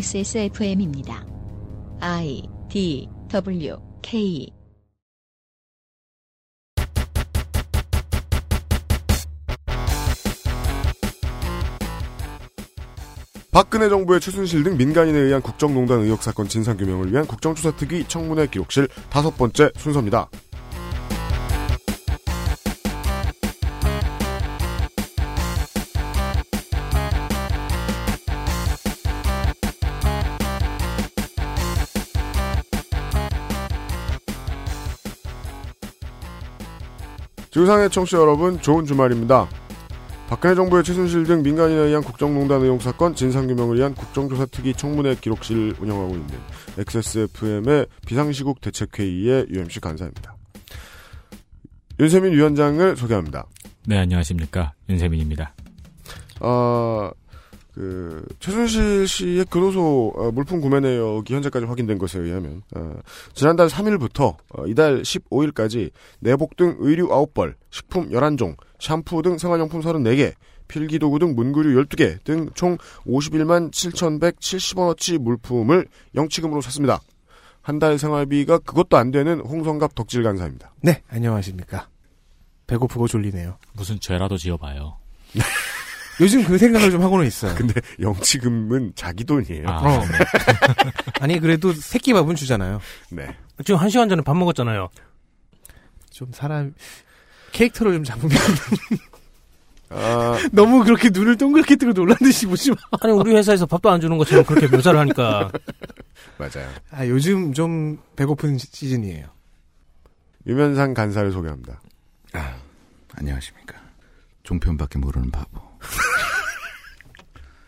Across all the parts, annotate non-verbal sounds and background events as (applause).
XSFM입니다. I D W K 박근혜 정부의 최순실 등 민간인에 의한 국정농단 의혹 사건 진상규명을 위한 국정조사특위 청문회 기록실 다섯 번째 순서입니다. 지구상의 청취자 여러분, 좋은 주말입니다. 박근혜 정부의 최순실 등 민간인에 의한 국정농단 의혹 사건 진상규명을 위한 국정조사 특위 청문회 기록실 운영하고 있는 XSFM의 비상시국 대책회의의 UMC 간사입니다. 윤세민 위원장을 소개합니다. 네, 안녕하십니까. 윤세민입니다. 아, 그, 최순실 씨의 교도소 어, 물품 구매 내역이 현재까지 확인된 것에 의하면, 어, 지난달 3일부터 어, 이달 15일까지 내복 등 의류 9벌, 식품 11종, 샴푸 등 생활용품 34개, 필기도구 등 문구류 12개 등 총 51만 7,170원어치 물품을 영치금으로 샀습니다. 한 달 생활비가 그것도 안 되는 홍성갑 덕질 간사입니다. 네, 안녕하십니까. 배고프고 졸리네요. 무슨 죄라도 지어봐요. 요즘 그 생각을 좀 하고는 있어요. 근데 (laughs) 영치금은 자기 돈이에요. 아, 어. 네. (laughs) 아니, 그래도 새끼밥은 주잖아요. 네. 지금 한 시간 전에 밥 먹었잖아요. 좀 사람, 캐릭터를 좀 잡으면. 아, (laughs) 너무 그렇게 눈을 동그랗게 뜨고 놀란 듯이 보지 마. 아니 우리 회사에서 밥도 안 주는 것처럼 그렇게 묘사를 하니까 맞아요. 아, 요즘 좀 배고픈 시- 시즌이에요. 유면상 간사를 소개합니다. 안녕하십니까. 종편밖에 모르는 바보.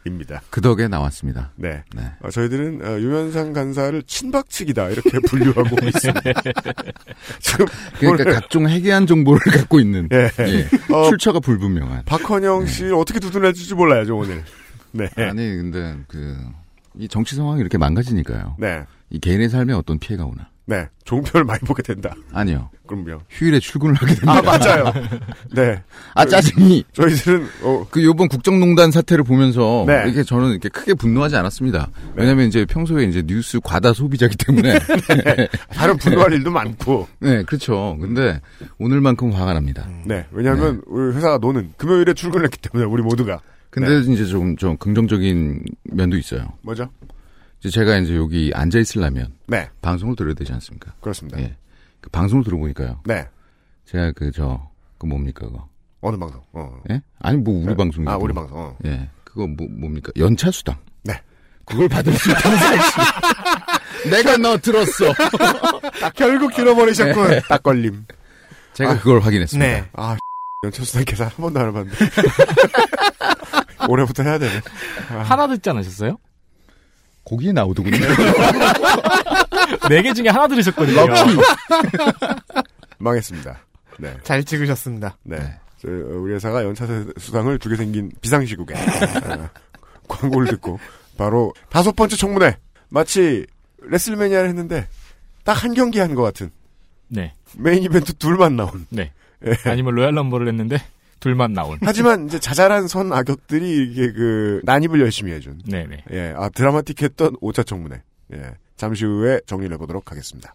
입니다. 그 덕에 나왔습니다. 네. 네. 어, 저희들은 어, 유면상 간사를 친박측이다 이렇게 (laughs) 분류하고 있습니다. (laughs) 지금 그러니까 오늘- 각종 해괴한 정보를 (laughs) 갖고 있는 예. 예, 어, 출처가 불분명한. 박헌영 씨를 어떻게 두둔할지 몰라요, 오늘. 네. 네. 아니 근데 그 이 정치 상황이 이렇게 망가지니까요. 네. 이 개인의 삶에 어떤 피해가 오나? 네. 종편을 많이 보게 된다. 아니요. 그럼요. 휴일에 출근을 하게 됩니다. 아, 맞아요. 네. 아 짜증이 저희들은, 어, 그 요번 국정농단 사태를 보면서 네. 이렇게 저는 이렇게 크게 분노하지 않았습니다. 왜냐하면 이제 평소에 이제 뉴스 과다 소비자기 (laughs) 때문에 다른 분노할 일도 많고. 네 그렇죠. 근데 오늘만큼 화가 납니다. 네. 왜냐하면 우리 회사가 노는 금요일에 출근했기 때문에 우리 모두가. 근데 네. 이제 좀, 좀 긍정적인 면도 있어요. 뭐죠? 이제 제가 이제 여기 앉아 있으려면 네. 방송을 들어야 되지 않습니까? 그렇습니다. 예. 그 방송을 들어보니까요. 네. 제가 그 저 그 뭡니까 그거? 어느 방송? 어. 예? 아니 뭐 우리 네. 방송이 아, 우리 방송. 어. 예. 그거 뭐, 뭡니까? 연차 수당. 네. 그걸 받을 수 있다는 사실. 내가 너 들었어. 아, 결국 길어버리셨군. 네. 딱 걸림. 제가 그걸 확인했습니다. 네. 아, (laughs) 연차수당 계산 한 번도 안 해봤는데. (laughs) 올해부터 해야 되네. 하나 듣지 않으셨어요? 거기에 나오더군요. 네 개 중에 하나 들으셨거든요. 망했습니다. 네. 잘 찍으셨습니다. 네. 저희, 어, 우리 회사가 연차수당을 주게 생긴 비상시국에 어, 광고를 듣고 바로 다섯 번째 청문회. 마치 레슬매니아를 했는데 딱 한 경기 한 것 같은 네. 메인 이벤트 둘만 나온. 네. 아니면 로얄 럼버를 했는데 둘만 나온. 하지만 이제 자잘한 선 악역들이 이게 그 난입을 열심히 해준. 네네. 예, 아 드라마틱했던 오차 청문회. 예, 잠시 후에 정리를 해보도록 하겠습니다.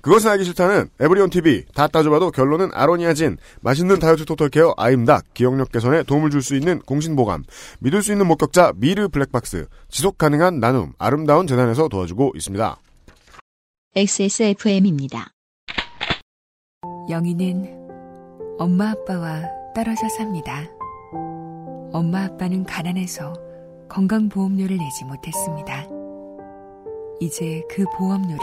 그것은 알기 싫다는 에브리온 TV 다 따져봐도 결론은 아로니아진 맛있는 다이어트 토탈케어 아임닭 기억력 개선에 도움을 줄 수 있는 공신보감 믿을 수 있는 목격자 미르 블랙박스 지속 가능한 나눔 아름다운 재단에서 도와주고 있습니다. XSFM입니다. 영희는 엄마 아빠와 떨어져 삽니다. 엄마 아빠는 가난해서 건강보험료를 내지 못했습니다. 이제 그 보험료를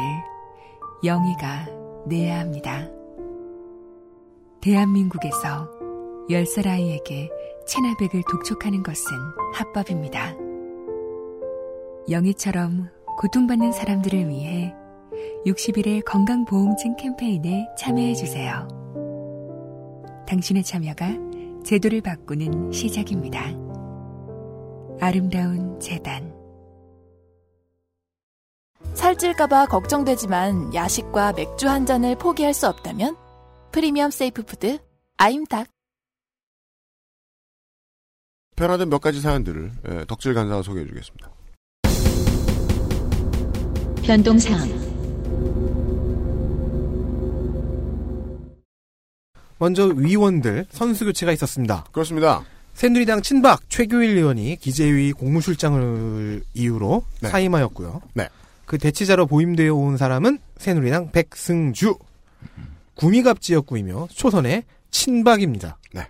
영희가 내야 합니다. 대한민국에서 10살 아이에게 체나백을 독촉하는 것은 합법입니다. 영희처럼 고통받는 사람들을 위해 60일의 건강보험증 캠페인에 참여해주세요. 당신의 참여가 제도를 바꾸는 시작입니다. 아름다운 재단. 살찔까봐 걱정되지만 야식과 맥주 한 잔을 포기할 수 없다면 프리미엄 세이프 푸드 아임닭 편하던 몇 가지 사연들을 예, 덕질 간사가 소개해주겠습니다. 변동사항, 먼저 위원들 선수 교체가 있었습니다. 그렇습니다. 새누리당 친박 최규일 의원이 기재위 공무실장을 이유로 네. 사임하였고요. 네. 그 대치자로 보임되어 온 사람은 새누리당 백승주 구미갑 지역구이며 초선의 친박입니다. 네.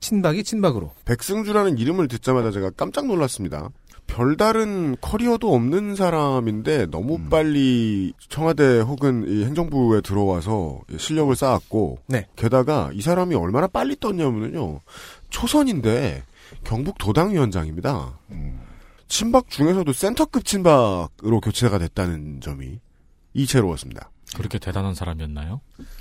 친박이 친박으로 백승주라는 이름을 듣자마자 제가 깜짝 놀랐습니다. 별다른 커리어도 없는 사람인데 너무 음. 빨리 청와대 혹은 이 행정부에 들어와서 실력을 쌓았고 네. 게다가 이 사람이 얼마나 빨리 떴냐면요 초선인데 경북 도당위원장입니다. 음. 친박 중에서도 센터급 친박으로 교체가 됐다는 점이 이채로웠습니다. 그렇게 대단한 사람이었나요?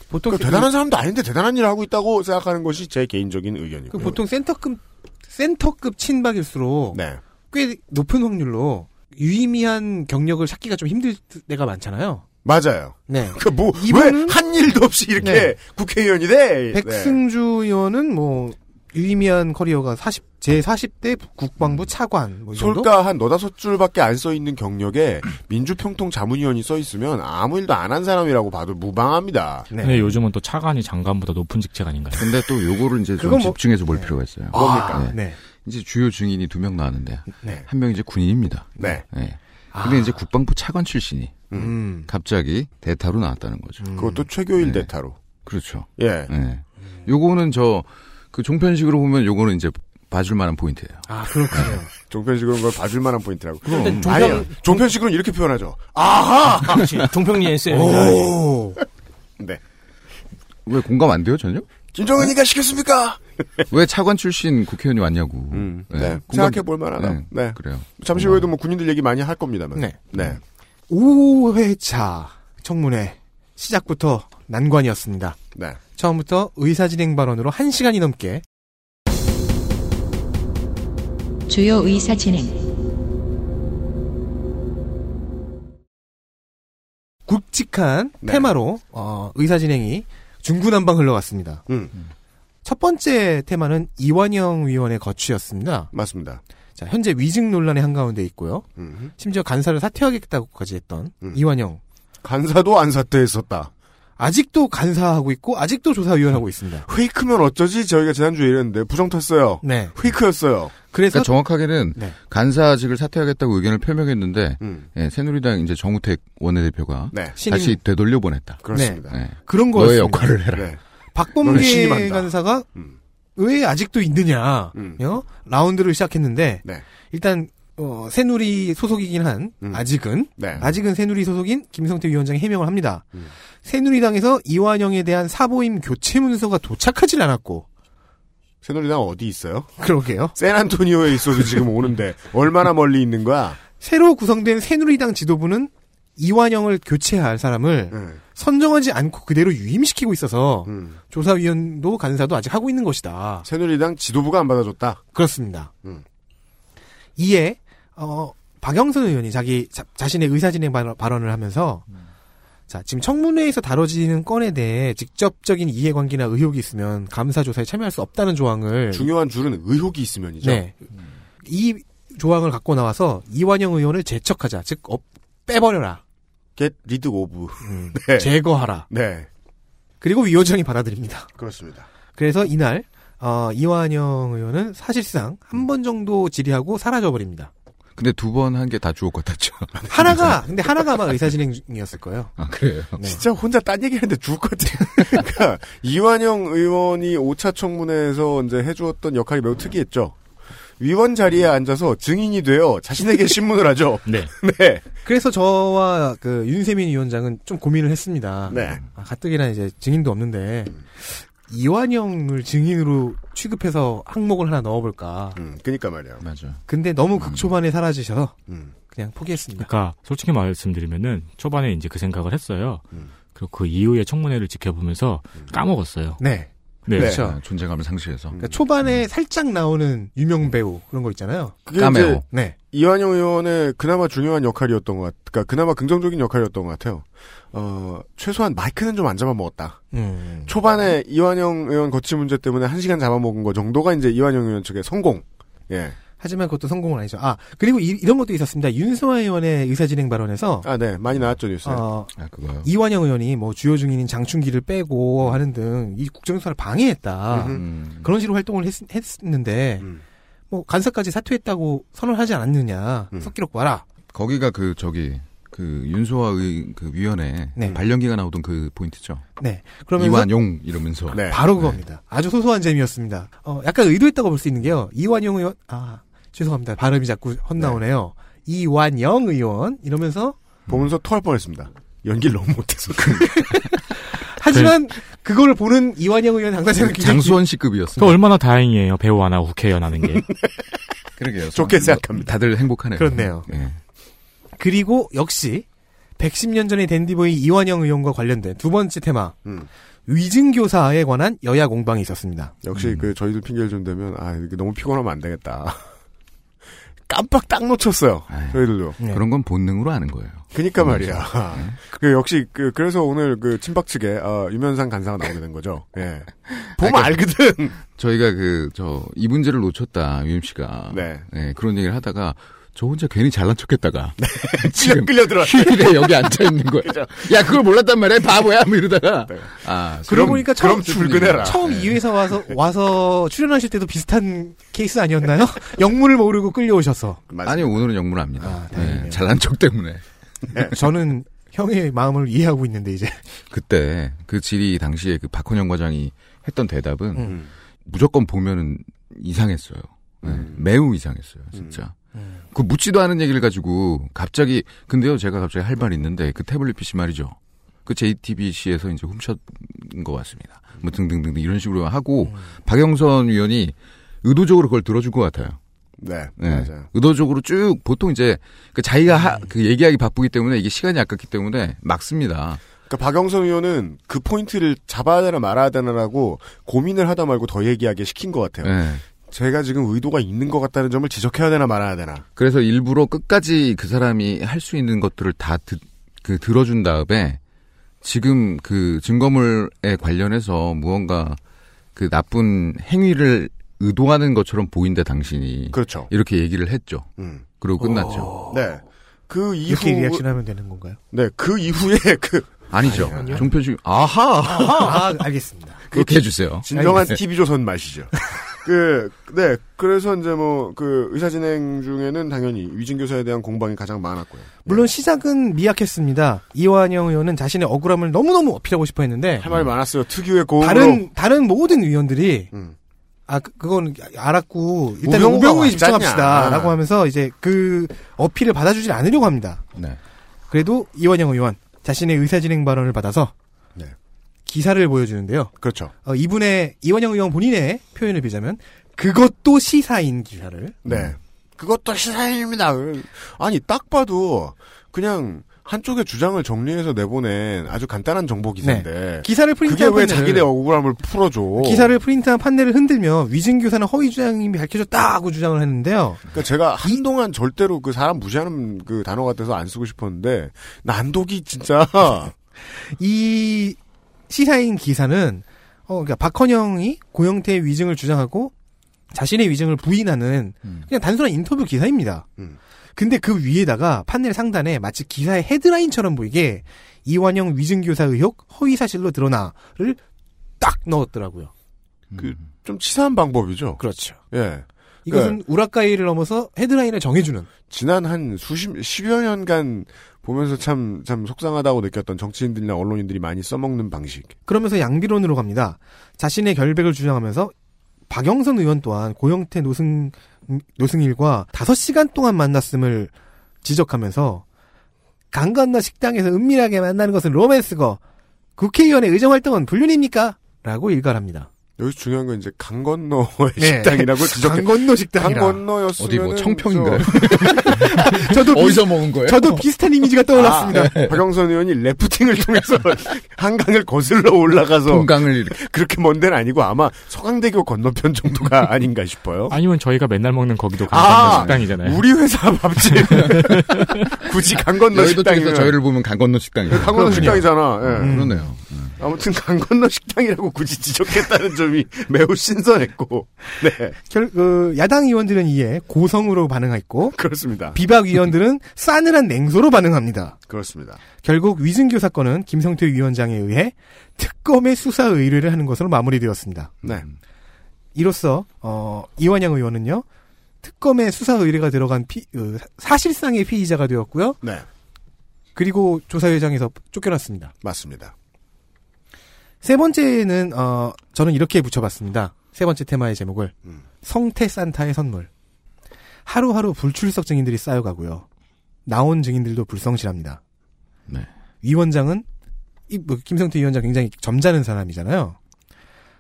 보통 그러니까 대단한 사람도 아닌데 대단한 일을 하고 있다고 생각하는 것이 제 개인적인 그 의견이고요. 보통 센터급 센터급 친박일수록 네, 꽤 높은 확률로 유의미한 경력을 찾기가 좀 힘들 때가 많잖아요. 맞아요. 네. 이분은- 그러니까 그뭐왜한 일도 없이 이렇게 네. 국회의원이 돼? 네. 백승주 의원은 뭐 유의미한 커리어가 40, 제 40대 국방부 차관 뭐이 정도? 솔까 한 너다섯 줄밖에 안 써 있는 경력에 (clears throat) 민주평통 자문위원이 써 있으면 아무 일도 안 한 사람이라고 봐도 무방합니다. 네. 근데 요즘은 또 차관이 장관보다 높은 직책 아닌가요? 근데 또 요거를 이제 좀 그건 뭐- 집중해서 볼 네. 필요가 있어요. 아, 뭡니까? 네. 네. 이제 주요 증인이 두 명 나왔는데 네. 한 명이 이제 군인입니다. 네, 네. 근데 이제 국방부 차관 출신이 음. 갑자기 대타로 나왔다는 거죠. 그것도 최교일 네. 대타로. 그렇죠. 예, 음. 예. 요거는 저 그 종편식으로 보면 요거는 이제 봐줄 만한 포인트예요. 아, 그렇군요. 종편식으로 그걸 봐줄 만한 포인트라고. 근데 아니요, 종평, 종편식으로 는 이렇게 표현하죠. 아하. (laughs) 그렇지. 종평리 SM. 오. 음. 네. 왜 공감 안 돼요 전혀? 김정은이가 시켰습니까? 왜 차관 출신 국회의원이 왔냐고. 네. 음, 예. 네. 생각해 볼 만하다. 네. 네. 그래요. 잠시 후에도 뭐 군인들 얘기 많이 할 겁니다만. 음. 네. 네. 5회차 청문회 시작부터 난관이었습니다. 네. 처음부터 의사진행 발언으로 1시간이 넘게 주요 의사 진행, 굵직한 네. 테마로 어, 의사진행이 중구난방 흘러갔습니다. 음, 첫 번째 테마는 이완영 의원의 거취였습니다. 맞습니다. 자, 현재 위증 논란의 한가운데 있고요. 음. 심지어 간사를 사퇴하겠다고까지 했던 음. 이완영. 간사도 안 사퇴했었다. 아직도 간사하고 있고 아직도 음. 조사위원하고 있습니다. 페이크면 어쩌지? 저희가 지난주에 이랬는데 부정 탔어요. 네. 페이크였어요. 그래서 그러니까 정확하게는 네. 간사직을 사퇴하겠다고 의견을 표명했는데 음. 예, 새누리당 이제 정우택 원내대표가 네. 신임 다시 되돌려 보냈다. 그렇습니다. 네. 예. 그런 너의 거였습니다. 역할을 해라. 네. 너는 박범계 신임한다. 간사가 음. 왜 아직도 있느냐 음. 요? 라운드를 시작했는데 네. 일단 어, 새누리 소속이긴 한 음. 아직은 네. 아직은 새누리 소속인 김성태 위원장이 해명을 합니다. 음. 새누리당에서 새누리당에서 이완영에 대한 사보임 교체 문서가 도착하질 않았고 (laughs) 새누리당 어디 있어요? 그러게요. 샌안토니오에 있어도 지금 오는데 얼마나 멀리 있는 거야? 새로 구성된 새누리당 지도부는 이완영을 교체할 사람을 음. 선정하지 않고 그대로 유임시키고 있어서 음. 조사위원도 간사도 아직 하고 있는 것이다. 새누리당 지도부가 안 받아줬다. 그렇습니다. 음. 이에 어, 박영선 의원이 자기 자, 신의 의사진행 발언- 발언을 하면서 자 지금 청문회에서 다뤄지는 건에 대해 직접적인 이해관계나 의혹이 있으면 감사 조사에 참여할 수 없다는 조항을 중요한 줄은 의혹이 있으면이죠. 네. 이 조항을 갖고 나와서 이완영 의원을 제척하자 즉 어, 빼버려라 Get rid of. 음, 네. 제거하라 네. 그리고 위원장이 받아들입니다. 그렇습니다. 그래서 이날 어, 이완영 의원은 사실상 한 번 정도 질의하고 사라져버립니다. 근데 두 번 한 게 다 주옥 같았죠. (laughs) 하나가 근데 하나가 아마 의사진행 중이었을 거예요. 아 그래요. 네. 진짜 혼자 딴 얘기하는데 죽을 것 같아. (laughs) 그러니까 이완영 의원이 5차 청문회에서 이제 해주었던 역할이 매우 특이했죠. 위원 자리에 앉아서 증인이 되어 자신에게 신문을 하죠. 네. (laughs) 네. 그래서 저와 그 윤세민 위원장은 좀 고민을 했습니다. 네. 아, 가뜩이나 이제 증인도 없는데 이완영을 증인으로 취급해서 항목을 하나 넣어볼까. 음, 그니까 말이야. (laughs) 맞아. 근데 너무 극초반에 사라지셔서 음, 그냥 포기했습니다. 그러니까 솔직히 말씀드리면은 초반에 이제 그 생각을 했어요. 음. 그리고 그 이후에 청문회를 지켜보면서 까먹었어요. 네. 네. 네. 음. 그렇죠. 존재감을 상실해서. 그러니까 초반에 살짝 나오는 유명 배우 그런 거 있잖아요. 그게 이제 까메오. 네. 이완영 의원의 그나마 중요한 역할이었던 것 같, 그러니까 그니까 그나마 긍정적인 역할이었던 것 같아요. 어, 최소한 마이크는 좀 안 잡아먹었다. 음. 초반에 이완영 의원 거치 문제 때문에 한시간 잡아먹은 거 정도가 이제 이완영 의원 측의 성공. 예. 하지만 그것도 성공은 아니죠. 아 그리고 이, 런 것도 있었습니다. 윤소아 의원의 의사진행 발언에서 아, 네. 많이 나왔죠, 뉴스에. 어, 아, 그거요. 이완영 의원이 뭐 주요 중인인 장충기를 빼고 하는 등 이 국정조사를 방해했다 음. 음흠. 음. 그런 식으로 활동을 했, 는데 음. 뭐 간사까지 사퇴했다고 선언하지 않았느냐 음. 석기록 봐라 거기가 그 저기 그 윤소아 의그 위원회 네. 발령기가 나오던 그 포인트죠. 네 그러면서 이완용 이러면서 네. 바로 그겁니다. 아주 소소한 재미였습니다. 어, 약간 의도했다고 볼 수 있는 게요. 이완용 의원, 아, 죄송합니다. 발음이 자꾸 헛나오네요. 이완영 의원, 이러면서, 보면서 토할 뻔했습니다. 연기를 너무 못해서. (laughs) 하지만 그걸 보는 이완영 의원 (laughs) 당사자는 굉장히 장수원 그 씨급이었어요. 얼마나 다행이에요. 배우 안 하고 국회의원 하는 게. 그러게요. 좋게 생각합니다. 다들 행복하네요. 그렇네요. 네. 그리고 역시, 110년 전의 댄디보이 이완영 의원과 관련된 두 번째 테마, 음. 위증교사에 관한 여야 공방이 있었습니다. 역시 그 저희들 핑계를 좀 대면 아 이게 너무 피곤하면 안 되겠다. (laughs) 깜빡 딱 놓쳤어요. 아유. 그렇죠. 저희들도. 네. 그런 건 본능으로 아는 거예요. 그니까 말이야. (laughs) 그 역시 그 그래서 오늘 그 친박 측에 어, 유면상 간사가 나오게 된 거죠. 예. 아, 보면 그러니까 알거든. 저희가 그 저 이 문제를 놓쳤다 유임 씨가 네. 네, 그런 얘기를 하다가 저 혼자 괜히 잘난 척했다가 지금 (laughs) (laughs) (laughs) 지금 끌려 들어. 휴일에 여기 앉아 있는 거야. 야 그걸 몰랐단 말이야 바보야 뭐 이러다가 네. 아 그러고 그럼- 보니까 그럼 처음, 출근해라. 네. 처음 이 회사 와서, 와서 출연하실 때도 비슷한 (laughs) 케이스 아니었나요? 영문을 모르고 끌려오셔서. (laughs) 아니 오늘은 영문 합니다. 아, 다행이네요. 네, 잘난 척 때문에 저는 형의 마음을 이해하고 있는데 이제 그때 그 질의 당시에 그 박헌영 과장이 했던 대답은 음. 무조건 보면은 이상했어요. 네, 음. 매우 이상했어요, 진짜. 그 묻지도 않은 얘기를 가지고 갑자기 근데요 제가 갑자기 할 말이 있는데 그 태블릿 PC 말이죠. 그 JTBC에서 이제 훔쳤는 것 같습니다. 뭐 등등등등 이런 식으로 하고 음. 박영선 위원이 의도적으로 그걸 들어줄 것 같아요. 네. 예. 맞아요. 음. 의도적으로 쭉 보통 이제 그 자기가 하- 그 얘기하기 바쁘기 때문에 이게 시간이 아깝기 때문에 막습니다. 그러니까 박영선 의원은 그 포인트를 잡아야 되나 말아야 되나라고 고민을 하다 말고 더 얘기하게 시킨 것 같아요. 예. 제가 지금 의도가 있는 것 같다는 점을 지적해야 되나 말아야 되나. 그래서 일부러 끝까지 그 사람이 할 수 있는 것들을 다 듣, 그 들어준 다음에 지금 그 증거물에 관련해서 무언가 그 나쁜 행위를 의도하는 것처럼 보인다 당신이 그렇죠. 이렇게 얘기를 했죠. 음. 그리고 끝났죠. 네. 그 이후 이렇게 리액션하면 되는 건가요? 네, 그 이후에 (laughs) 그 아니죠. 종편식 아하 아 알겠습니다. 그렇게 해주세요. 진정한 알겠어요. TV 조선 (laughs) 맛이죠. 그, 네, 그래서 이제 뭐, 그, 의사진행 중에는 당연히 위진교사에 대한 공방이 가장 많았고요. 물론 시작은 미약했습니다. 이완영 의원은 자신의 억울함을 너무너무 어필하고 싶어 했는데 할 말이 많았어요. 특유의 고음으로. 다른 다른 모든 의원들이 음. 아 그, 그건 알았고 일단 우병우가 우병우에 왔잖냐. 아. 집중합시다라고 하면서 이제 그 어필을 받아주질 않으려고 합니다. 네. 그래도 이완영 의원 자신의 의사진행 발언을 받아서 네. 기사를 보여주는데요. 그렇죠. 어, 이분의 이원영 의원 본인의 표현을 비자면 그것도 시사인 기사를 네. 그것도 시사입니다. 아니, 딱 봐도 그냥 한쪽의 주장을 정리해서 내보낸 아주 간단한 정보 기사인데. 기사를 그게 네. 프린트한 왜 판넬을 자기네 억울함을 풀어줘? 기사를 프린트한 판넬을 흔들며 위증 교사는 허위 주장임이 밝혀졌다고 주장을 했는데요. 그러니까 제가 한동안 절대로 그 사람 무시하는 그 단어 같아서 안 쓰고 싶었는데 난독이 진짜 (laughs) 이 시사인 기사는 어 그러니까 박헌영이 고영태의 위증을 주장하고 자신의 위증을 부인하는 음. 그냥 단순한 인터뷰 기사입니다. 음. 근데 그 위에다가 판넬 상단에 마치 기사의 헤드라인처럼 보이게 이완영 위증교사 의혹 허위 사실로 드러나를 딱 넣었더라고요. 그- 좀 치사한 방법이죠. 그렇죠. 네. 예. 이것은 우라카이를 넘어서 헤드라인을 정해주는 지난 한 수십, 십여 년간 보면서 참, 참 속상하다고 느꼈던 정치인들이나 언론인들이 많이 써먹는 방식. 그러면서 양비론으로 갑니다. 자신의 결백을 주장하면서 박영선 의원 또한 고영태 노승 노승일과 5시간 동안 만났음을 지적하면서 강 건너 식당에서 은밀하게 만나는 것은 로맨스고 국회의원의 의정 활동은 불륜입니까? 라고 일갈합니다. 여기서 중요한 건 이제 강 건너의 네. 식당이라고 지적해. 강 건너 강 식당이라. 건너였으면 어디 (laughs) 뭐 청평인가요? 저도 비, 어디서 먹은 거예요? (laughs) 저도 비슷한 이미지가 떠올랐습니다. 아, 예. 박영선 의원이 레프팅을 통해서 (laughs) 한강을 거슬러 올라가서 동강을 이렇게 그렇게 먼 데는 아니고 아마 서강대교 건너편 정도가 (laughs) 아닌가 싶어요. 아니면 저희가 맨날 먹는 거기도 아! 간단한 식당이잖아요. 우리 회사 (laughs) 밥집 (laughs) 굳이 강 건너 여의도 쪽에서 식당이면 네, 저희를 보면 강그 건너 식당이에요. 음. 음. 강 건너 식당이잖아. 예. 그러네요. 아무튼 강 건너 식당이라고 굳이 지적했다는 점이 (laughs) 매우 신선했고, 네, 아. 결, 그, 야당 의원들은 이에 고성으로 반응했고, 그렇습니다. 비박 의원들은 싸늘한 냉소로 반응합니다. 그렇습니다. 결국 위증교 사건은 김성태 위원장에 의해 특검의 수사 의뢰를 하는 것으로 마무리되었습니다. 네. 이로써 어, 이완영 의원은요 특검의 수사 의뢰가 들어간 피- 어, 사- 사실상의 피의자가 되었고요. 네. 그리고 조사회장에서 쫓겨났습니다. 맞습니다. 세 번째는 어, 저는 이렇게 붙여봤습니다. 세 번째 테마의 제목을 음. 성태 산타의 선물. 하루하루 불출석 증인들이 쌓여가고요. 나온 증인들도 불성실합니다. 네. 위원장은 이, 뭐, 김성태 위원장 굉장히 점잖은 사람이잖아요.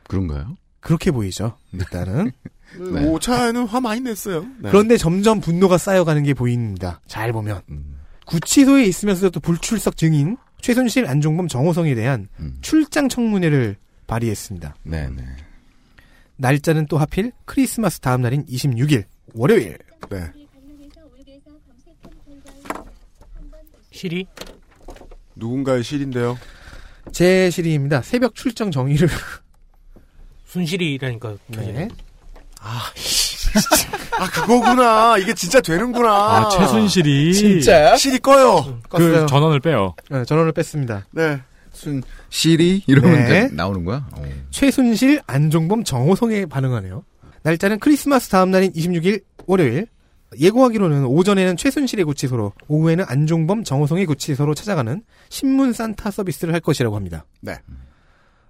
그런가요? 그렇게 보이죠. 일단은 (laughs) 네. 오차에는 화 많이 냈어요. 네. 그런데 점점 분노가 쌓여가는 게 보입니다. 잘 보면. 음, 구치소에 있으면서도 불출석 증인 최순실, 안종범, 정호성에 대한 음. 출장 청문회를 발의했습니다. 네, 네. 날짜는 또 하필 크리스마스 다음 날인 26일 월요일. 네. 시리? 누군가의 실인데요. 제 실의입니다. 새벽 출장 정의를. 순실이라니까. 네. 아 그거구나. 이게 진짜 되는구나. 아, 최순실이 실이 꺼요. 그 껐어요. 전원을 빼요. 네, 전원을 뺐습니다. 네. 순 시리 이러면 네. 이제 나오는 거야? 어. 최순실, 안종범, 정호성에 반응하네요. 날짜는 크리스마스 다음 날인 26일 월요일. 예고하기로는 오전에는 최순실의 구치소로, 오후에는 안종범, 정호성의 구치소로 찾아가는 신문 산타 서비스를 할 것이라고 합니다. 네.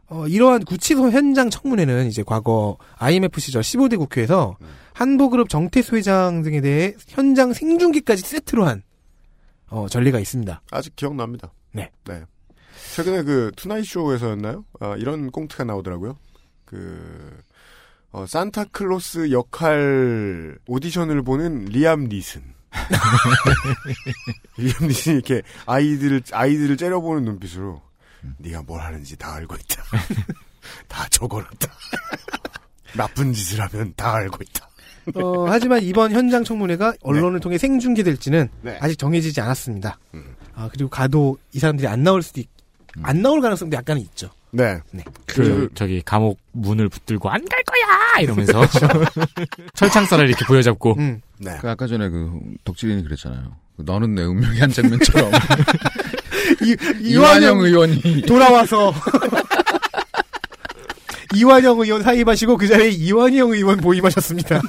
어, 이러한 구치소 현장 청문회는 이제 과거 IMF 시절 15대 국회에서 한보그룹 정태수 회장 등에 대해 현장 생중계까지 세트로 한 어, 전례가 있습니다. 아직 기억납니다. 네. 최근에 그 투나잇 쇼에서였나요? 아, 이런 꽁트가 나오더라고요. 그 어, 산타클로스 역할 오디션을 보는 리암 니슨. (laughs) 리암 니슨 이렇게 아이들을 아이들을 째려보는 눈빛으로 네가 뭘 하는지 다 알고 있다. (laughs) 다 적어놨다. (laughs) 나쁜 짓을 하면 다 알고 있다. 어, 하지만 이번 현장 청문회가 언론을 통해 생중계될지는 네. 아직 정해지지 않았습니다. 아, 그리고 가도 이 사람들이 안 나올 수도 있, 안 나올 가능성도 약간 있죠. 네. 그 저기 감옥 문을 붙들고 안 갈 거야 이러면서 (laughs) 철창살을 이렇게 보여잡고 음. 네. 그 아까 전에 그 덕질인이 그랬잖아요. 너는 내 운명의 (laughs) 한 장면처럼 이, 이완영 의원이 돌아와서 (laughs) 이완영 의원 사임하시고 그 자리에 이완영 의원 (laughs) 보임하셨습니다.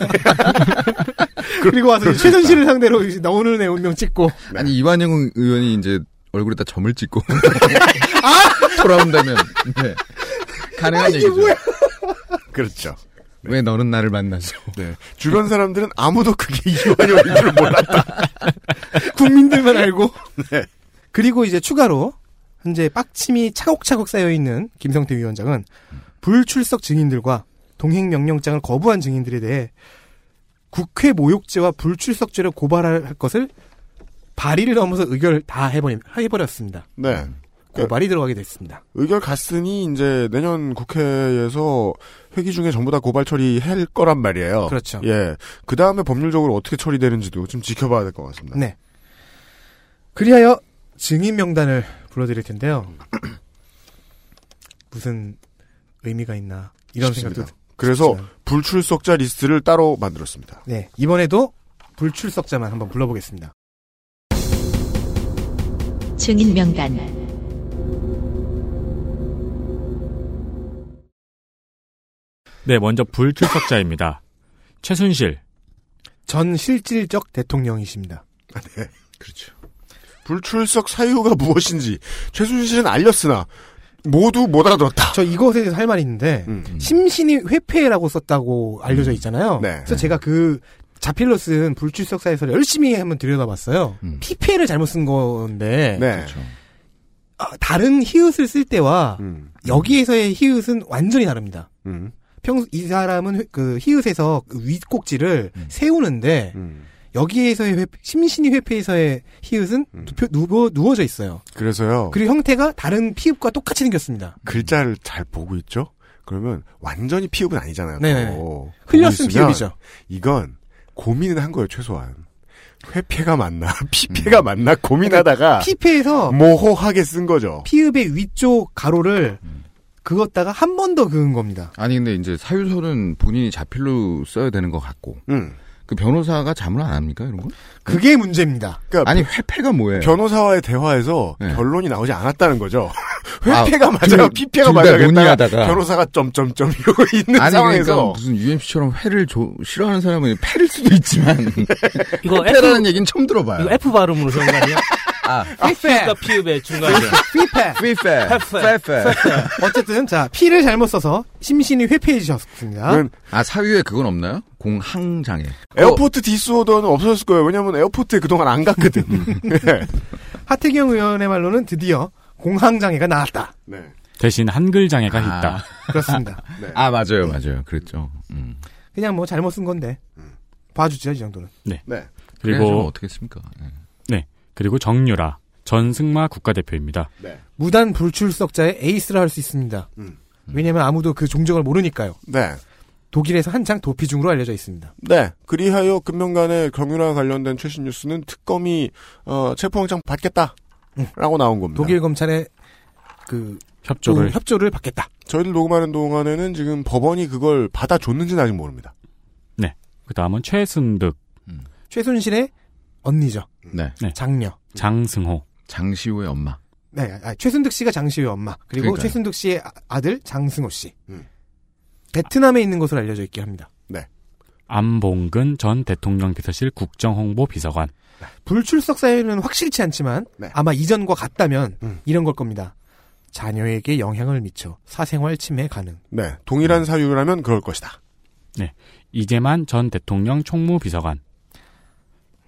그리고 와서 이제 최순실을 상대로 이제 나오는 애 운명 찍고 아니 이완영 의원이 이제 얼굴에다 점을 찍고 (laughs) 아! 돌아온다면 네. 가능한 얘기죠. 그렇죠. 왜 너는 나를 만나죠? 네. 주변 사람들은 아무도 그게 (laughs) 이완용인 줄 몰랐다. (laughs) 국민들만 알고 네. 그리고 이제 추가로 현재 빡침이 차곡차곡 쌓여 있는 김성태 위원장은 불출석 증인들과 동행 명령장을 거부한 증인들에 대해 국회 모욕죄와 불출석죄로 고발할 것을 발의를 넘어서 의결 다 해버림, 해버렸습니다. 네. 고발이 들어가게 됐습니다. 의결 갔으니 이제 내년 국회에서 회기 중에 전부 다 고발 처리할 거란 말이에요. 그렇죠. 예. 그 다음에 법률적으로 어떻게 처리되는지도 좀 지켜봐야 될 것 같습니다. 네. 그리하여 증인 명단을 불러드릴 텐데요. (clears throat) 무슨 의미가 있나 이런 싶습니다. 생각도 그래서 쉽지만. 불출석자 리스트를 따로 만들었습니다. 네 이번에도 불출석자만 한번 불러보겠습니다. 증인 명단 네 먼저 불출석자입니다. 최순실 전 실질적 대통령이십니다. 그렇죠. 불출석 사유가 무엇인지 최순실은 알렸으나 모두 못 알아들었다. 저 이것에 대해서 할 말이 있는데 음. 심신이 회폐라고 썼다고 알려져 있잖아요. 네. 그래서 제가 그 자필로 쓴 불출석 사에서 열심히 한번 들여다봤어요. 음. PPL을 잘못 쓴 건데 네. 그렇죠. 아, 다른 히읗을 쓸 때와 음. 여기에서의 히읗은 완전히 다릅니다. 음. 평소 이 사람은 회- 그 히읗에서 그 윗꼭지를 세우는데 음. 여기에서의 회- 심신이 회피에서의 히읗은 음. 눕혀- 누워, 누워져 있어요. 그래서요. 그리고 형태가 다른 피읍과 똑같이 생겼습니다. 글자를 잘 보고 있죠? 그러면 완전히 피읍은 아니잖아요. 네네네. 또. 흘렸은 보고 있으면 피읍이죠. 이건 고민은 한 거예요, 최소한. 회피가 맞나 (laughs) 피폐가 음. 맞나 고민하다가 그러니까 음. 피폐에서 모호하게 쓴 거죠. 피읍의 위쪽 가로를 그었다가 한 번 더 그은 겁니다. 아니 근데 이제 사유서는 본인이 자필로 써야 되는 것 같고 음. 그 변호사가 자문을 안 합니까 이런 거? 그게 문제입니다. 그러니까 아니 회패가 뭐예요? 변호사와의 대화에서 네. 결론이 나오지 않았다는 거죠. (laughs) 아, 회피가 맞아요, 둘- 피폐가 둘다 맞아요. 논의하다가. 변호사가 점점점 (laughs) 이러고 있는 아니 그러니까 상황에서 무슨 UMC처럼 회를 조- 싫어하는 사람은 패일 수도 있지만 (laughs) 이거 뭐 F, 회라는 얘기는 처음 들어봐요. 이거 F 발음으로 세운 거 아니야? 아, F가 피읍의 중간이야. 피폐. 회패, 회패. 어쨌든 자 피를 잘못 써서 심신이 회피해지셨습니다. 그건 아 사유에 그건 없나요? 공항장애. 네. 에어포트 디스오더는 없어졌을 거예요. 왜냐하면 에어포트에 그동안 안 갔거든. 음. 네. 하태경 의원의 말로는 드디어 공황 장애가 나왔다. (laughs) 네. 대신 한글 장애가 아. 있다. 그렇습니다. 네. 아 맞아요, 맞아요. 그랬죠. 음. 그냥 뭐 잘못 쓴 건데 봐주죠 이 정도는. 네. 그리고 그리고 어떻게 했습니까? 네. 그리고 정유라 전승마 국가대표입니다. 무단 불출석자의 에이스라 할 수 있습니다. 음. 왜냐면 아무도 그 종족을 모르니까요. 네. 독일에서 한창 도피 중으로 알려져 있습니다. 네. 그리하여 금년간에 경유라 관련된 최신 뉴스는 특검이 어, 체포영장 받겠다. 라고 나온 겁니다. 음. 독일 검찰의 그 협조를 도움, 협조를 받겠다. 저희들 녹음하는 동안에는 지금 법원이 그걸 받아줬는지는 아직 모릅니다. 그 다음은 최순득, 최순실의 언니죠. 네. 네. 장녀. 장승호, 장시호의 엄마. 네, 아, 최순득 씨가 장시호의 엄마 그리고 그러니까요. 최순득 씨의 아- 아들 장승호 씨. 음. 베트남에 있는 것으로 알려져 있게 합니다. 안봉근 전 대통령 비서실 국정홍보 비서관, 불출석 사유는 확실치 않지만 네. 아마 이전과 같다면 음. 이런 걸 겁니다. 자녀에게 영향을 미쳐 사생활 침해 가능. 네. 음. 동일한 사유라면 그럴 것이다. 이재만 전 대통령 총무 비서관,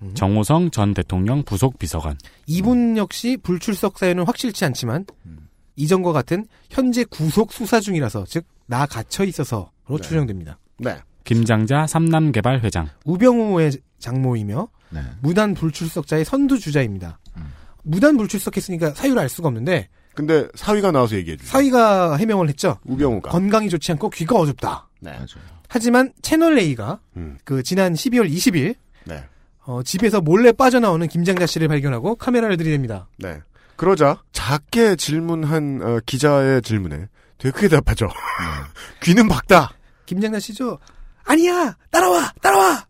음. 정호성 전 대통령 부속 비서관, 이분 역시 불출석 사유는 확실치 않지만 이전과 같은 현재 구속 수사 중이라서 즉 나 갇혀 있어서로 추정됩니다. 네. 김장자 삼남개발 회장, 우병우의 장모이며 네. 음. 무단 불출석자의 선두 주자입니다. 무단 불출석했으니까 사유를 알 수가 없는데 근데 사위가 나와서 얘기해 주죠. 사위가 해명을 했죠. 우병우가. 네, 그러니까. 건강이 좋지 않고 귀가 어둡다. 맞아요. 하지만 채널 A가 음. 그 지난 12월 20일 네. 어, 집에서 몰래 빠져나오는 김장자 씨를 발견하고 카메라를 들이댑니다. 네. 그러자 작게 질문한 어, 기자의 질문에 되게 크게 대답하죠. 음. (laughs) 귀는 박다. 김장자 씨죠? 아니야! 따라와! 따라와!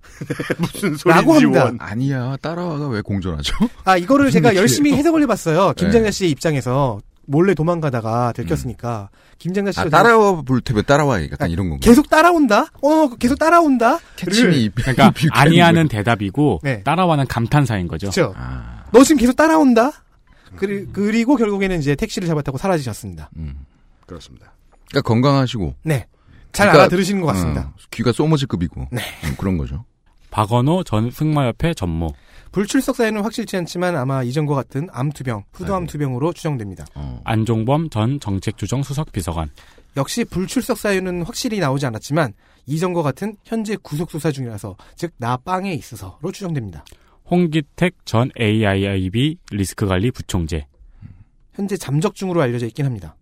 무슨 라고 소리인지 합니다. 원. 아니야 따라와가 (laughs) 왜 공존하죠? 아, 이거를 무슨 제가 느낌이에요? 열심히 해석을 해봤어요. 김장자 네. 씨의 입장에서 몰래 도망가다가 들켰으니까. 김장자 씨가 아 따라와 볼 테면 따라와 약간 이런 건가? 계속 따라온다? 어, 계속 따라온다? 캐치미 (laughs) 그러니까 아니하는 대답이고 네. 따라와는 감탄사인 거죠. 그렇죠. 아, 너 지금 계속 따라온다? 그리, 그리고 결국에는 이제 택시를 잡았다고 사라지셨습니다. 음. 그렇습니다. 그러니까 건강하시고 네. 잘 그러니까, 알아들으시는 것 같습니다. 네. 어, 귀가 소머지급이고 음, 그런 거죠. 박원호 전 승마협회 전무, 불출석 사유는 확실치 않지만 아마 이전과 같은 네. 암투병, 후두암투병으로 추정됩니다. 어. 안종범 전 정책조정수석비서관, 역시 불출석 사유는 확실히 나오지 않았지만 이전과 같은 현재 구속 수사 중이라서 즉 나 빵에 있어서로 추정됩니다. 홍기택 전 AIIB 리스크관리 부총재, 현재 잠적 중으로 알려져 있긴 합니다.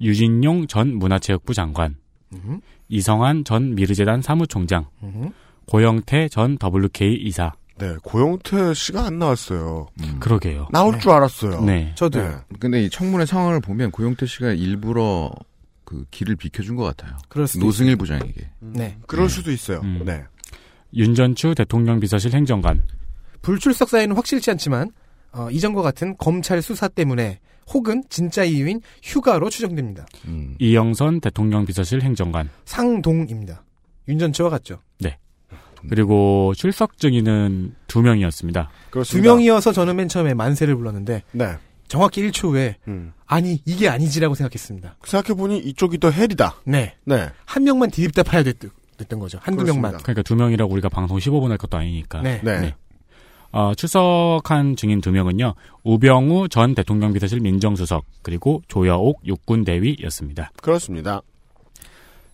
유진용 전 문화체육부 장관, 음, 이성한 전 미르재단 사무총장, 음. 고영태 전 WK 이사. 네. 고영태 씨가 안 나왔어요. 음. 그러게요. 나올 줄 알았어요. 네. 저도 네. 요 근데 이 청문회 상황을 보면 고영태 씨가 일부러 그 길을 비켜준 것 같아요. 그럴 수도 노승일 부장에게. 네. 그럴 수도 있어요. 음. 네. 윤전추 대통령 비서실 행정관, 불출석 사유는 확실치 않지만 어, 이전과 같은 검찰 수사 때문에 혹은 진짜 이유인 휴가로 추정됩니다. 음. 이영선 대통령 비서실 행정관. 상동입니다. 윤전처와 같죠. 그리고 출석 증인은 두 명이었습니다. 두 그렇습니다. 명이어서 저는 맨 처음에 만세를 불렀는데 네. 정확히 1초 후에 음. 아니 이게 아니지라고 생각했습니다. 생각해보니 이쪽이 더 헬이다. 네, 네. 한 명만 디립다 파야 됐, 던 거죠. 한두 그렇습니다. 명만. 그러니까 두 명이라고 우리가 방송 15분 할 것도 아니니까. 네. 네. 네. 어, 출석한 증인 두 명은요. 우병우 전 대통령 비서실 민정수석 그리고 조여옥 육군 대위였습니다. 그렇습니다.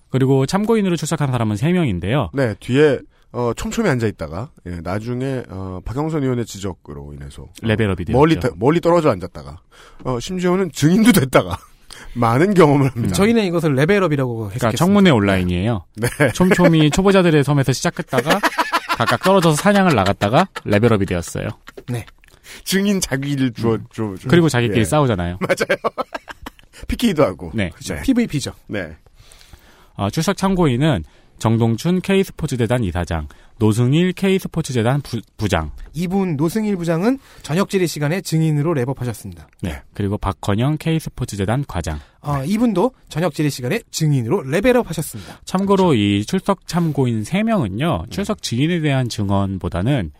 그리고 참고인으로 출석한 사람은 세 명인데요. 네. 뒤에 어, 촘촘히 앉아 있다가 예, 나중에 어, 박영선 의원의 지적으로 인해서 레벨업이 되죠. 멀리 타- 멀리 떨어져 앉았다가 어, 심지어는 증인도 됐다가 (laughs) 많은 경험을 합니다. 저희는 이것을 레벨업이라고 해석했습니다. 그러니까 청문회 온라인이에요. 촘촘히 초보자들의 섬에서 시작했다가 각각 떨어져서 사냥을 나갔다가 레벨업이 되었어요. 네. 증인 자기를 주어 주 음. 그리고 자기끼리 예. 싸우잖아요. 피키도 하고. 네. 네. PVP죠. 네. 어, 출석 참고인은 정동춘 K스포츠재단 이사장, 노승일 K스포츠재단 부, 부장, 이분 노승일 부장은 저녁 질의 시간에 증인으로 랩업하셨습니다. 네. 그리고 박건영 K스포츠재단 과장. 네. 어, 이분도 저녁 질의 시간에 증인으로 레벨업하셨습니다. 참고로 이 출석 참고인 3명은요, 출석 증인에 대한 증언보다는,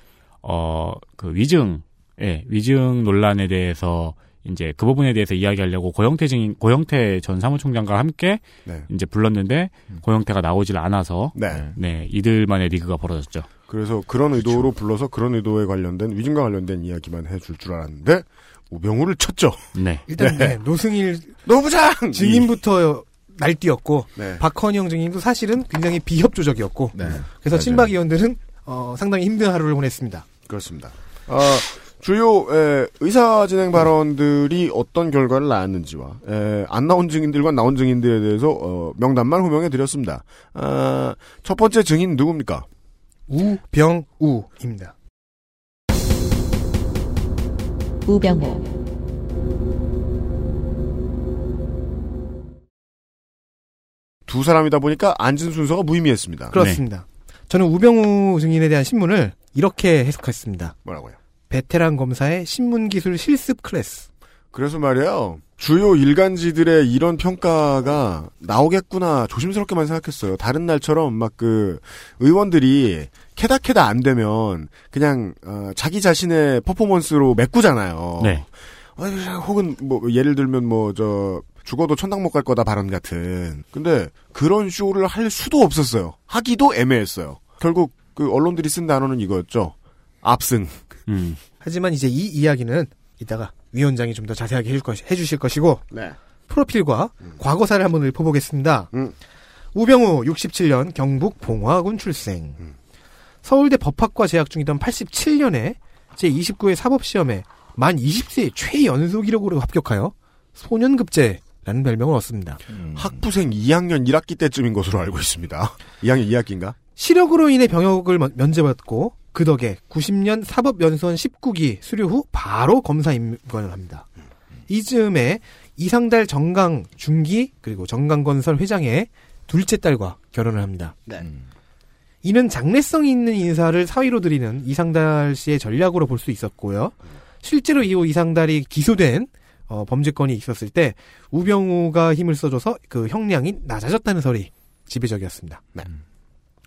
어, 그 위증, 예, 위증 논란에 대해서, 이제 그 부분에 대해서 이야기하려고 고영태 증인, 고영태 전 사무총장과 함께, 네. 이제 불렀는데, 고영태가 나오질 않아서, 네. 음. 네, 그렇죠. 이들만의 리그가 벌어졌죠. 그래서 그런 의도로 불러서 그런 의도에 관련된 위증과 관련된 이야기만 해줄 줄 알았는데 우병우를 쳤죠. 네. 일단 네, 노승일 (laughs) 노부장 증인부터 날뛰었고 네. 박헌영 증인도 사실은 굉장히 비협조적이었고 네. 그래서 맞아요. 친박 의원들은 어, 상당히 힘든 하루를 보냈습니다. 그렇습니다. 아, 주요 에, 의사 진행 발언들이 어떤 결과를 낳았는지와 에, 안 나온 증인들과 나온 증인들에 대해서 어, 명단만 호명해 드렸습니다. 아, 첫 번째 증인 누굽니까? 우병우입니다. 네. 우병우, 두 사람이다 보니까 앉은 순서가 무의미했습니다. 그렇습니다. 저는 우병우 증인에 대한 신문을 이렇게 해석했습니다. 뭐라고요? 베테랑 검사의 신문 기술 실습 클래스. 그래서 말이에요. 주요 일간지들의 이런 평가가 나오겠구나 조심스럽게만 생각했어요. 다른 날처럼 막 그 의원들이 캐다캐다 안 되면 그냥 어, 자기 자신의 퍼포먼스로 메꾸잖아요. 네. 어, 혹은 뭐 예를 들면 뭐 저 죽어도 천당 못 갈 거다 발언 같은. 근데 그런 쇼를 할 수도 없었어요. 하기도 애매했어요. 결국 그 언론들이 쓴 단어는 이거였죠. 압승. 음. 하지만 이제 이 이야기는 이따가 위원장이 좀 더 자세하게 해줄 것- 해주실 것이고 네. 프로필과 과거사를 한번 읊어보겠습니다. 음. 우병우 67년 경북 봉화군 출생. 음. 서울대 법학과 재학 중이던 87년에 제29회 사법시험에 만 20세 최연소 기록으로 합격하여 소년급제라는 별명을 얻습니다. 학부생 2학년 1학기 때쯤인 것으로 알고 있습니다. 2학년 2학기인가? 시력으로 인해 병역을 면- 면제받고 그 덕에 90년 사법연수원 19기 수료 후 바로 검사 임관을 합니다. 이즈음에 이상달 정강 중기 그리고 정강건설 회장의 둘째 딸과 결혼을 합니다. 이는 장래성이 있는 인사를 사위로 드리는 이상달 씨의 전략으로 볼 수 있었고요. 실제로 이후 이상달이 기소된 어, 범죄건이 있었을 때 우병우가 힘을 써줘서 그 형량이 낮아졌다는 설이 지배적이었습니다.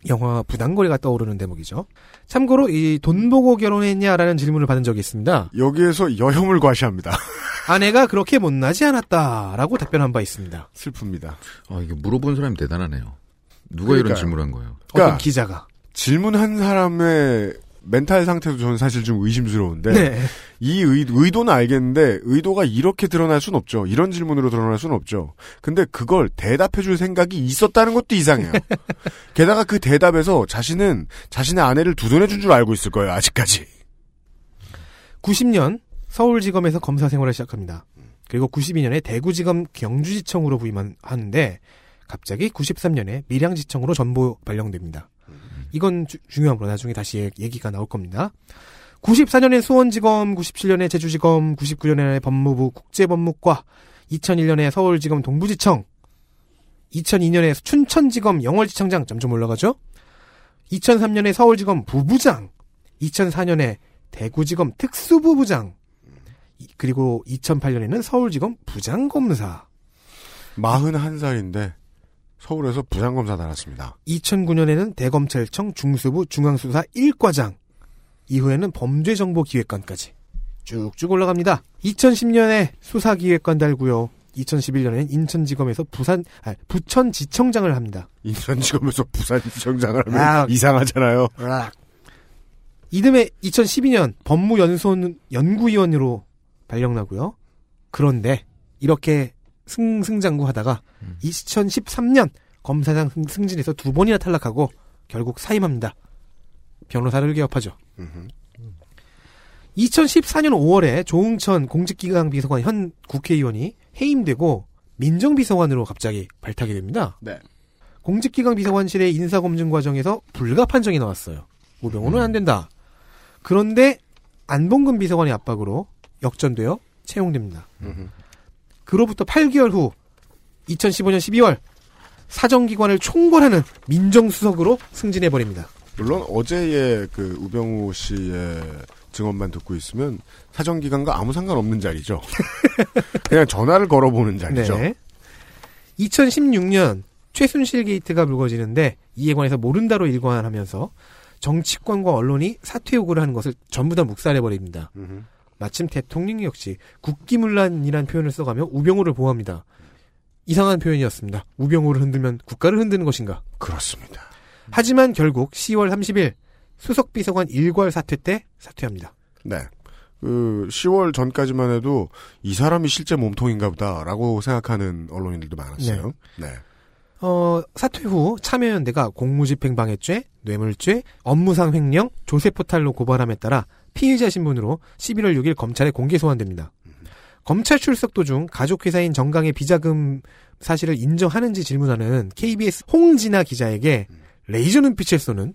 영화 부당거리가 떠오르는 대목이죠. 참고로 이 돈 보고 결혼했냐라는 질문을 받은 적이 있습니다. 여기에서 여혐을 과시합니다. (laughs) 아내가 그렇게 못나지 않았다라고 답변한 바 있습니다. 슬픕니다. 아, 이게 물어본 사람이 대단하네요. 누가 그러니까요. 이런 질문을 한 거예요? 어떤 그러니까 기자가. 질문한 사람의 멘탈 상태도 저는 사실 좀 의심스러운데 네. 이 의, 의도는 알겠는데 의도가 이렇게 드러날 순 없죠. 이런 질문으로 드러날 순 없죠. 근데 그걸 대답해줄 생각이 있었다는 것도 이상해요. 게다가 그 대답에서 자신은 자신의 아내를 두둔해준 줄 알고 있을 거예요. 아직까지. 90년 서울지검에서 검사 생활을 시작합니다. 그리고 92년에 대구지검 경주지청으로 부임하는데 갑자기 93년에 밀양지청으로 전보 발령됩니다. 이건 주- 중요하므로 나중에 다시 얘- 얘기가 나올 겁니다. 94년에 수원지검, 97년에 제주지검, 99년에 법무부 국제법무과, 2001년에 서울지검 동부지청, 2002년에 춘천지검 영월지청장 점점 올라가죠. 2003년에 서울지검 부부장, 2004년에 대구지검 특수부부장 이- 그리고 2008년에는 서울지검 부장검사 41살인데 서울에서 부장검사 달았습니다. 2009년에는 대검찰청 중수부 중앙수사 1과장 이후에는 범죄정보기획관까지 쭉쭉 올라갑니다 2010년에 수사기획관 달고요 2011년에는 인천지검에서 부산 아, 부천지청장을 합니다 인천지검에서 부산지청장을 하면 아. 이상하잖아요. 이듬해 2012년 법무연수원 연구위원으로 발령나고요. 그런데 이렇게 승승장구하다가 2013년 검사장 승- 승진에서 두 번이나 탈락하고 결국 사임합니다. 변호사를 개업하죠. 2014년 5월에 조응천 공직기강 비서관 현 국회의원이 해임되고 민정비서관으로 갑자기 발탁이 됩니다. 공직기강 비서관실의 인사검증 과정에서 불가 판정이 나왔어요. 무병호는 안 된다. 그런데 안봉근 비서관의 압박으로 역전되어 채용됩니다. 그로부터 8개월 후 2015년 12월 사정기관을 총괄하는 민정수석으로 승진해 버립니다. 물론 어제의 그 우병우 씨의 증언만 듣고 있으면 사정 기간과 아무 상관없는 자리죠. 그냥 전화를 걸어보는 네. 자리죠. 2016년 최순실 게이트가 불거지는데 이에 관해서 모른다로 일관하면서 정치권과 언론이 사퇴 요구를 하는 것을 전부 다 묵살해 버립니다. 음. 마침 대통령 역시 국기문란이란 표현을 써가며 우병우를 보호합니다. 이상한 표현이었습니다. 우병우를 흔들면 국가를 흔드는 것인가? 그렇습니다. 하지만 결국 10월 30일 수석비서관 일괄 사퇴 때 사퇴합니다. 네. 그 10월 전까지만 해도 이 사람이 실제 몸통인가 보다라고 생각하는 언론인들도 많았어요. 네. 어, 사퇴 후 참여연대가 공무집행방해죄, 뇌물죄, 업무상 횡령, 조세포탈로 고발함에 따라 피의자 신분으로 11월 6일 검찰에 공개 소환됩니다. 검찰 출석 도중 가족회사인 정강의 비자금 사실을 인정하는지 질문하는 KBS 홍진아 기자에게 레이저 눈빛을 쏘는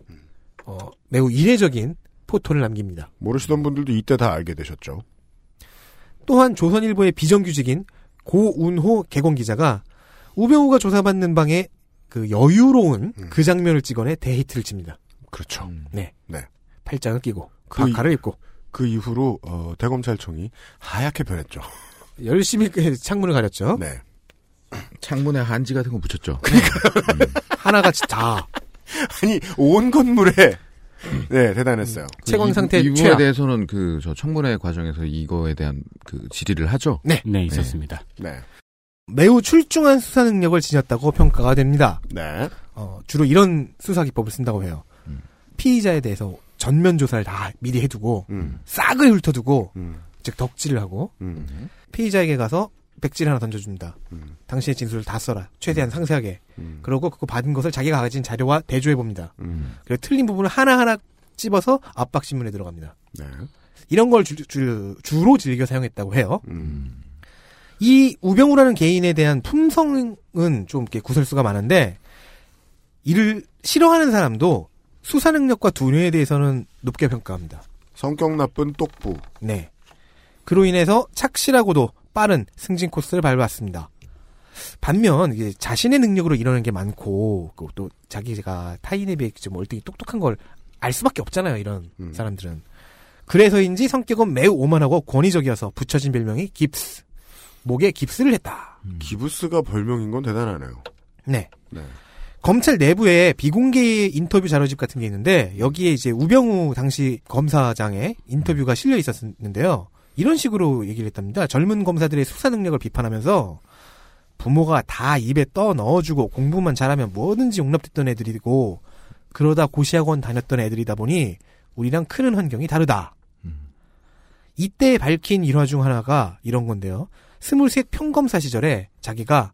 어, 매우 이례적인 포토를 남깁니다. 모르시던 분들도 이때 다 알게 되셨죠. 또한 조선일보의 비정규직인 고운호 개공 기자가 우병우가 조사받는 방에 그 여유로운 음. 그 장면을 찍어내 대히트를 칩니다. 그렇죠. 음. 팔짱을 끼고 그 가를 입고 그 이후로 어, 대검찰청이 하얗게 변했죠. 열심히 그 창문을 가렸죠. 네. (laughs) 창문에 한지 같은 거 붙였죠. 그러니까 하나같이 (laughs) 다 아니 온 건물에 네 대단했어요. 채광 상태 그 이, 이 부분에 최악. 대해서는 그 저 청문회 과정에서 이거에 대한 그 질의를 하죠. 네, 있었습니다. 네. 매우 출중한 수사 능력을 지녔다고 평가가 됩니다. 네. 어, 주로 이런 수사 기법을 쓴다고 해요. 음. 피의자에 대해서 전면 조사를 다 미리 해두고 음. 싹을 훑어두고 음. 즉 덕질을 하고 음. 피의자에게 가서 백지를 하나 던져줍니다. 음. 당신의 진술을 다 써라. 최대한 상세하게. 음. 그러고 그거 받은 것을 자기가 가진 자료와 대조해 봅니다. 음. 그리고 틀린 부분을 하나하나 찝어서 압박신문에 들어갑니다. 네. 이런 걸 주, 주, 주로 즐겨 사용했다고 해요. 음. 이 우병우라는 개인에 대한 품성은 좀 이렇게 구설수가 많은데 이를 싫어하는 사람도 수사 능력과 두뇌에 대해서는 높게 평가합니다. 성격 나쁜 똑부. 네. 그로 인해서 착실하고도 빠른 승진 코스를 밟았습니다. 반면 이게 자신의 능력으로 이러는 게 많고 그리고 또 자기가 타인에 비해 좀 월등히 똑똑한 걸 알 수밖에 없잖아요. 이런 음. 사람들은. 그래서인지 성격은 매우 오만하고 권위적이어서 붙여진 별명이 깁스. 목에 깁스를 했다. 음. 기부스가 별명인 건 대단하네요. 네. 네. 검찰 내부에 비공개 인터뷰 자료집 같은 게 있는데 여기에 이제 우병우 당시 검사장의 인터뷰가 실려 있었는데요. 이런 식으로 얘기를 했답니다. 젊은 검사들의 수사 능력을 비판하면서 부모가 다 입에 떠 넣어주고 공부만 잘하면 뭐든지 용납됐던 애들이고 그러다 고시학원 다녔던 애들이다 보니 우리랑 크는 환경이 다르다. 이때 밝힌 일화 중 하나가 이런 건데요. 23 평검사 시절에 자기가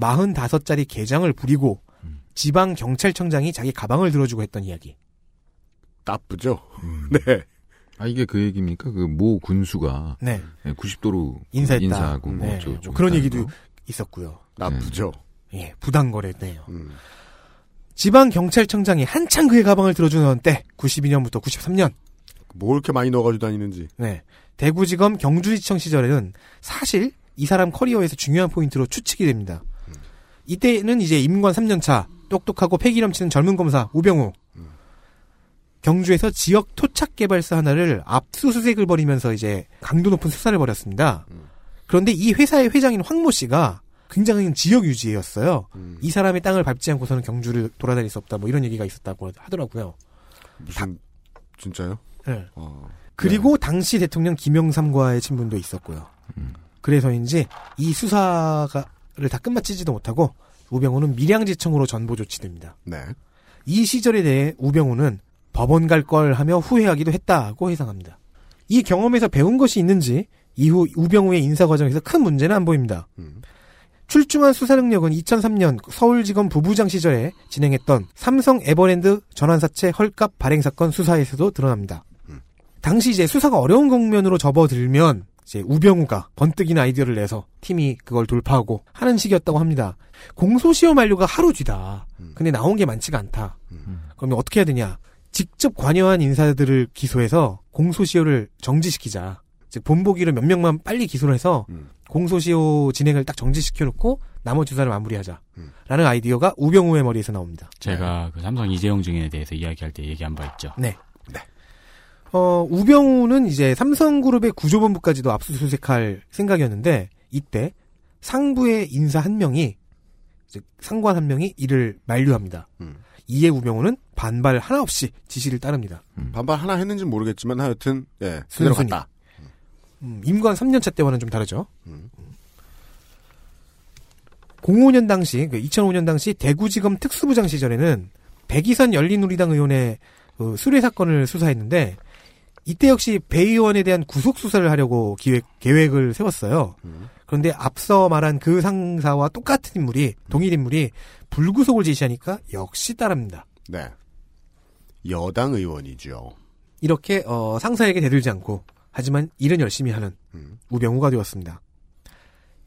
45짜리 개장을 부리고 음. 지방 경찰청장이 자기 가방을 들어주고 했던 이야기. 나쁘죠. (laughs) 네. 아 이게 그 얘기입니까? 그 모 군수가 네. 90도로 인사했다. 하고 네, 음. 뭐 뭐 그런 얘기도 있었고요. 나쁘죠. 예, 부당거래네요. 음. 지방 경찰청장이 한창 그의 가방을 들어주는 때 92년부터 93년 뭘 이렇게 많이 넣어가지고 다니는지. 네. 대구지검 경주지청 시절에는 사실 이 사람 커리어에서 중요한 포인트로 추측이 됩니다. 이때는 이제 임관 3년차 똑똑하고 패기 넘치는 젊은 검사 우병우 경주에서 지역 토착 개발사 하나를 압수수색을 벌이면서 이제 강도 높은 수사를 벌였습니다. 그런데 이 회사의 회장인 황모 씨가 굉장히 지역 유지였어요. 음. 이 사람의 땅을 밟지 않고서는 경주를 돌아다닐 수 없다. 뭐 이런 얘기가 있었다고 하더라고요. 무슨 진짜요? 네. 어. 그리고 당시 대통령 김영삼과의 친분도 있었고요. 그래서인지 이 수사를 다 끝마치지도 못하고 우병우는 밀양지청으로 전보 조치됩니다. 네. 이 시절에 대해 우병우는 법원 갈 걸 하며 후회하기도 했다고 해상합니다. 이 경험에서 배운 것이 있는지 이후 우병우의 인사 과정에서 큰 문제는 안 보입니다. 음. 출중한 수사 능력은 2003년 서울지검 부부장 시절에 진행했던 삼성 에버랜드 전환사채 헐값 발행 사건 수사에서도 드러납니다. 당시 이제 수사가 어려운 국면으로 접어들면 이제 우병우가 번뜩이는 아이디어를 내서 팀이 그걸 돌파하고 하는 식이었다고 합니다. 공소시효 만료가 하루 뒤다. 근데 나온 게 많지가 않다. 그러면 어떻게 해야 되냐? 직접 관여한 인사들을 기소해서 공소시효를 정지시키자. 즉 본보기로 몇 명만 빨리 기소를 해서 음. 공소시효 진행을 딱 정지시켜놓고 나머지 조사를 마무리하자라는 음. 아이디어가 우병우의 머리에서 나옵니다. 제가 그 삼성 이재용 증인에 대해서 이야기할 때 얘기한 바 있죠. 어, 우병우는 이제 삼성그룹의 구조본부까지도 압수수색할 생각이었는데 이때 상부의 인사 한 명이 즉 상관 한 명이 이를 만류합니다. 음. 이에 우병우는 반발 하나 없이 지시를 따릅니다. 반발 하나 했는지는 모르겠지만 하여튼 예 그대로 순순히. 갔다. 음, 임관 3년차 때와는 좀 다르죠. 음. 05년 당시, 그 2005년 당시 대구지검 특수부장 시절에는 백이선 열린우리당 의원의 그 수뢰 사건을 수사했는데 이때 역시 배 의원에 대한 구속 수사를 하려고 기획 계획을 세웠어요. 그런데 앞서 말한 그 상사와 똑같은 인물이 동일 인물이 불구속을 제시하니까 역시 따릅니다. 네 여당 의원이죠. 이렇게 어, 상사에게 대들지 않고 하지만 일은 열심히 하는 음. 우병우가 되었습니다.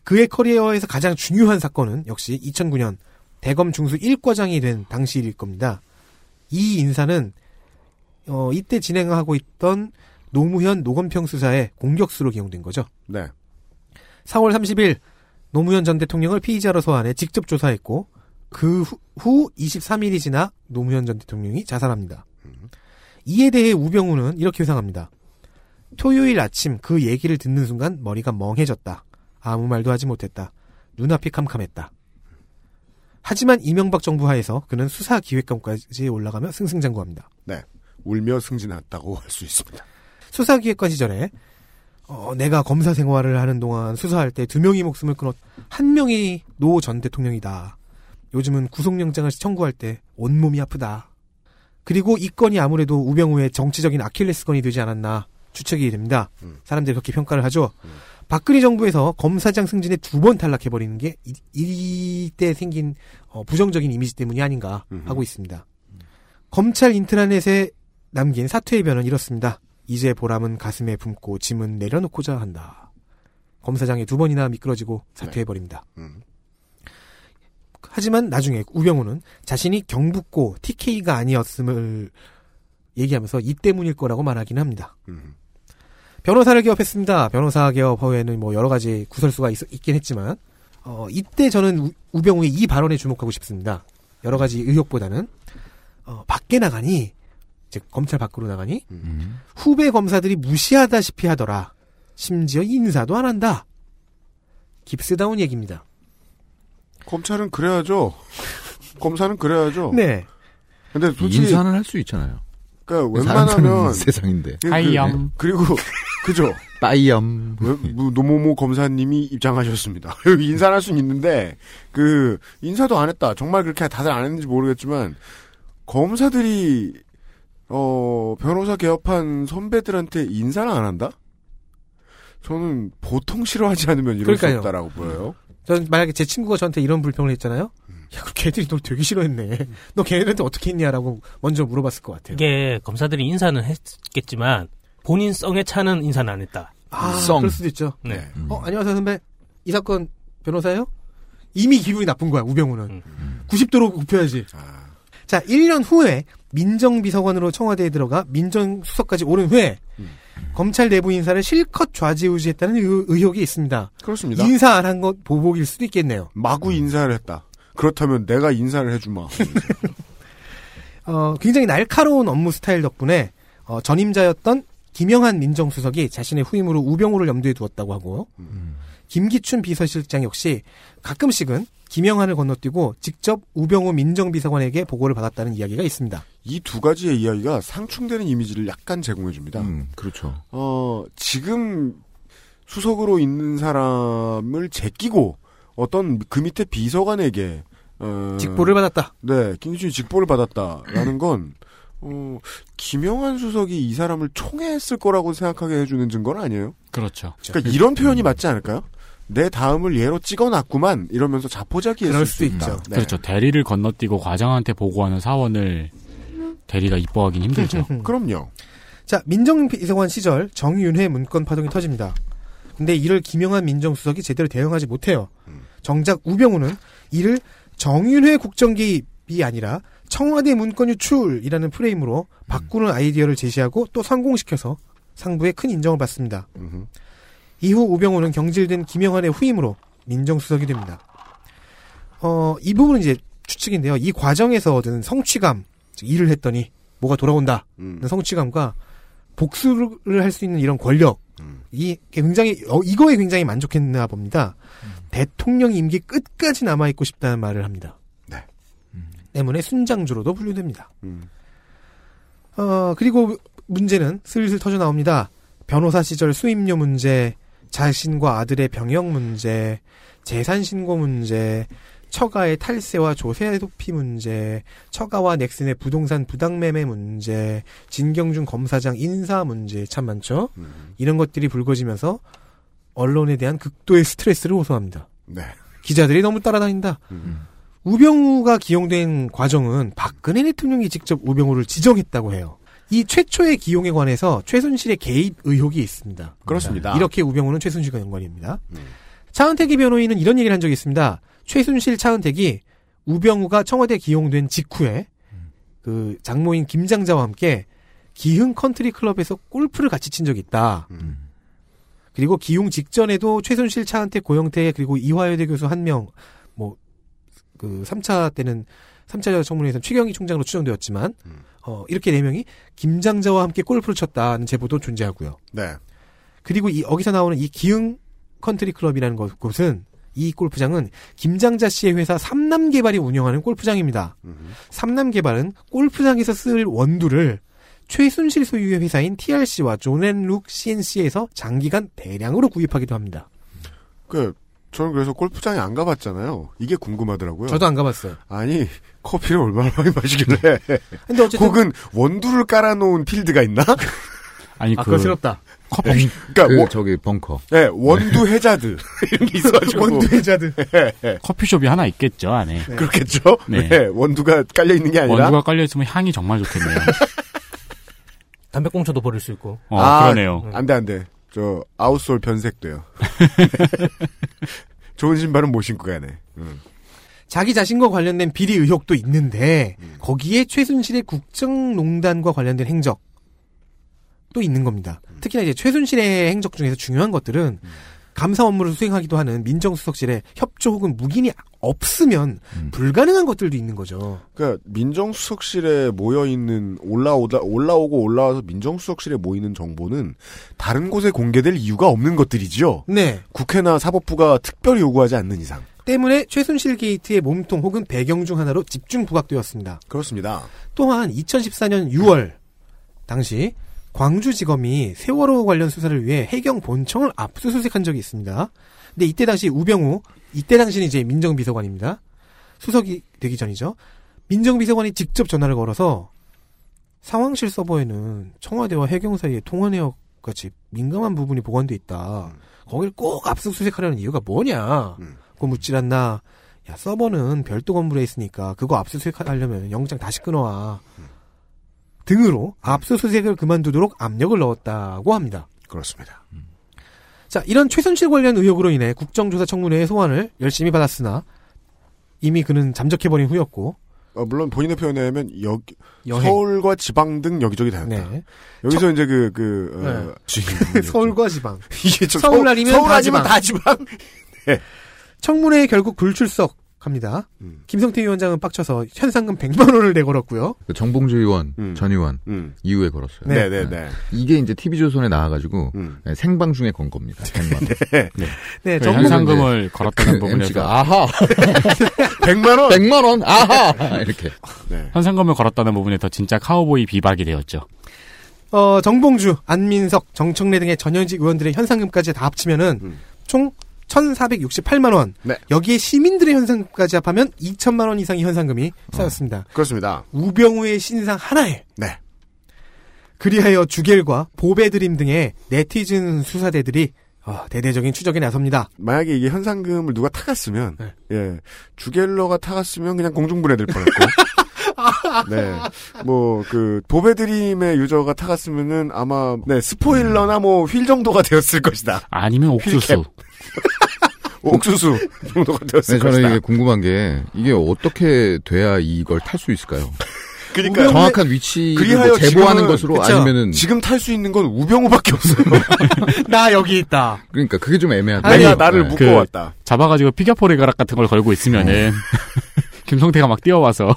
그의 커리어에서 가장 중요한 사건은 역시 2009년 대검 중수 1과장이 된 당시일 겁니다. 이 인사는 어, 이때 진행하고 있던 노무현 노건평 수사의 공격수로 기용된 거죠. 네 4월 30일 노무현 전 대통령을 피의자로 소환해 직접 조사했고 그 후 23일이 지나 노무현 전 대통령이 자살합니다. 이에 대해 우병우는 이렇게 회상합니다. 토요일 아침 그 얘기를 듣는 순간 머리가 멍해졌다. 아무 말도 하지 못했다. 눈앞이 캄캄했다. 하지만 이명박 정부 하에서 그는 수사 기획관까지 올라가며 승승장구합니다. 울며 승진했다고 할 수 있습니다. 수사기획관 시절에 어, 내가 검사 생활을 하는 동안 수사할 때 두 명이 목숨을 끊었 한 명이 노 전 대통령이다. 요즘은 구속영장을 청구할 때 온몸이 아프다. 그리고 이 건이 아무래도 우병우의 정치적인 아킬레스건이 되지 않았나 추측이 됩니다. 음. 사람들이 그렇게 평가를 하죠. 박근혜 정부에서 검사장 승진에 두 번 탈락해버리는 게 이, 이때 생긴 어, 부정적인 이미지 때문이 아닌가 음흠. 하고 있습니다. 검찰 인트라넷에 남긴 사퇴의 변은 이렇습니다. 이제 보람은 가슴에 품고 짐은 내려놓고자 한다. 검사장이 두 번이나 미끄러지고 사퇴해버립니다. 음. 하지만 나중에 우병우는 자신이 경북고 TK가 아니었음을 얘기하면서 이 때문일 거라고 말하긴 합니다. 음. 변호사를 개업했습니다. 변호사 개업 후에는 뭐 여러 가지 구설수가 있, 긴 했지만 어, 이때 저는 우, 우병우의 이 발언에 주목하고 싶습니다. 여러 가지 의혹보다는 어, 밖에 나가니 즉 검찰 밖으로 나가니 음. 후배 검사들이 무시하다시피 하더라. 심지어 인사도 안 한다. 깁스다운 얘기입니다. 검찰은 그래야죠. (laughs) 검사는 그래야죠. 네. 근데 솔직히 인사는 할 수 있잖아요. 그러니까 사람 사는 웬만하면 (laughs) 세상인데 그- 그- 하이염. 그리고 그죠. 빠이염 왜- 뭐 노모모 검사님이 입장하셨습니다. (laughs) 인사할 수는 있는데 그 인사도 안 했다. 정말 그렇게 다들 안 했는지 모르겠지만 검사들이 어 변호사 개업한 선배들한테 인사를 안 한다? 저는 보통 싫어하지 않으면 이럴 수 그러니까요. 없다라고 보여요. 전 만약에 제 친구가 저한테 이런 불평을 했잖아요. 음. 야, 그 걔들이 널 되게 싫어했네. 너 걔네들한테 어떻게 했냐라고 먼저 물어봤을 것 같아요. 이게 검사들이 인사는 했겠지만 본인 성에 차는 인사는 안 했다. 아, 성. 그럴 수도 있죠. 네. 어, 안녕하세요 선배. 이 사건 변호사예요? 이미 기분이 나쁜 거야, 우병우는. 90도로 굽혀야지. 음. 아, 자, 1년 후에 민정비서관으로 청와대에 들어가 민정수석까지 오른 후에 음. 검찰 내부 인사를 실컷 좌지우지했다는 의- 의혹이 있습니다. 그렇습니다. 인사 안 한 것 보복일 수도 있겠네요. 마구 인사를 했다. 그렇다면 내가 인사를 (laughs) 해주마. 어, 굉장히 날카로운 업무 스타일 덕분에 어, 전임자였던 김영한 민정수석이 자신의 후임으로 우병우를 염두에 두었다고 하고요. 김기춘 비서실장 역시 가끔씩은 김영한을 건너뛰고 직접 우병우 민정비서관에게 보고를 받았다는 이야기가 있습니다. 이 두 가지의 이야기가 상충되는 이미지를 약간 제공해 줍니다. 음, 그렇죠. 어, 지금 수석으로 있는 사람을 제끼고 어떤 그 밑에 비서관에게 어, 직보를 받았다. 네, 김기춘이 직보를 받았다라는 건 어, 김영한 수석이 이 사람을 총애했을 거라고 생각하게 해주는 증거는 아니에요. 그렇죠. 그러니까 이런 음. 표현이 맞지 않을까요? 내 다음을 얘로 찍어놨구만 이러면서 자포자기했을 그럴 수 수도 있다. 있죠. 네. 그렇죠. 대리를 건너뛰고 과장한테 보고하는 사원을 대리가 이뻐하긴 그렇죠. (laughs) 힘들죠. 그럼요. 자, 민정비서관 시절 정윤회 문건 파동이 터집니다. 근데 이를 김영한 민정수석이 제대로 대응하지 못해요. 정작 우병우는 이를 정윤회 국정기입이 아니라 청와대 문건 유출이라는 프레임으로 바꾸는 아이디어를 제시하고 또 성공시켜서 상부에 큰 인정을 받습니다. 음흠. 이후 우병우는 경질된 김영환의 후임으로 민정수석이 됩니다. 어, 이 부분은 이제 추측인데요. 이 과정에서 얻은 성취감, 즉 일을 했더니 뭐가 돌아온다. 음. 는 성취감과 복수를 할 수 있는 이런 권력 이 굉장히 어, 이거에 굉장히 만족했나 봅니다. 음. 대통령 임기 끝까지 남아 있고 싶다는 말을 합니다. 네. 때문에 순장주로도 분류됩니다. 음. 어, 그리고 문제는 슬슬 터져 나옵니다. 변호사 시절 수임료 문제, 자신과 아들의 병역 문제, 재산 신고 문제, 처가의 탈세와 조세 도피 문제, 처가와 넥슨의 부동산 부당매매 문제, 진경준 검사장 인사 문제 참 많죠. 음. 이런 것들이 불거지면서 언론에 대한 극도의 스트레스를 호소합니다. 네. 기자들이 너무 따라다닌다. 음. 우병우가 기용된 과정은 박근혜 대통령이 직접 우병우를 지정했다고 해요. 이 최초의 기용에 관해서 최순실의 개입 의혹이 있습니다. 네. 그렇습니다. 네. 이렇게 우병우는 최순실과 연관입니다. 차은택이 변호인은 이런 얘기를 한 적이 있습니다. 최순실 차은택이 우병우가 청와대 기용된 직후에 그 장모인 김장자와 함께 기흥 컨트리 클럽에서 골프를 같이 친 적이 있다. 음. 그리고 기용 직전에도 최순실 차은택 고영태 그리고 이화여대 교수 한 명, 뭐, 그 3차 때는 3차 청문회에서 최경희 총장으로 추정되었지만, 음. 어, 이렇게 네 명이 김장자와 함께 골프를 쳤다는 제보도 존재하고요. 네. 그리고 이 여기서 나오는 이 기흥 컨트리 클럽이라는 것- 곳은 이 골프장은 김장자 씨의 회사 삼남 개발이 운영하는 골프장입니다. 음. 삼남 개발은 골프장에서 쓸 원두를 최순실 소유의 회사인 TRC와 존앤룩 CNC에서 장기간 대량으로 구입하기도 합니다. 그 저는 그래서 골프장에 안 가봤잖아요. 이게 궁금하더라고요. 저도 안 가봤어요. 아니 커피를 얼마나 많이 (laughs) 마시길래 근데 어쨌든 혹은 원두를 깔아놓은 필드가 있나? 아니 아, 그 그렇스럽다. 커피 그러니까 그 원, 저기 벙커. 네, 원두 해자드 (laughs) 이런 게 있어가지고 원두회자들. 커피숍이 하나 있겠죠 안에. (laughs) 그렇겠죠. 네. 네. 원두가 깔려 있는 게 그러니까 아니라 원두가 깔려 있으면 향이 정말 좋겠네요. 담배꽁초도 버릴 수 있고. 어, 아, 그러네요. 안돼 안돼 저 아웃솔 (laughs) 변색돼요. 좋은 신발은 못 신고 가네. 음. 자기 자신과 관련된 비리 의혹도 있는데 거기에 최순실의 국정농단과 관련된 행적도 있는 겁니다. 특히나 이제 최순실의 행적 중에서 중요한 것들은 감사 업무를 수행하기도 하는 민정수석실에 협조 혹은 묵인이 없으면 음. 불가능한 것들도 있는 거죠. 그러니까 민정수석실에 모여 있는 올라오다 올라오고 올라와서 민정수석실에 모이는 정보는 다른 곳에 공개될 이유가 없는 것들이지요. 네. 국회나 사법부가 특별히 요구하지 않는 이상 때문에 최순실 게이트의 몸통 혹은 배경 중 하나로 집중 부각되었습니다. 그렇습니다. 또한 2014년 6월 당시 광주지검이 세월호 관련 수사를 위해 해경 본청을 압수수색한 적이 있습니다. 근데 이때 당시 우병우 이때 당시는 이제 민정비서관입니다. 수석이 되기 전이죠. 민정비서관이 직접 전화를 걸어서 상황실 서버에는 청와대와 해경 사이의 통화 내역 같이 민감한 부분이 보관돼 있다. 거길 꼭 압수수색하려는 이유가 뭐냐? 음. 그거 묻질 않나? 야 서버는 별도 건물에 있으니까 그거 압수수색하려면 영장 다시 끊어와. 등으로 압수수색을 그만두도록 압력을 넣었다고 합니다. 그렇습니다. 자, 이런 최순실 관련 의혹으로 인해 국정조사 청문회의 소환을 열심히 받았으나 이미 그는 잠적해버린 후였고 어, 물론 본인의 표현에 하면 여기 서울과 지방 등 여기저기 다녔다. 네. 여기서 이제 그, 그, 어, (laughs) 주인공이었죠. (laughs) 서울과 지방. 이게 저 서울 아니면 서울 다 아니면 다 지방. (laughs) 청문회에 결국 불출석합니다. 음. 김성태 위원장은 빡쳐서 현상금 100만 원을 내걸었고요. 그 정봉주 의원, 음. 전 의원 음. 이후에 걸었어요. 네, 네, 네. 이게 이제 TV조선에 나와가지고 음. 네, 생방송에 (laughs) 건 겁니다. 100만 원. 네, 그 정부 현상- 현상금을 걸었다는 (laughs) 부분에서 그 MC가 아하 100만 (laughs) 원. 100만 원 아하 (laughs) 이렇게 네. 현상금을 걸었다는 부분에서 진짜 카우보이 비박이 되었죠. 어, 정봉주, 안민석, 정청래 등의 전현직 의원들의 현상금까지 다 합치면은 음. 총 1,468만 원. 네. 여기에 시민들의 현상금까지 합하면 2천만 원 이상의 현상금이 어. 쌓였습니다. 그렇습니다. 우병우의 신상 하나에 네. 그리하여 주겔과 보배드림 등의 네티즌 수사대들이 어, 대대적인 추적에 나섭니다. 만약에 이게 현상금을 누가 타갔으면, 네. 예. 주갤러가 타갔으면 그냥 공중분해될 (laughs) 뻔했고. 네. 뭐, 그, 보배드림의 유저가 타갔으면은 아마, 네, 스포일러나 뭐, 휠 정도가 되었을 것이다. 아니면 옥수수. 옥수수 정도가 되었을 네, 저는 것이다. 이게 궁금한 게 이게 어떻게 돼야 이걸 탈 수 있을까요? 그러니까 정확한 위치를 그리하여 뭐 제보하는 지금은- 것으로 그쵸. 아니면은 지금 탈 수 있는 건 우병우밖에 없어요. (laughs) 나 여기 있다. 그러니까 그게 좀 애매하다. 아니, 내가 나를 네. 묶어 그- 왔다. 잡아가지고 피겨포레 가락 같은 걸 걸고 있으면은 (laughs) 김성태가 막 뛰어와서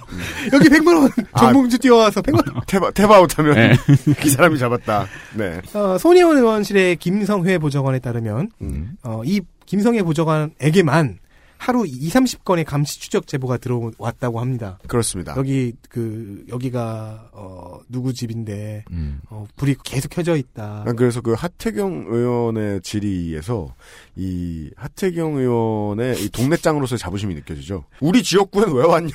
여기 100만 원. 아. 정봉주 뛰어와서 100만 원. 태바 태바웃하면 네. (laughs) 이 사람이 잡았다. 네. 어, 손혜원 의원실의 김성회 보좌관에 따르면 음. 어, 이 김성회 보좌관에게만 하루 2, 30건의 감시 추적 제보가 들어왔다고 합니다. 아. 그렇습니다. 여기 그 여기가 어, 누구 집인데 음. 네, 어, 불이 계속 켜져 있다. 아, 그래서 그 하태경 의원의 질의에서 이 하태경 의원의 이 동네장으로서의 자부심이 느껴지죠. 우리 지역구엔 왜 왔냐?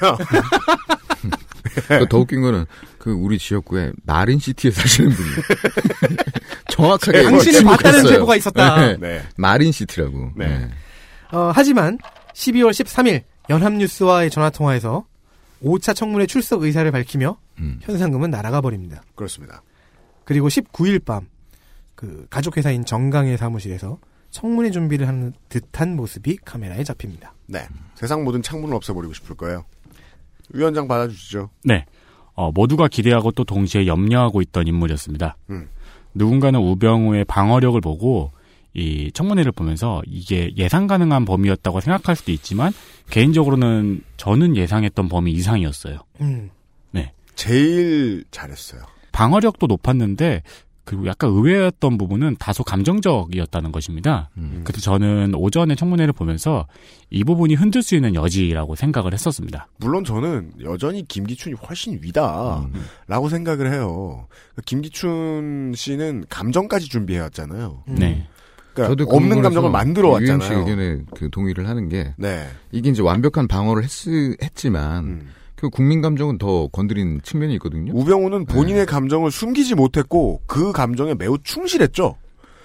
그러니까 더 웃긴 거는 그 우리 지역구에 마린 시티에 사시는 (laughs) 분이 정확하게 당신을 봤다는 뭐 지목했어요. 제보가 있었다. 네. (laughs) 네. 마린 시티라고. 네. 네. 어, 하지만 12월 13일 연합뉴스와의 전화 통화에서 5차 청문회 출석 의사를 밝히며 음. 현상금은 날아가 버립니다. 그렇습니다. 그리고 19일 밤 그 가족 회사인 정강의 사무실에서 청문회 준비를 하는 듯한 모습이 카메라에 잡힙니다. 네. 세상 모든 창문을 없애버리고 싶을 거예요. 위원장 받아주시죠. 네. 어, 모두가 기대하고 또 동시에 염려하고 있던 인물이었습니다. 음. 누군가는 우병우의 방어력을 보고 이 청문회를 보면서 이게 예상 가능한 범위였다고 생각할 수도 있지만 개인적으로는 저는 예상했던 범위 이상이었어요. 음. 제일 잘했어요. 방어력도 높았는데 그리고 약간 의외였던 부분은 다소 감정적이었다는 것입니다. 음. 그래서 저는 오전에 청문회를 보면서 이 부분이 흔들 수 있는 여지라고 생각을 했었습니다. 물론 저는 여전히 김기춘이 훨씬 위다. 음. 라고 생각을 해요. 그러니까 김기춘 씨는 감정까지 준비해왔잖아요. 음. 네. 그러니까 저도 그 없는 부분에서 감정을 만들어 유영 씨 왔잖아요. 의견에 그 동의를 하는 게 네. 이게 이제 완벽한 방어를 했, 했지만 음. 그 국민 감정은 더 건드리는 측면이 있거든요. 우병우는 네. 본인의 감정을 숨기지 못했고 그 감정에 매우 충실했죠.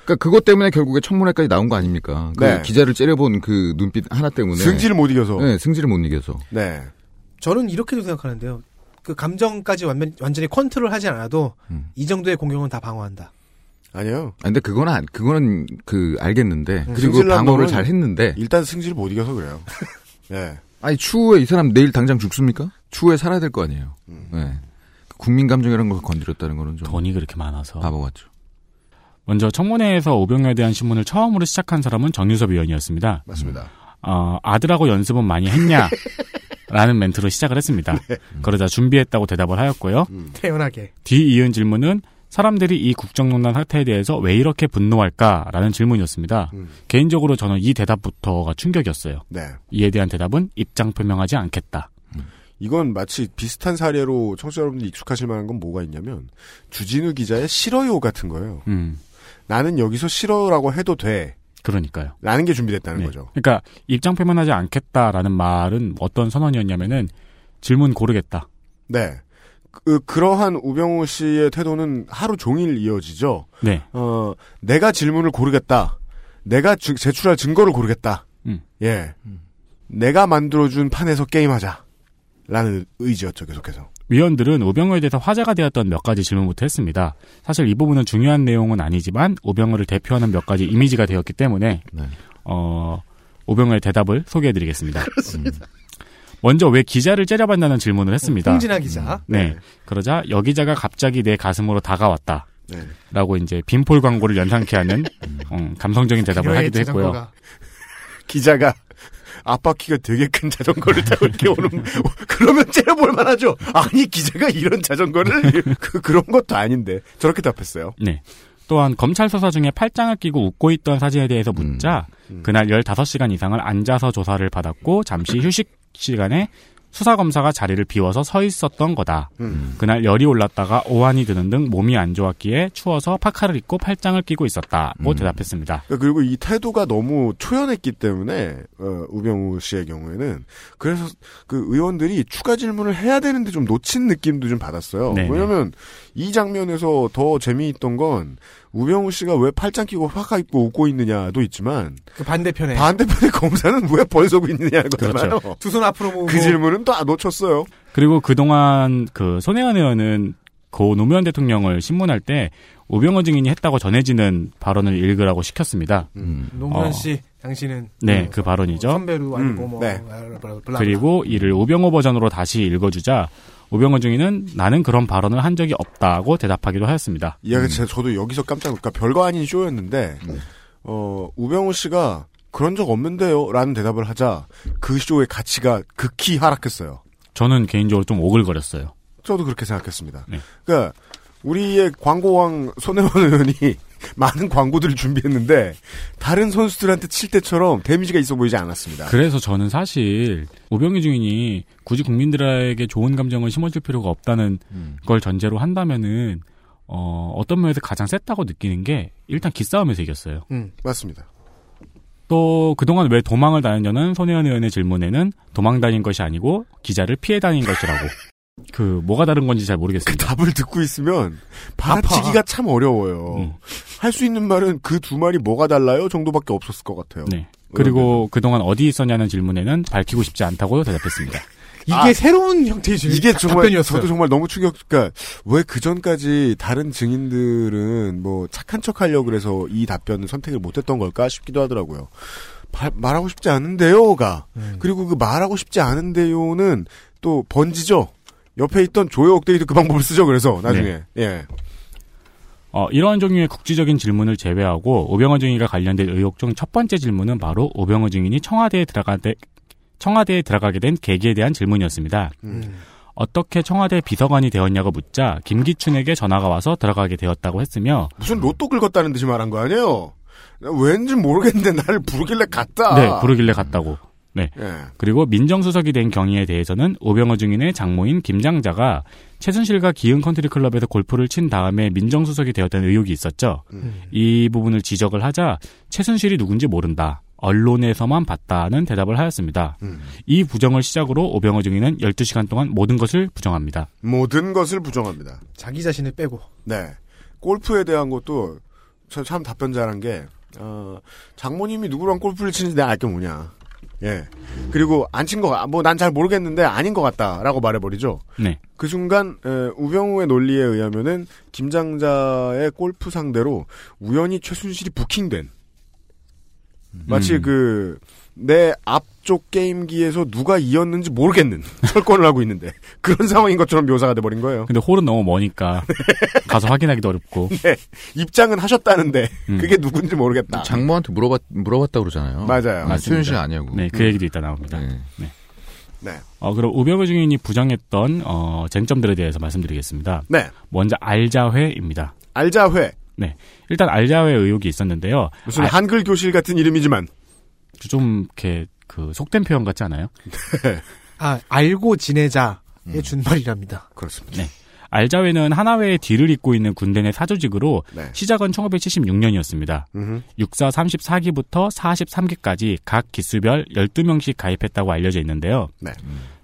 그러니까 그것 때문에 결국에 청문회까지 나온 거 아닙니까? 그 네. 기자를 째려본 그 눈빛 하나 때문에 승질을 못 이겨서. 네. 네, 승질을 못 이겨서 저는 이렇게도 생각하는데요. 그 감정까지 완전, 완전히 컨트롤하지 않아도 음. 이 정도의 공격은 다 방어한다. 아니요. 아, 근데 그건 안, 그거는 그 알겠는데 음. 그리고 승질 난 방어를 거는- 잘 했는데 일단 승질을 못 이겨서 (laughs) 그래요. 네. 아니 추후에 이 사람 내일 당장 죽습니까? 추후에 살아야 될 거 아니에요. 음. 네. 그 국민 감정이라는 걸 건드렸다는 거는 좀 돈이 그렇게 많아서 바보 같죠. 먼저 청문회에서 오병우에 대한 신문을 처음으로 시작한 사람은 정유섭 의원이었습니다. 맞습니다. 음. 어, 아들하고 연습은 많이 (laughs) 했냐? 라는 멘트로 시작을 했습니다. 네. 음. 그러자 준비했다고 대답을 하였고요. 태연하게. 뒤 이은 질문은 사람들이 이 국정농단 사태에 대해서 왜 이렇게 분노할까라는 질문이었습니다. 음. 개인적으로 저는 이 대답부터가 충격이었어요. 네. 이에 대한 대답은 입장 표명하지 않겠다. 이건 마치 비슷한 사례로 청취자 여러분들이 익숙하실 만한 건 뭐가 있냐면 주진우 기자의 싫어요 같은 거예요. 음, 나는 여기서 싫어요라고 해도 돼. 그러니까요. 라는 게 준비됐다는 네. 거죠. 그러니까 입장 표명하지 않겠다라는 말은 어떤 선언이었냐면은 질문 고르겠다. 네. 그, 그러한 우병우 씨의 태도는 하루 종일 이어지죠. 네. 어, 내가 질문을 고르겠다. 내가 주- 제출할 증거를 고르겠다. 음. 예. 내가 만들어준 판에서 게임하자. 라는 의지였죠, 계속해서. 위원들은 우병우에 대해서 화제가 되었던 몇 가지 질문부터 했습니다. 사실 이 부분은 중요한 내용은 아니지만 우병우를 대표하는 몇 가지 이미지가 되었기 때문에 네. 어, 우병우의 대답을 소개해드리겠습니다. 음. 먼저 왜 기자를 째려봤냐는 질문을 했습니다. 홍진아 기자. 네. 그러자 여기자가 갑자기 내 가슴으로 다가왔다. 네. 라고 이제 빈폴 광고를 연상케 하는 음, 감성적인 대답을 하기도 했고요. 기자가 (laughs) 아빠 키가 되게 큰 자전거를 타고 (laughs) 이렇게 오는, 그러면 째려볼 만하죠. 아니, 기자가 이런 자전거를, (laughs) 그, 그런 것도 아닌데. 저렇게 답했어요. 네. 또한 검찰 수사 중에 팔짱을 끼고 웃고 있던 사진에 대해서 묻자 그날 15시간 이상을 앉아서 조사를 받았고 잠시 휴식 시간에 수사 검사가 자리를 비워서 서 있었던 거다. 그날 열이 올랐다가 오한이 드는 등 몸이 안 좋았기에 추워서 파카를 입고 팔짱을 끼고 있었다고 대답했습니다. 그러니까 그리고 이 태도가 너무 초연했기 때문에 어, 우병우 씨의 경우에는 그래서 그 의원들이 추가 질문을 해야 되는데 좀 놓친 느낌도 좀 받았어요. 네네. 왜냐하면 이 장면에서 더 재미있던 건 우병우 씨가 왜 팔짱 끼고 화가 입고 웃고 있느냐도 있지만 그 네. 반대편에 반대편의 검사는 왜 벌서고 있느냐 거잖아요. 그렇죠. 그 두 손 앞으로 뭐 모으고 질문은 또 안 놓쳤어요. 그리고 그동안 그 손혜원 의원은 고 노무현 대통령을 신문할 때 우병호 증인이 했다고 전해지는 발언을 읽으라고 시켰습니다. 음. 노무현 어. 씨, 당신은 네, 어, 그 발언이죠. 선배로 알고 음, 뭐 네. 블라블라. 그리고 이를 우병호 버전으로 다시 읽어주자 우병호 증인은 나는 그런 발언을 한 적이 없다고 대답하기도 하였습니다. 이야기 제가 저도 여기서 깜짝 놀까 그러니까 별거 아닌 쇼였는데 네. 어 우병우 씨가 그런 적 없는데요라는 대답을 하자 그 쇼의 가치가 극히 하락했어요. 저는 개인적으로 좀 오글거렸어요. 저도 그렇게 생각했습니다. 네. 그러니까 우리의 광고왕 손혜원 의원이 (laughs) 많은 광고들을 준비했는데 다른 선수들한테 칠 때처럼 데미지가 있어 보이지 않았습니다. 그래서 저는 사실 우병희 증인이 굳이 국민들에게 좋은 감정을 심어줄 필요가 없다는 음. 걸 전제로 한다면은 어, 어떤 면에서 가장 셌다고 느끼는 게 일단 기싸움에서 이겼어요. 맞습니다. 그 또 그동안 왜 도망을 다녔냐는 손혜원 의원의 질문에는 도망 다닌 것이 아니고 기자를 피해 다닌 것이라고. 그 뭐가 다른 건지 잘 그 모르겠습니다. 답을 듣고 있으면 받아치기가 참 어려워요. 음. 할 수 있는 말은 그 두 말이 뭐가 달라요 정도밖에 없었을 것 같아요. 네. 그리고 그동안 어디 있었냐는 질문에는 밝히고 싶지 않다고 대답했습니다. 이게 아. 새로운 형태의 질문, 이게 답- 정말 답변이었어요. 저도 정말 너무 충격. 그러니까 왜 그 전까지 다른 증인들은 뭐 착한 척하려 고 그래서 이 답변을 선택을 못했던 걸까 싶기도 하더라고요. 바- 말하고 싶지 않은데요가 음. 그리고 그 말하고 싶지 않은데요는 또 번지죠. 옆에 있던 조여옥 대이도 그 방법을 쓰죠. 그래서 나중에 네. 예. 어, 이러한 종류의 국지적인 질문을 제외하고 오병헌 증인과 관련된 의혹 중 첫 번째 질문은 바로 오병헌 증인이 청와대에 들어가 청와대에 들어가게 된 계기에 대한 질문이었습니다. 어떻게 청와대 비서관이 되었냐고 묻자 김기춘에게 전화가 와서 들어가게 되었다고 했으며 무슨 로또 긁었다는 듯이 말한 거 아니에요? 나 왠지 모르겠는데 나를 부르길래 갔다. 네 부르길래 갔다고 네. 예. 그리고 민정수석이 된 경위에 대해서는 오병호 증인의 장모인 김장자가 최순실과 기흥 컨트리클럽에서 골프를 친 다음에 민정수석이 되었다는 의혹이 있었죠. 이 부분을 지적을 하자 최순실이 누군지 모른다. 언론에서만 봤다는 대답을 하였습니다. 이 부정을 시작으로 오병호 증인은 12시간 동안 모든 것을 부정합니다. 모든 것을 부정합니다. 자기 자신을 빼고 네. 골프에 대한 것도 참, 참 답변 잘한 게, 어, 장모님이 누구랑 골프를 치는지 내가 알게 뭐냐. 예. 그리고 안 친 거, 뭐 난 잘 모르겠는데 아닌 것 같다라고 말해버리죠. 네. 그 순간, 에, 우병우의 논리에 의하면은 김장자의 골프 상대로 우연히 최순실이 부킹된. 마치 그, 내 앞쪽 게임기에서 누가 이었는지 모르겠는 (laughs) 철권을 하고 있는데 그런 상황인 것처럼 묘사가 돼버린 거예요. 근데 홀은 너무 머니까 가서 확인하기도 어렵고 입장은 하셨다는데 음. 그게 누군지 모르겠다. 장모한테 물어봤 물어봤다 그러잖아요. 아, 네. 맞아요. 아, 수현실 아니냐고. 네, 그 얘기도 있다 나옵니다. 네. 네. 어, 그럼 우병호 증인이 부정했던 어, 쟁점들에 대해서 말씀드리겠습니다. 네. 먼저 알자회입니다. 알자회. 일단 알자회 의혹이 있었는데요. 무슨 아- 한글 교실 같은 이름이지만 좀 이렇게 그 속된 표현 같지 않아요? 아 알고 지내자의 음. 준말이랍니다. 그렇습니다. 알자회는 하나회의 뒤를 잇고 있는 군대 내 사조직으로 네. 시작은 1976년이었습니다. 음흠. 육사 34기부터 43기까지 각 기수별 12명씩 가입했다고 알려져 있는데요. 네.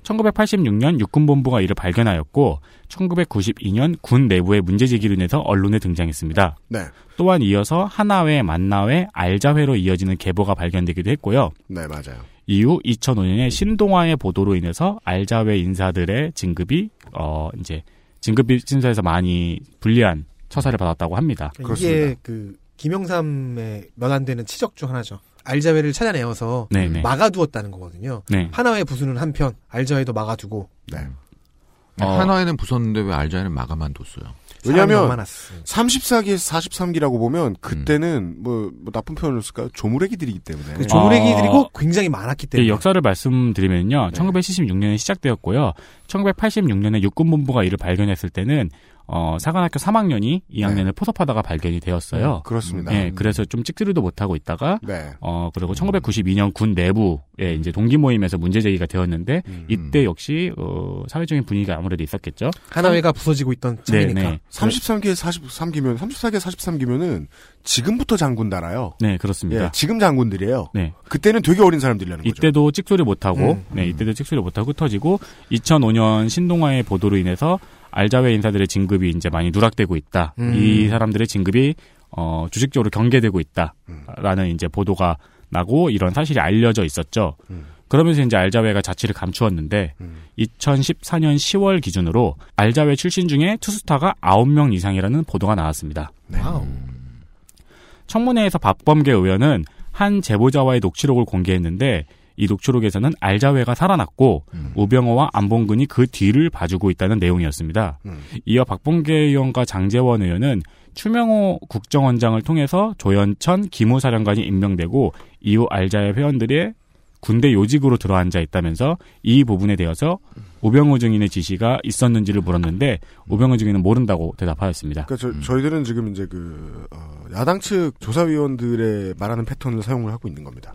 1986년 육군본부가 이를 발견하였고 1992년 군 내부의 문제제기로 인해서 언론에 등장했습니다. 네. 또한 이어서 하나회, 만나회, 알자회로 이어지는 계보가 발견되기도 했고요. 네, 맞아요. 이후 2005년에 신동아의 보도로 인해서 알자회 인사들의 진급이 어 이제 진급이 심사에서 많이 불리한 처사를 받았다고 합니다. 이게 그 김영삼의 면안되는 치적 중 하나죠. 알자회를 찾아내어서 네네. 막아두었다는 거거든요. 네. 하나의 부수는 한편, 알자회도 막아두고 네. 네, 어. 하나에는 부쉈는데 왜 알자에는 막아만 뒀어요. 왜냐면- 사람이 너무 많았습니다. 34기에서 43기라고 보면 그때는 뭐, 뭐 나쁜 표현을 쓸까요? 조무래기들이기 때문에. 그 조무래기들이고 굉장히 많았기 네. 아. 이 때문에 역사를 말씀드리면요. 네. 1976년에 시작되었고요. 1986년에 육군본부가 이를 발견했을 때는 어 사관학교 3학년이 2학년을 포섭하다가 발견이 되었어요. 네. 그렇습니다. 예, 그래서 좀 찍지르도 못하고 있다가 네. 어 그리고 1992년 군 내부에 이제 동기 모임에서 문제 제기가 되었는데 음. 이때 역시 어 사회적인 분위기가 아무래도 있었겠죠. 하나회가 부서지고 있던 네, 참이니까. 33기에서 43기면 34기에서 43기면은 지금부터 장군 달아요. 네, 예, 그렇습니다. 지금 예. 장군들이에요. 네. 그때는 되게 어린 사람들이라는 거죠. 이때도 찍소리 못하고, 음. 네, 이때도 찍소리 못하고 흩어지고, 2005년 신동아의 보도로 인해서 알자회 인사들의 진급이 이제 많이 누락되고 있다. 음. 이 사람들의 진급이, 어, 주식적으로 경계되고 있다. 라는 이제 보도가 나고, 이런 사실이 알려져 있었죠. 그러면서 이제 알자웨가 자취를 감추었는데 2014년 10월 기준으로 알자웨 출신 중에 투스타가 9명 이상이라는 보도가 나왔습니다. 와우. 네. 청문회에서 박범계 의원은 한 제보자와의 녹취록을 공개했는데 이 녹취록에서는 알자웨가 살아났고 우병호와 안봉근이 그 뒤를 봐주고 있다는 내용이었습니다. 음. 이어 박범계 의원과 장재원 의원은 추명호 국정원장을 통해서 조현천 기무사령관이 임명되고 이후 알자의 회원들의 군대 요직으로 들어앉아 있다면서 이 부분에 대해서 우병호 증인의 지시가 있었는지를 물었는데 우병호 증인은 모른다고 대답하였습니다. 그러니까 저, 저희들은 지금 이제 그 어, 야당 측 조사위원들의 말하는 패턴을 사용을 하고 있는 겁니다.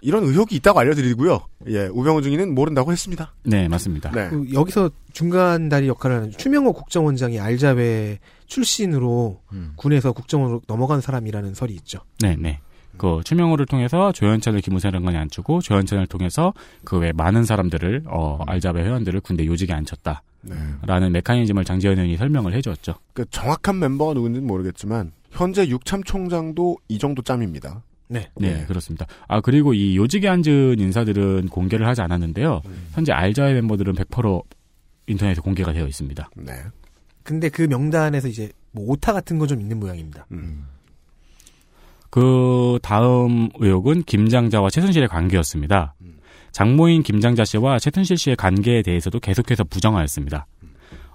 이런 의혹이 있다고 알려드리고요. 예, 우병우 중위는 모른다고 했습니다. 네, 맞습니다. 네. 그 여기서 중간 다리 역할을 하는 추명호 국정원장이 알자베 출신으로 음. 군에서 국정원으로 넘어간 사람이라는 설이 있죠. 네, 네. 그 추명호를 통해서 조현천을 기무사령관에 앉히고 조현천을 통해서 그 외 많은 사람들을 어, 알자베 회원들을 군대 요직에 앉혔다라는 네. 메커니즘을 장재현 의원이 설명을 해주었죠. 그 정확한 멤버가 누군지는 모르겠지만 현재 육참 총장도 이 정도 짬입니다. 네. 네, 예. 그렇습니다. 아 그리고 이 요직에 앉은 인사들은 공개를 하지 않았는데요. 현재 알자베 멤버들은 100% 인터넷에 공개가 되어 있습니다. 네. 근데 그 명단에서 이제 뭐 오타 같은 건 좀 있는 모양입니다. 음. 그 다음 의혹은 김장자와 최순실의 관계였습니다. 장모인 김장자 씨와 최순실 씨의 관계에 대해서도 계속해서 부정하였습니다.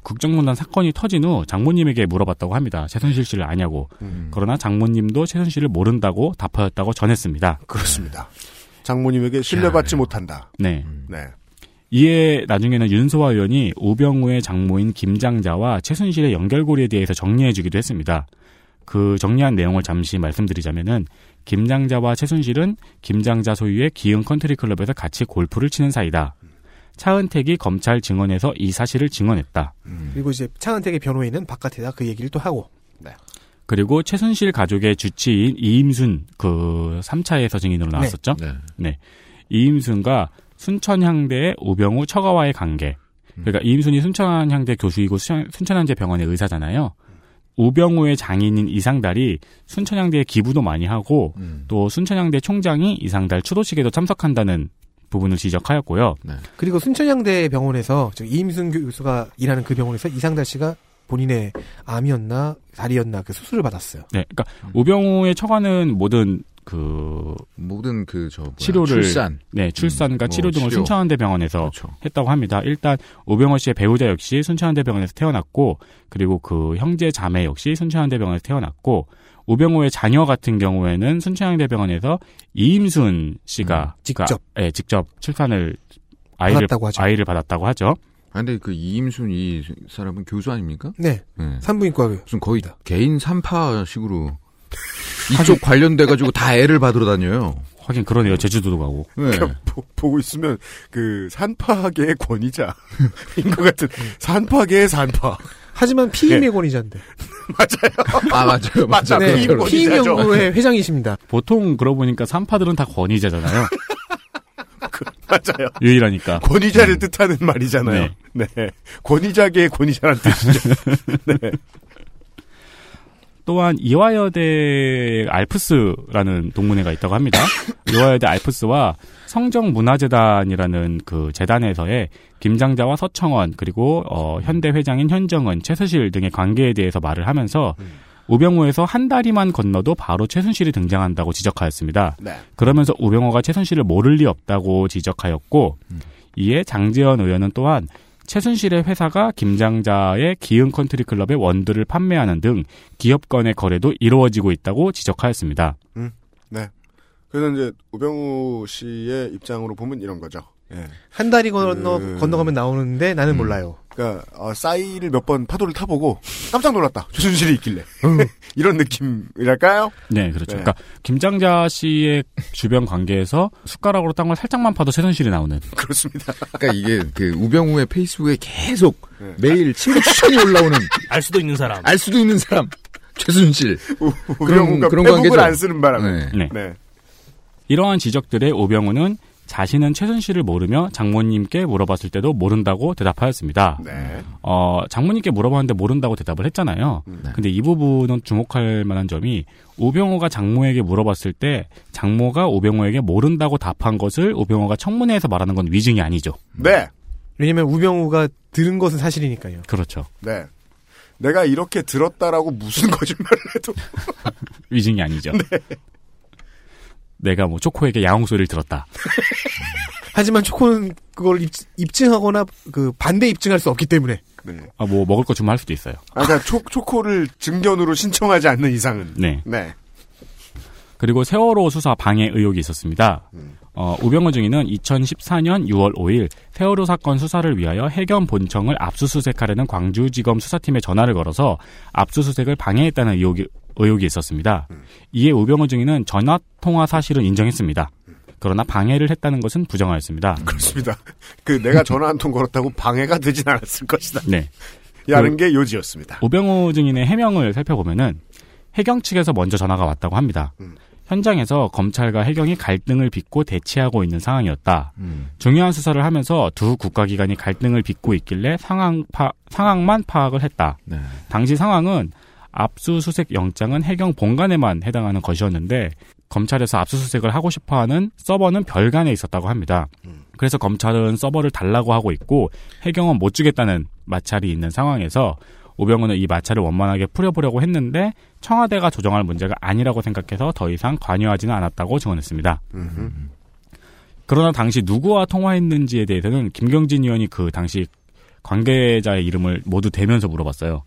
국정농단 사건이 터진 후 장모님에게 물어봤다고 합니다. 최순실 씨를 아냐고. 그러나 장모님도 최순실을 모른다고 답하였다고 전했습니다. 그렇습니다. 장모님에게 신뢰받지 못한다. 네. 네. 이에 나중에는 윤소화 의원이 우병우의 장모인 김장자와 최순실의 연결고리에 대해서 정리해주기도 했습니다. 그 정리한 내용을 잠시 말씀드리자면은 김장자와 최순실은 김장자 소유의 기흥 컨트리클럽에서 같이 골프를 치는 사이다. 차은택이 검찰 증언에서 이 사실을 증언했다. 그리고 이제 차은택의 변호인은 바깥에다 그 얘기를 또 하고 그리고 최순실 가족의 주치인 이임순 그 3차에서 증인으로 나왔었죠. 네. 이임순과 순천향대의 우병우 처가와의 관계. 음. 그러니까 이임순이 순천향대 교수이고 순- 순천향대 병원의 의사잖아요. 우병우의 장인인 이상달이 순천향대에 기부도 많이 하고 음. 또 순천향대 총장이 이상달 추도식에도 참석한다는 부분을 지적하였고요. 그리고 순천향대 병원에서 즉 이임순 교수가 일하는 그 병원에서 이상달 씨가 본인의 암이었나 다리였나 그 수술을 받았어요. 네, 그러니까 음. 우병우의 처가는 모든 그 모든 그저 치료를- 출산 네, 출산과 뭐 치료 등을 치료. 순천향대 병원에서 그렇죠. 했다고 합니다. 일단 오병호 씨의 배우자 역시 순천한대병원에서 태어났고 그리고 그 형제 자매 역시 순천한대병원에서 태어났고 오병호의 자녀 같은 경우에는 순천향대병원에서 이임순 씨가 음, 직접. 예, 직접 출산을 아이를 받았다고 하죠. 아이를 받았다고 하죠. 아, 근데 그 이임순 이 사람은 교수 아닙니까? 네. 네. 산부인과 의 무슨 거의 개인 삼파식으로 이쪽 관련돼 가지고 다 애를 받으러 다녀요. 하긴 그러네요. 제주도도 가고. 네. 그러니까 보, 보고 있으면 그 산파계의 권위자인 것 같은 산파계의 산파. (laughs) 하지만 피임의 네. 권위자인데. 아 맞아요, 맞아, 그 맞아요. 그렇죠. 네. 피임 권위자죠. 피임 연구회 회장이십니다. 보통 그러고 보니까 산파들은 다 (laughs) 권위자잖아요. 맞아요. 유일하니까. 권위자를 음. 뜻하는 말이잖아요. 네. 권위자계의 권위자란 뜻이죠. 또한 이화여대 알프스라는 동문회가 있다고 합니다. 이화여대 알프스와 성정문화재단이라는 그 재단에서의 김장자와 서청원 그리고 어, 현대 회장인 현정은 최순실 등의 관계에 대해서 말을 하면서 우병우에서 한 다리만 건너도 바로 최순실이 등장한다고 지적하였습니다. 네. 그러면서 우병호가 최순실을 모를 리 없다고 지적하였고 이에 장재현 의원은 또한 최순실의 회사가 김장자의 기흥 컨트리 클럽의 원두를 판매하는 등 기업 간의 거래도 이루어지고 있다고 지적하였습니다. 네. 그래서 이제 우병우 씨의 입장으로 보면 이런 거죠. 예. 한 다리 건너 음. 건너가면 나오는데 나는 음. 몰라요. 그러니까 어, 싸이를 몇 번 파도를 타보고 깜짝 놀랐다. 최순실이 있길래 (laughs) 이런 느낌이랄까요? 네, 그렇죠. 네. 그러니까 김장자 씨의 주변 관계에서 숟가락으로 딴 걸 살짝만 파도 최순실이 나오는. 그렇습니다. 그러니까 이게 그 우병우의 페이스북에 계속 네. 매일 친구 (laughs) 추천이 올라오는 알 수도 있는 사람. 알 수도 있는 사람 최순실. 우- 우병우가 그런 페북을 관계죠. 안 쓰는 바람에. 네. 네. 네. 이러한 지적들에 오병우는 자신은 최순실을 모르며 장모님께 물어봤을 때도 모른다고 대답하였습니다. 네. 어, 장모님께 물어봤는데 모른다고 대답을 했잖아요. 네. 근데 이 부분은 주목할 만한 점이 우병호가 장모에게 물어봤을 때 장모가 우병호에게 모른다고 답한 것을 우병호가 청문회에서 말하는 건 위증이 아니죠. 네. 왜냐면 우병우가 들은 것은 사실이니까요. 그렇죠. 네. 내가 이렇게 들었다라고 무슨 (laughs) 거짓말을 해도 위증이 아니죠. 네. 내가 뭐 초코에게 야옹 소리를 들었다. 하지만 초코는 그걸 입, 입증하거나 그 반대 입증할 수 없기 때문에 아, 뭐 먹을 거 주문할 수도 있어요. 네. 아, 그러니까 초, 초코를 증견으로 신청하지 않는 이상은 네. 네. 그리고 세월호 수사 방해 의혹이 있었습니다. 어, 우병호 중위는 2014년 6월 5일 세월호 사건 수사를 위하여 해경 본청을 압수수색하려는 광주지검 수사팀에 전화를 걸어서 압수수색을 방해했다는 의혹이, 의혹이 있었습니다. 이에 우병호 중위는 전화 통화 사실은 인정했습니다. 그러나 방해를 했다는 것은 부정하였습니다. 그렇습니다. 그 내가 전화 한 통 걸었다고 방해가 되진 않았을 것이다. 네. 라는 게 요지였습니다. 오병호 증인의 해명을 살펴보면은 해경 측에서 먼저 전화가 왔다고 합니다. 음. 현장에서 검찰과 해경이 갈등을 빚고 대치하고 있는 상황이었다. 음. 중요한 수사를 하면서 두 국가기관이 갈등을 빚고 있길래 상황 파, 상황만 파악을 했다. 네. 당시 상황은 압수수색 영장은 해경 본관에만 해당하는 것이었는데 검찰에서 압수수색을 하고 싶어하는 서버는 별관에 있었다고 합니다. 음. 그래서 검찰은 서버를 달라고 하고 있고 해경은 못 주겠다는 마찰이 있는 상황에서 오병우는 이 마찰을 원만하게 풀어보려고 했는데 청와대가 조정할 문제가 아니라고 생각해서 더 이상 관여하지는 않았다고 증언했습니다. 그러나 당시 누구와 통화했는지에 대해서는 김경진 의원이 그 당시 관계자의 이름을 모두 대면서 물어봤어요.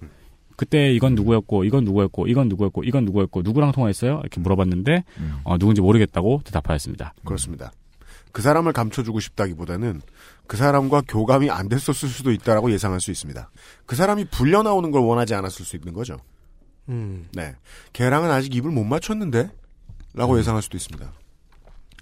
그때 이건 누구였고 이건 누구였고 이건 누구였고 이건 누구였고 누구랑 통화했어요? 이렇게 물어봤는데 어, 누군지 모르겠다고 대답하였습니다. 그렇습니다. 그 사람을 감춰주고 싶다기보다는 그 사람과 교감이 안 됐었을 수도 있다라고 예상할 수 있습니다. 그 사람이 불려 나오는 걸 원하지 않았을 수 있는 거죠. 음. 네. 걔랑은 아직 입을 못 맞췄는데? 라고 예상할 수도 있습니다.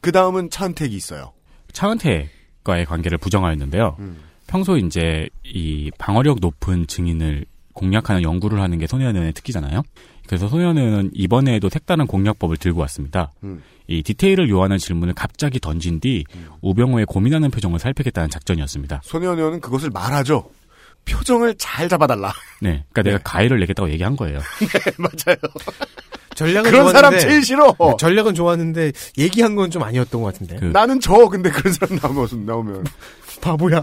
그 다음은 차은택이 있어요. 차은태과의 관계를 부정하였는데요. 음. 평소 이제 이 방어력 높은 증인을 공략하는 연구를 하는 게 손혜연의 특기잖아요. 그래서 손혜연은 이번에도 색다른 공략법을 들고 왔습니다. 음. 이 디테일을 요하는 질문을 갑자기 던진 뒤 우병우의 고민하는 표정을 살피겠다는 작전이었습니다. 손혜원 의원은 그것을 말하죠. 표정을 잘 잡아달라. (laughs) 네, 그러니까 내가 가해를 내겠다고 얘기한 거예요. 맞아요. 전략은 그런 사람 좋았는데 제일 싫어. 네, 전략은 좋았는데 얘기한 건 좀 아니었던 것 같은데. 그- 나는 저 근데 그런 사람 나오면 나오면 그 바보야.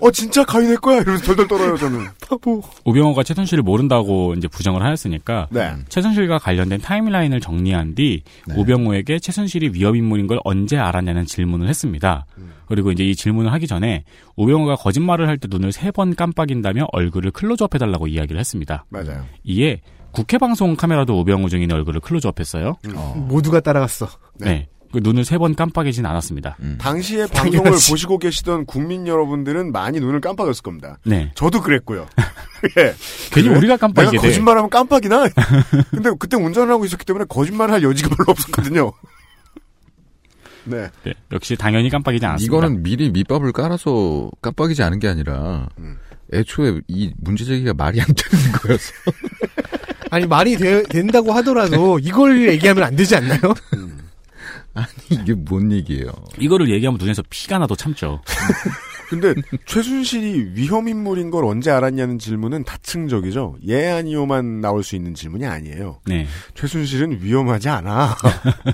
어 진짜 가위낼 거야 이러면서 덜덜 떨어요 저는. 그 바보. 우병우가 최순실을 모른다고 이제 부정을 하였으니까 네. 최순실과 관련된 타임라인을 정리한 뒤 네. 우병우에게 최순실이 위협 인물인 걸 언제 알았냐는 질문을 했습니다. 음. 그리고 이제 이 질문을 하기 전에 우병우가 거짓말을 할 때 눈을 세 번 깜빡인다며 얼굴을 클로즈업 해달라고 이야기를 했습니다. 맞아요. 이에 국회 방송 카메라도 우병우 증인의 얼굴을 클로즈업했어요. (laughs) 모두가 따라갔어. 음, 네. 네. 그 눈을 세 번 깜빡이진 않았습니다. 음. (laughs) 당시에 당연하지. 방송을 보시고 계시던 국민 여러분들은 많이 눈을 깜빡였을 겁니다. 네. 저도 그랬고요. (laughs) 예. 괜히 그래? 우리가 내가 깜빡이게 돼. 거짓말하면 깜빡이나. 근데 그때 운전을 하고 있었기 때문에 거짓말할 여지가 별로 (laughs) 없었거든요. 네. 네, 역시 당연히 깜빡이지 않았습니다. 이거는 미리 밑밥을 깔아서 깜빡이지 않은 게 아니라 음. 애초에 이 문제 제기가 말이 안 되는 거였어. 아니 말이 되- 된다고 (laughs) 하더라도 이걸 얘기하면 안 되지 않나요? (laughs) 이게 뭔 얘기예요? 이거를 얘기하면 눈에서 피가 나도 참죠. 근데 최순실이 위험 인물인 걸 언제 알았냐는 질문은 다층적이죠. 예 아니요만 나올 수 있는 질문이 아니에요. 네. 최순실은 위험하지 않아.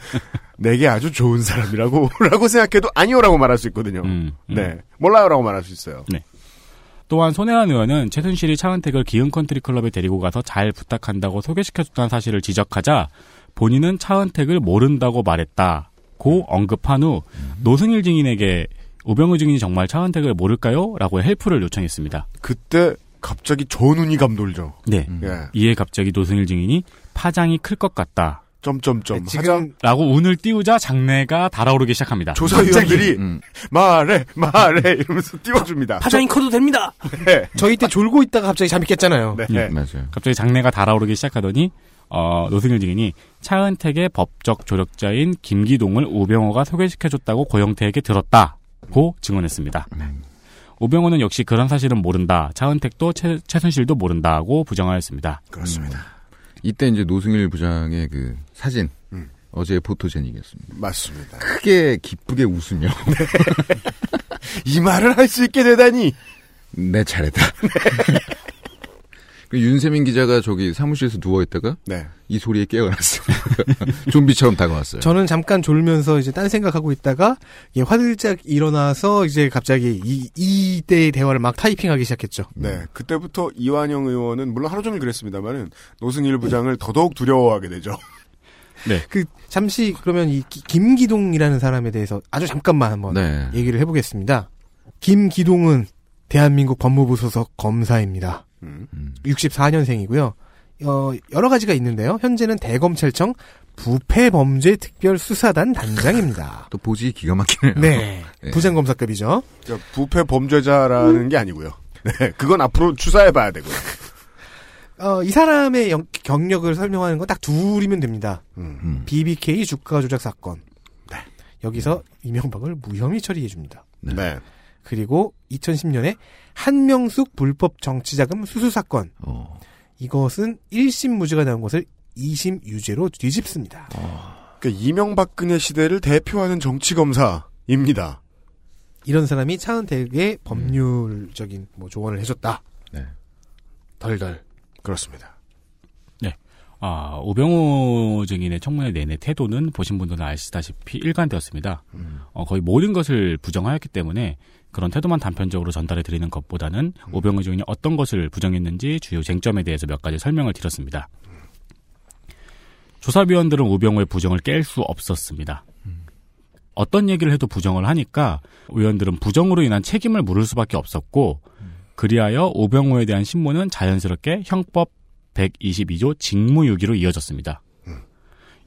(laughs) 내게 아주 좋은 사람이라고 (laughs) 라고 생각해도 아니요라고 말할 수 있거든요. 음, 음. 네. 몰라요라고 말할 수 있어요. 또한 손혜원 의원은 최순실이 차은택을 기흥 컨트리 클럽에 데리고 가서 잘 부탁한다고 소개시켜줬다는 사실을 지적하자 본인은 차은택을 모른다고 말했다고 언급한 후 노승일 증인에게 우병우 증인이 정말 차은택을 모를까요? 라고 헬프를 요청했습니다. 그때 갑자기 저 눈이 감돌죠. 네. 예. 이에 갑자기 노승일 증인이 파장이 클 것 같다. 점점점. 하자 네, 지금 라고 운을 띄우자 장내가 달아오르기 시작합니다. 조사위원들이 음. 말해 말해 이러면서 띄워줍니다. 파장이 커도 됩니다. 저희 때 졸고 있다가 갑자기 잠이 깼잖아요. 네. 네, 맞아요. 갑자기 장내가 달아오르기 시작하더니 어, 노승일 증인이 차은택의 법적 조력자인 김기동을 우병호가 소개시켜줬다고 고영태에게 들었다고 증언했습니다. 우병호는 역시 그런 사실은 모른다. 차은택도 최, 최순실도 모른다고 부정하였습니다. 그렇습니다. 이때 이제 노승일 부장의 그 사진 어제의 포토제닉이었습니다. 맞습니다. 크게 기쁘게 웃으며 (laughs) 이 말을 할 수 있게 되다니. 내 차례다. 그 윤세민 기자가 저기 사무실에서 누워있다가 네. 이 소리에 깨어났어요. (laughs) 좀비처럼 다가왔어요. 저는 잠깐 졸면서 이제 딴 생각하고 있다가 예, 화들짝 일어나서 이제 갑자기 이 이때의 대화를 막 타이핑하기 시작했죠. 네. 그때부터 이완영 의원은 물론 하루 종일 그랬습니다만은 노승일 부장을 더더욱 두려워하게 되죠. 그 잠시 그러면 이 기- 김기동이라는 사람에 대해서 아주 잠깐만 한번 네. 얘기를 해보겠습니다. 김기동은 대한민국 법무부 소속 검사입니다. 음. 음. 64년생이고요. 어, 여러 가지가 있는데요. 현재는 대검찰청 (laughs) 부패범죄특별수사단 단장입니다. 또 보지 기가 막히네요. 네. 예. 네. 부장검사급이죠. 그러니까 부패 범죄자라는 게 아니고요. 네. 그건 앞으로 추사해봐야 되고요. 어, 이 사람의 영- 경력을 설명하는 건 딱 둘이면 됩니다. 음. 음. BBK 주가 조작 사건. 여기서 이명박을 무혐의 처리해줍니다. 네. 그리고 2010년에 한명숙 불법 정치자금 수수 사건. 어. 이것은 1심 무죄가 나온 것을 2심 유죄로 뒤집습니다. 그러니까 이명박근혜 시대를 대표하는 정치 검사입니다. 이런 사람이 차은택의 법률적인 뭐 조언을 해줬다. 네. 덜덜. 그렇습니다. 아, 우병우 증인의 청문회 내내 태도는 보신 분들은 아시다시피 일관되었습니다. 어, 거의 모든 것을 부정하였기 때문에 그런 태도만 단편적으로 전달해 드리는 것보다는 우병우 증인이 어떤 것을 부정했는지 주요 쟁점에 대해서 몇 가지 설명을 드렸습니다. 조사위원들은 우병우의 부정을 깰 수 없었습니다. 어떤 얘기를 해도 부정을 하니까 의원들은 부정으로 인한 책임을 물을 수밖에 없었고 그리하여 우병우에 대한 신문은 자연스럽게 형법 122조 직무유기로 이어졌습니다.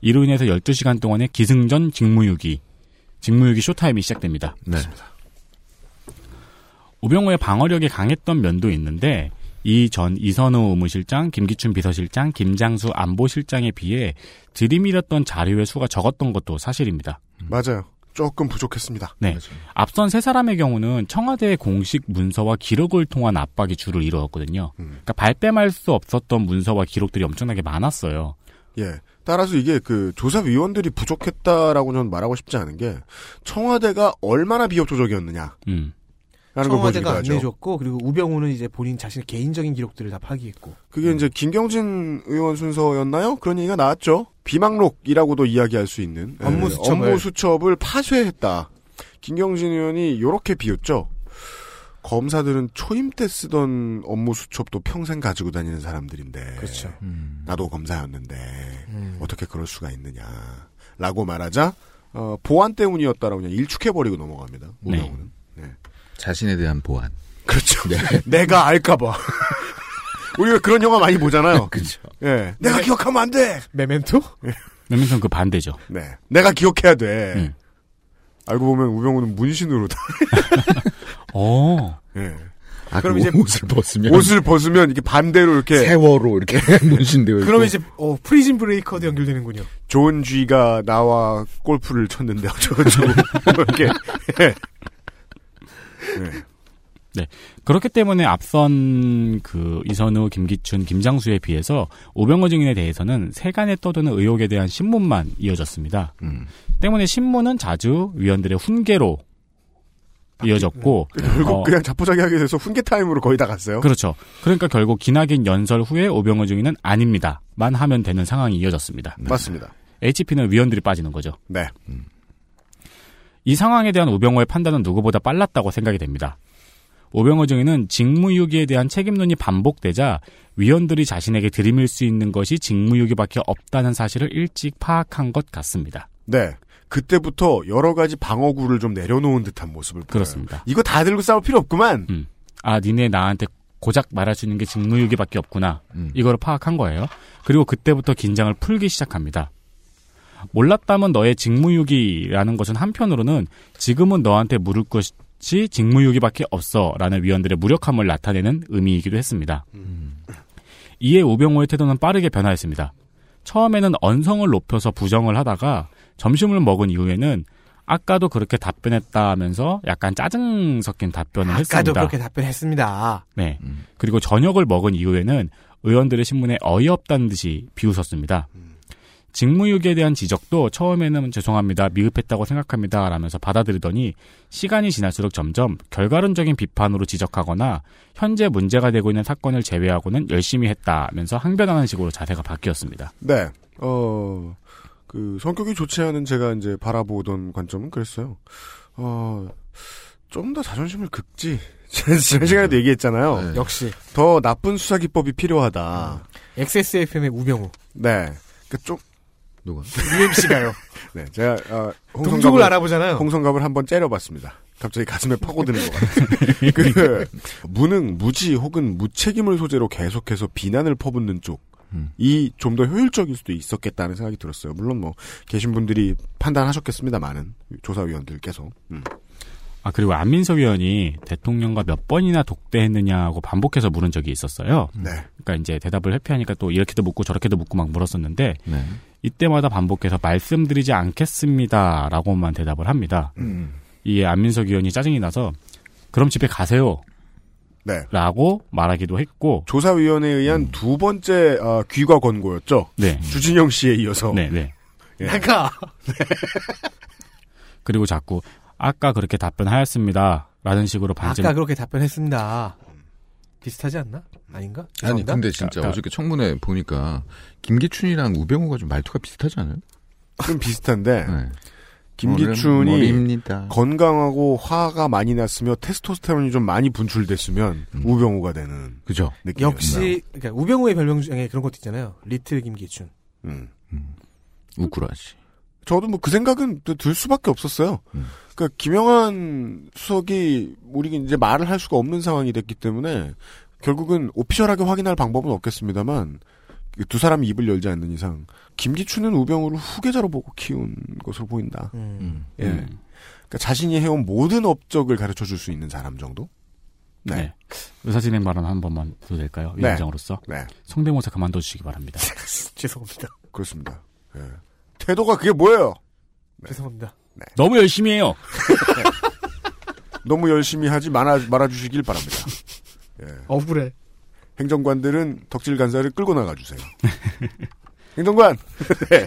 이로 인해서 12시간 동안의 기승전 직무유기, 직무유기 쇼타임이 시작됩니다. 네. 우병우의 방어력이 강했던 면도 있는데 이 전 이선우 의무실장, 김기춘 비서실장, 김장수 안보실장에 비해 들이밀었던 자료의 수가 적었던 것도 사실입니다. 맞아요. 조금 부족했습니다. 네. 앞선 세 사람의 경우는 청와대의 공식 문서와 기록을 통한 압박이 주를 이루었거든요. 음. 그러니까 발뺌할 수 없었던 문서와 기록들이 엄청나게 많았어요. 예. 따라서 이게 그 조사위원들이 부족했다라고 저는 말하고 싶지 않은 게 청와대가 얼마나 비협조적이었느냐라는 음. 걸 보여주기도 청와대가 하죠. 안내해줬고 그리고 우병우는 이제 본인 자신의 개인적인 기록들을 다 파기했고 그게 이제 김경진 의원 순서였나요? 그런 얘기가 나왔죠. 비망록이라고도 이야기할 수 있는 예, 업무 수첩을. 업무 수첩을 파쇄했다. 김경진 의원이 이렇게 비웃죠. 검사들은 초임 때 쓰던 업무 수첩도 평생 가지고 다니는 사람들인데 그렇죠. 음. 나도 검사였는데 어떻게 그럴 수가 있느냐라고 말하자 어, 보안 때문이었다라고 그냥 일축해 버리고 넘어갑니다. 네. 우병우는 자신에 대한 보안. 그렇죠. 내가 알까봐 우리가 그런 영화 많이 보잖아요. 그렇죠. 예, 내가 기억하면 안 돼. 메멘토? 몇몇은 그 반대죠. 네. 내가 기억해야 돼. 음. 알고 보면 우병우는 문신으로 다. (laughs) 어. 예. 그럼 아, 그럼 이제 이제 옷을 벗으면 옷을 벗으면 이게 반대로 이렇게 네. 세월호 이렇게 (laughs) 문신되어 있고. 그러면 이제 어, 프리즌 브레이커도 연결되는군요. 존 쥐가 나와 골프를 쳤는데 (laughs) 어쩌고저쩌고 이렇게. 예. 예. 그렇기 때문에 앞선 그 이선우, 김기춘, 김장수에 비해서 오병호 증인에 대해서는 세간에 떠드는 의혹에 대한 신문만 이어졌습니다. 음. 때문에 신문은 자주 위원들의 훈계로 이어졌고 결국 어, 그냥 자포자기하게 돼서 훈계 타임으로 거의 다 갔어요. 그렇죠. 그러니까 결국 기나긴 연설 후에 오병호 증인은 아닙니다만 하면 되는 상황이 이어졌습니다. 맞습니다. HP는 위원들이 빠지는 거죠. 네. 이 상황에 대한 오병호의 판단은 누구보다 빨랐다고 생각이 됩니다. 오병호 증인은 직무유기에 대한 책임론이 반복되자 위원들이 자신에게 들이밀 수 있는 것이 직무유기밖에 없다는 사실을 일찍 파악한 것 같습니다. 네. 그때부터 여러 가지 방어구를 좀 내려놓은 듯한 모습을 보여요. 그렇습니다. 이거 다 들고 싸울 필요 없구만. 아, 니네 나한테 고작 말할 수 있는 게 직무유기밖에 없구나. 음. 이거를 파악한 거예요. 그리고 그때부터 긴장을 풀기 시작합니다. 몰랐다면 너의 직무유기라는 것은 한편으로는 지금은 너한테 물을 것이 직무유기밖에 없어라는 위원들의 무력함을 나타내는 의미이기도 했습니다. 이에 우병호의 태도는 빠르게 변화했습니다. 처음에는 언성을 높여서 부정을 하다가 점심을 먹은 이후에는 아까도 그렇게 답변했다 하면서 약간 짜증 섞인 답변을 아까도 했습니다. 그렇게 답변했습니다. 네. 음. 그리고 저녁을 먹은 이후에는 의원들의 신문에 어이없다는 듯이 비웃었습니다. 직무유기에 대한 지적도 처음에는 죄송합니다, 미흡했다고 생각합니다, 라면서 받아들이더니 시간이 지날수록 점점 결과론적인 비판으로 지적하거나 현재 문제가 되고 있는 사건을 제외하고는 열심히 했다면서 항변하는 식으로 자세가 바뀌었습니다. 네. 어, 그, 성격이 좋지 않은 제가 이제 바라보던 관점은 그랬어요. 어, 좀 더 자존심을 극지. (laughs) 지난 지난 시간에도 얘기했잖아요. 네. 역시 더 나쁜 수사기법이 필요하다. XSFM의 우병우 네. 그니까 좀, 누가? UMC가요. 네. 제가, 어, 동족을 홍성갑을, 어. 알아보잖아요. 홍성갑을 한번 째려봤습니다. 갑자기 가슴에 파고드는 것 같아요. 그, 무능, 무지 혹은 무책임을 소재로 계속해서 비난을 퍼붓는 쪽. 음. 이 좀 더 효율적일 수도 있었겠다는 생각이 들었어요. 물론 뭐 계신 분들이 판단하셨겠습니다만은 조사위원들께서 음. 아, 그리고 안민석 의원이 대통령과 몇 번이나 독대했느냐고 반복해서 물은 적이 있었어요. 네. 그러니까 이제 대답을 회피하니까 또 이렇게도 묻고 저렇게도 묻고 막 물었었는데 네. 이때마다 반복해서 말씀드리지 않겠습니다라고만 대답을 합니다. 이 안민석 의원이 짜증이 나서 그럼 집에 가세요라고 네. 말하기도 했고 조사위원회에 의한 음. 두 번째 아, 귀가 권고였죠. 네. 주진영 씨에 이어서 네, 네. 예. (laughs) 나가 그리고 자꾸 아까 그렇게 답변하였습니다라는 식으로 반증 아까 그렇게 답변했습니다. 비슷하지 않나? 아닌가? 아니 죄송합니다. 근데 진짜 그러니까- 어저께 청문회 보니까 김기춘이랑 우병우가 좀 말투가 비슷하지 않아요? 좀 비슷한데 네. 김기춘이 머리- 머리입니다. 건강하고 화가 많이 났으며 테스토스테론이 좀 많이 분출됐으면 음. 우병우가 되는 그죠? 느낌. 역시 그러니까 우병우의 별명 중에 그런 것도 있잖아요. 리틀 김기춘. 음. 우쿠라지. 저도 뭐 그 생각은 또들 수밖에 없었어요. 음. 그러니까 김영한 수석이 우리 이제 말을 할 수가 없는 상황이 됐기 때문에 결국은 오피셜하게 확인할 방법은 없겠습니다만 그두 사람이 입을 열지 않는 이상 김기춘은 우병우를 후계자로 보고 키운 것으로 보인다. 음. 음. 예. 그러니까 자신이 해온 모든 업적을 가르쳐 줄 수 있는 사람 정도. 네. 네. 의사진행 발언 한 번만 해도 될까요? 네. 위원장으로서 네. 성대모사 그만둬 주시기 바랍니다. 죄송합니다. 그렇습니다. 예. 태도가 그게 뭐예요? 죄송합니다. (laughs) 너무 열심히 해요. 너무 열심히 하지 말아, 말아주시길 바랍니다. 억울해. 행정관들은 덕질 간사를 끌고 나가주세요. (laughs) 행정관! 네.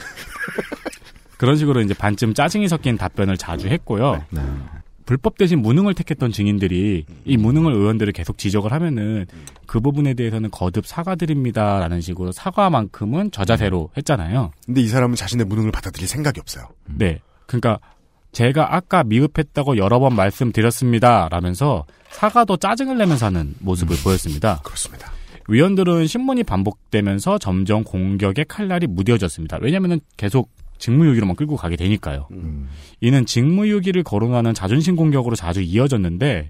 그런 식으로 이제 반쯤 짜증이 섞인 답변을 자주 했고요. 네. 불법 대신 무능을 택했던 증인들이 이 무능을 의원들을 계속 지적을 하면은 그 부분에 대해서는 거듭 사과드립니다라는 식으로 사과만큼은 저자세로 음. 했잖아요. 근데 이 사람은 자신의 무능을 받아들일 생각이 없어요. 음. 네. 그러니까 제가 아까 미흡했다고 여러 번 말씀드렸습니다라면서 사과도 짜증을 내면서 하는 모습을 음. 보였습니다. 그렇습니다. 위원들은 신문이 반복되면서 점점 공격의 칼날이 무뎌졌습니다. 왜냐면은 계속 직무유기로만 끌고 가게 되니까요. 음. 이는 직무유기를 거론하는 자존심 공격으로 자주 이어졌는데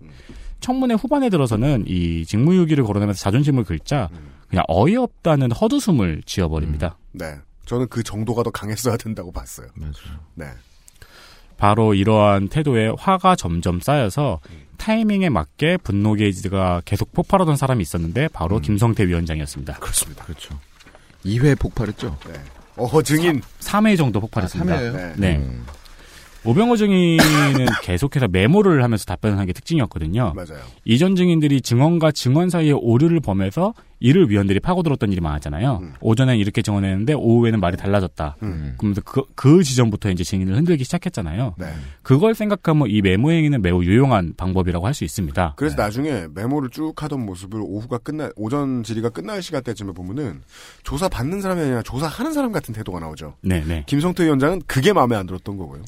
청문회 후반에 들어서는 이 직무유기를 거론하면서 자존심을 긁자 그냥 어이없다는 헛웃음을 지어버립니다. 네. 저는 그 정도가 더 강했어야 된다고 봤어요. 맞아요. 네. 바로 이러한 태도에 화가 점점 쌓여서 타이밍에 맞게 분노 게이지가 계속 폭발하던 사람이 있었는데 바로 김성태 위원장이었습니다. 그렇습니다. 그렇죠. 2회 폭발했죠? 어허, 증인! 3회 정도 아, 폭발했습니다. 3회예요? 음. 네. 네. 오병호 증인은 (laughs) 계속해서 메모를 하면서 답변을 한 게 특징이었거든요. 맞아요. 이전 증인들이 증언과 증언 사이에 오류를 범해서 이를 위원들이 파고들었던 일이 많았잖아요. 음. 오전엔 이렇게 증언했는데 오후에는 말이 달라졌다. 음. 그러면서 그, 그 지점부터 이제 증인을 흔들기 시작했잖아요. 네. 그걸 생각하면 이 메모 행위는 매우 유용한 방법이라고 할 수 있습니다. 그래서 나중에 메모를 쭉 하던 모습을 오후가 끝나, 오전 질의가 끝날 시간 때쯤에 보면은 조사 받는 사람이 아니라 조사하는 사람 같은 태도가 나오죠. 네, 네. 김성태 위원장은 그게 마음에 안 들었던 거고요.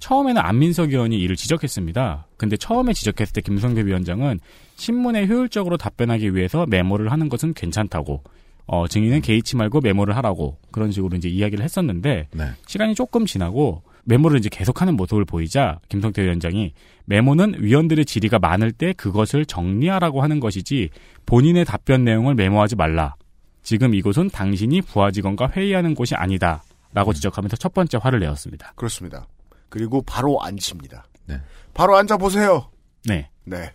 처음에는 안민석 의원이 이를 지적했습니다. 근데 처음에 지적했을 때 김성태 위원장은 신문에 효율적으로 답변하기 위해서 메모를 하는 것은 괜찮다고, 어, 증인은 개의치 말고 메모를 하라고 그런 식으로 이제 이야기를 했었는데 네. 시간이 조금 지나고 메모를 이제 계속하는 모습을 보이자 김성태 위원장이 메모는 위원들의 질의가 많을 때 그것을 정리하라고 하는 것이지 본인의 답변 내용을 메모하지 말라. 지금 이곳은 당신이 부하직원과 회의하는 곳이 아니다. 라고 지적하면서 첫 번째 화를 내었습니다. 그렇습니다. 그리고 바로 앉힙니다. 네. 바로 앉아보세요! 네. 네.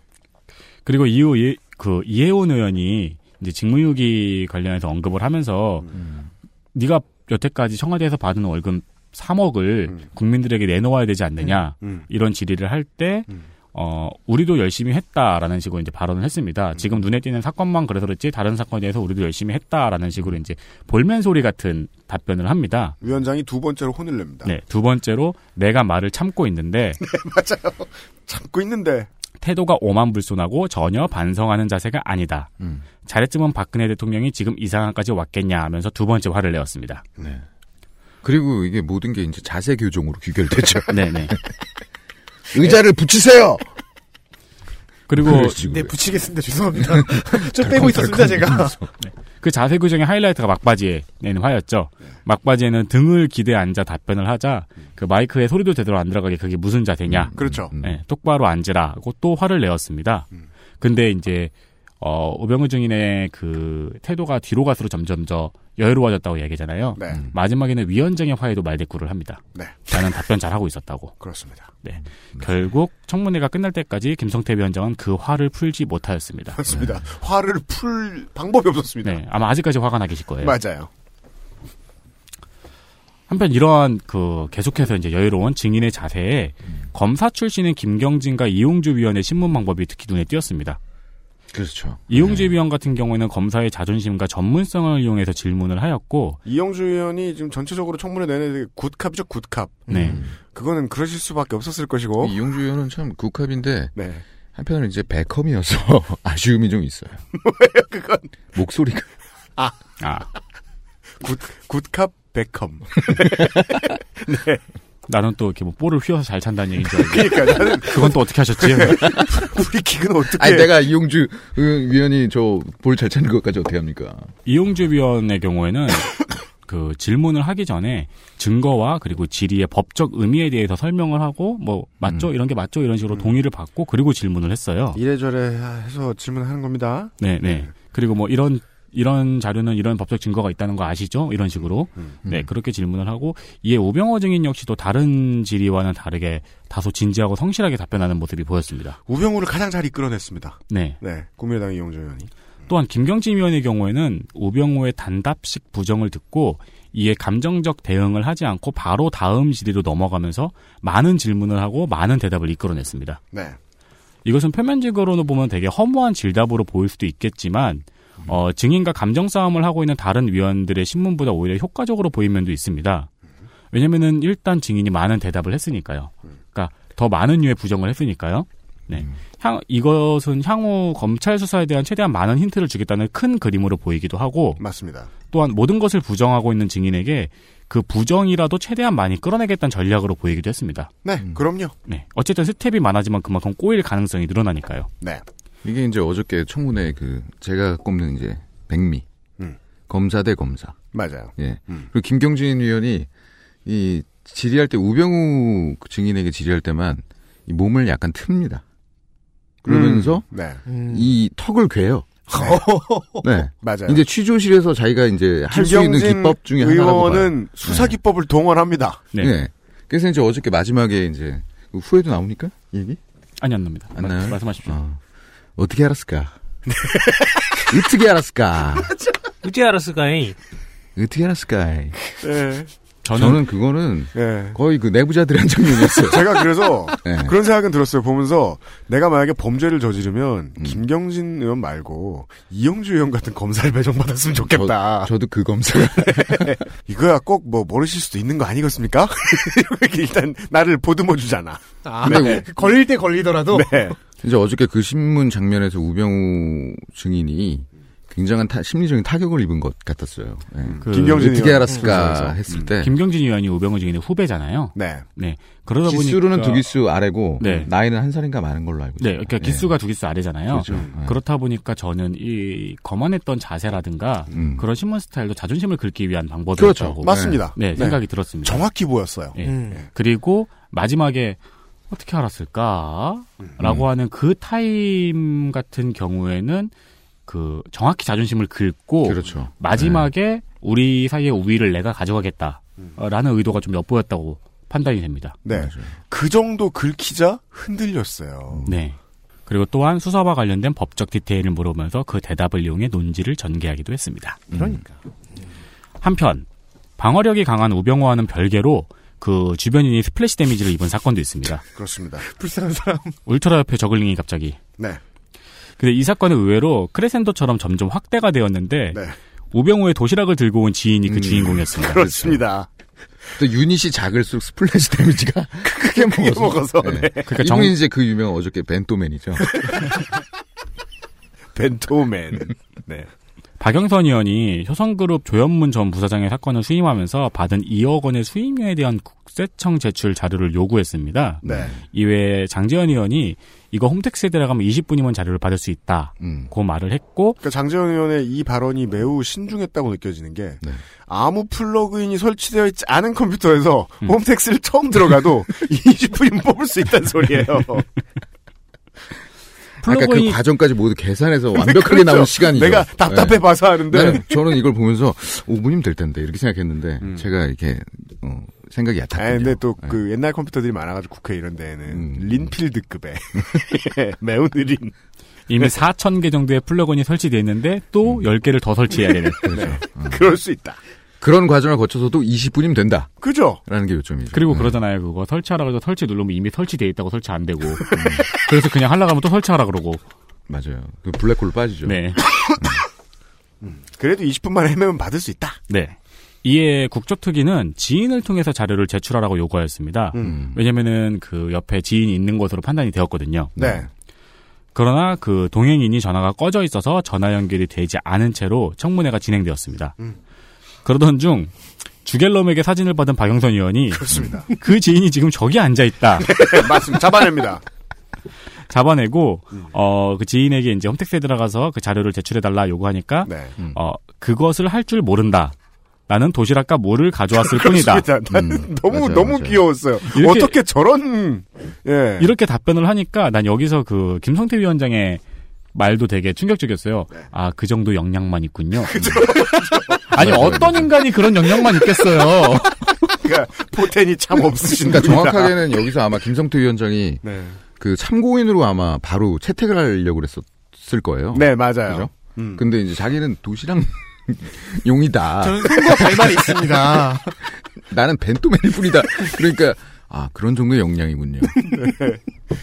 그리고 이후 이, 그 이해원 의원이 이제 직무유기 관련해서 언급을 하면서 음. 네가 여태까지 청와대에서 받은 월급 3억을 음. 국민들에게 내놓아야 되지 않느냐 음. 이런 질의를 할 때 음. 어, 우리도 열심히 했다라는 식으로 이제 발언을 했습니다. 음. 지금 눈에 띄는 사건만 그래서 그렇지 다른 사건에 대해서 우리도 열심히 했다라는 식으로 이제 볼멘 소리 같은 답변을 합니다. 위원장이 두 번째로 혼을 냅니다. 네, 두 번째로 내가 말을 참고 있는데 참고 있는데 태도가 오만불손하고 전혀 반성하는 자세가 아니다. 음. 잘했으면 박근혜 대통령이 지금 이 상황까지 왔겠냐 하면서 두 번째 화를 내었습니다. 그리고 이게 모든 게 이제 자세 교정으로 귀결됐죠. (laughs) 네네. 의자를 붙이세요. 그리고 네, (laughs) 붙이겠습니다. 죄송합니다. 좀 빼고 있었습니다, 제가. 그 자세 교정의 하이라이트가 막바지에 내는 화였죠. 막바지에는 등을 기대 앉아 답변을 하자 그 마이크에 소리도 제대로 안 들어가게 그게 무슨 자세냐. 그렇죠. 음. 네, 똑바로 앉으라고 또 화를 내었습니다. 근데 이제 어, 오병우 증인의 그 태도가 뒤로 갈수록 점점 더 여유로워졌다고 얘기잖아요. 네 마지막에는 위원장의 화에도 말대꾸를 합니다. 네. 나는 답변 잘하고 있었다고. 그렇습니다. 결국 청문회가 끝날 때까지 김성태 위원장은 그 화를 풀지 못하였습니다. 그렇습니다. 화를 풀 방법이 없었습니다. 네, 아마 아직까지 화가 나 계실 거예요. 맞아요. 한편 이러한 그 계속해서 이제 여유로운 증인의 자세에 검사 출신인 김경진과 이용주 위원의 신문 방법이 특히 눈에 띄었습니다. 그렇죠. 이용주 위원 같은 경우에는 검사의 자존심과 전문성을 이용해서 질문을 하였고, 이영주 의원이 지금 전체적으로 청문회 내내 되게 굿캅이죠 굿캅. 네, 그거는 그러실 수밖에 없었을 것이고. 네. 이용주 의원은 참 국합인데 네. 한편으로 이제 백컴이어서 (laughs) 아쉬움이 좀 있어요. 왜요 그건? (laughs) 목소리가 아 굿 굿캅 백컴. (laughs) 나는 또 이렇게 뭐 볼을 휘어서 잘 찬다는 얘기인 줄 알고, 그러니까 나는 그건 또 어떻게 하셨지? (laughs) 우리 기근 어떻게? 예. 아니 내가 이용주 의- 위원이 저 볼 잘 차는 것까지 어떻게 합니까? 이용주 위원의 경우에는 그 질문을 하기 전에 증거와 그리고 질의의 법적 의미에 대해서 설명을 하고 뭐 맞죠 이런 게 맞죠 이런 식으로 동의를 받고 그리고 질문을 했어요. 이래저래 해서 질문하는 겁니다. 네, 네. 그리고 뭐 이런 이런 자료는 이런 법적 증거가 있다는 거 아시죠? 이런 식으로 네 그렇게 질문을 하고 이에 우병호 증인 역시도 다른 질의와는 다르게 다소 진지하고 성실하게 답변하는 모습이 보였습니다. 우병우를 가장 잘 이끌어냈습니다. 네. 네, 국민의당 이용주 의원이. 또한 김경진 위원의 경우에는 우병우의 단답식 부정을 듣고 이에 감정적 대응을 하지 않고 바로 다음 질의로 넘어가면서 많은 질문을 하고 많은 대답을 이끌어냈습니다. 네, 이것은 표면적으로는 보면 되게 허무한 질답으로 보일 수도 있겠지만 어, 증인과 감정 싸움을 하고 있는 다른 위원들의 신문보다 오히려 효과적으로 보인 면도 있습니다. 왜냐면은 일단 증인이 많은 대답을 했으니까요. 그러니까 더 많은 류의 부정을 했으니까요. 네. 향, 이것은 향후 검찰 수사에 대한 최대한 많은 힌트를 주겠다는 큰 그림으로 보이기도 하고 맞습니다. 또한 모든 것을 부정하고 있는 증인에게 그 부정이라도 최대한 많이 끌어내겠다는 전략으로 보이기도 했습니다. 네, 그럼요. 네. 어쨌든 스텝이 많아지만 그만큼 꼬일 가능성이 늘어나니까요. 네, 이게 이제 어저께 청문회 그 제가 꼽는 이제 백미 음. 검사 대 검사 맞아요. 예. 음. 그리고 김경진 위원이 이 질의할 때 우병우 증인에게 질의할 때만 이 몸을 약간 틉니다. 그러면서 음, 네, 음. 이 턱을 괴요. 네. 맞아요. 이제 취조실에서 자기가 이제 할 수 있는 김경진 기법 중에 하나라고 봐요. 네. 의원은 수사 기법을 동원합니다. (laughs) 네. 예. 그래서 이제 어저께 마지막에 이제 그 후에도 나오니까 얘기? 아니 안 납니다. 안 마- 나요? 말씀하십시오. 어. 어떻게 (laughs) 알았을까? 어떻게 알았을까? 우지아라스가이 어떻게 알았을까? 네, 저는, 저는 그거는 네. 거의 그 내부자들의 한 (laughs) 장면이었어요. 제가 그래서 네. 그런 생각은 들었어요. 보면서 내가 만약에 범죄를 저지르면 음. 김경진 의원 말고 이영주 의원 같은 검사를 배정받았으면 좋겠다. 저도 그 검사가 이거야 꼭 뭐 모르실 수도 있는 거 아니겠습니까? (laughs) 이렇게 일단 나를 보듬어 주잖아. (laughs) 아, 네. 걸릴 때 어. 걸리더라도 네. 이제 어저께 그 신문 장면에서 우병우 증인이 굉장한 타- 심리적인 타격을 입은 것 같았어요. 예. 그 음. 김경진 어떻게 의원. 알았을까 음. 했을 때 김경진 의원이 우병우 증인의 후배잖아요. 네. 네. 그러다 보니까 기수로는 두 기수 아래고 네. 나이는 한 살인가 많은 걸로 알고 네, 있어요. 그러니까 예. 기수가 음. 두 기수 아래잖아요. 그렇죠. 예. 렇다 보니까 저는 이 거만했던 자세라든가 음. 그런 신문 스타일도 자존심을 긁기 위한 방법이라고 그렇죠. 네. 었 맞습니다. 네, 네. 생각이 들었습니다. 정확히 보였어요. 예. 음. 그리고 마지막에 어떻게 알았을까라고 음. 하는 그 타임 같은 경우에는 그 정확히 자존심을 긁고 그렇죠. 마지막에 우리 사이의 우위를 내가 가져가겠다라는 의도가 좀 엿보였다고 판단이 됩니다. 네. 그 정도 긁히자 음. 흔들렸어요. 네. 그리고 또한 수사와 관련된 법적 디테일을 물으면서 그 대답을 이용해 논지를 전개하기도 했습니다. 그러니까. 한편 방어력이 강한 우병우와는 별개로 그 주변인이 스플래시 데미지를 입은 사건도 있습니다. 그렇습니다. 불쌍한 사람. 울트라 옆에 저글링이 갑자기. 네. 근데 이 사건은 의외로 크레센도처럼 점점 확대가 되었는데 네. 우병우의 도시락을 들고 온 지인이 그 음, 주인공이었습니다. 그렇습니다. 또 유닛이 작을수록 스플래시 데미지가 (laughs) 크게 먹어서. 먹어서, 네. 그러니까 이분이 정- 이제 그 유명한 어저께 벤토맨이죠. 벤토맨. 네. 박영선 의원이 효성그룹 조현문 전 부사장의 사건을 수임하면서 받은 2억 원의 수임료에 대한 국세청 제출 자료를 요구했습니다. 네. 이외에 장재현 의원이 이거 홈택스에 들어가면 20분이면 자료를 받을 수 있다. 음. 고 말을 했고 그러니까 장재현 의원의 이 발언이 매우 신중했다고 느껴지는 게 네. 아무 플러그인이 설치되어 있지 않은 컴퓨터에서 홈택스를 처음 (laughs) 들어가도 20분이면 뽑을 수 있다는 소리예요. 아까 그 (laughs) 플러그인 네, 과정까지 모두 계산해서 완벽하게 나온 그렇죠. 시간이죠. 내가 답답해 네. 봐서 하는데 아, 나는 저는 이걸 보면서 5분이면 될 텐데 이렇게 생각했는데 제가 이렇게 어, 생각이 얕았군요. 네. 아, 근데 또 그 옛날 컴퓨터들이 많아가지고 국회 이런 데에는 음. (laughs) 린필드급의 예, 매우 느린 이미 4천 개 정도의 플러그인이 설치되어 있는데 또 음. 10개를 더 설치해야 (laughs) 되는 그럴 수 있다. 그런 과정을 거쳐서도 20분이면 된다라는 그죠? 게 요점이죠. 네. 그리고 그러잖아요. 그거 설치하라고 해서 설치 누르면 이미 설치돼 있다고 설치 안 되고. 음. 그래서 그냥 하려고 하면 또 설치하라 그러고. 맞아요. 그 블랙홀로 빠지죠. 네. 그래도 20분 만에 헤매면 받을 수 있다. 네. 이에 국조특위는 지인을 통해서 자료를 제출하라고 요구하였습니다. 음. 왜냐면은 그 옆에 지인이 있는 것으로 판단이 되었거든요. 네. 그러나 그 동행인이 전화가 꺼져 있어서 전화 연결이 되지 않은 채로 청문회가 진행되었습니다. 음. 그러던 중 주갤럼에게 사진을 받은 박영선 의원이 그렇습니다. 그 지인이 지금 저기 앉아 있다 (laughs) 네, 맞습니다. 잡아냅니다. 잡아내고 음. 어 그 지인에게 이제 홈택스에 들어가서 그 자료를 제출해 달라 요구하니까 네. 음. 어 그것을 할 줄 모른다. 나는 도시락과 물을 가져왔을 뿐이다. 그렇습니다. 나는 음, 너무 맞아요, 너무 맞아요. 귀여웠어요. 이렇게- 어떻게 저런 네. 예. 이렇게 답변을 하니까 난 여기서 그 김성태 위원장의 말도 되게 충격적이었어요. 네. 아, 그 정도 역량만 (laughs) 있군요. 그 아니, 맞아요. 어떤 인간이 그런 역량만 (laughs) 있겠어요. 그러니까 포텐이 참 없으신 (laughs) 그러니까 분이다. 정확하게는 여기서 아마 김성태 위원장이 네. 그 참고인으로 아마 바로 채택을 하려고 그랬었을 거예요. 네, 맞아요. 어, 그죠? 음. 근데 이제 자기는 도시락 (laughs) 용이다. 저는 손과 발만 있습니다. 나는 벤토맨일 뿐이다. 그러니까 아 그런 정도의 역량이군요.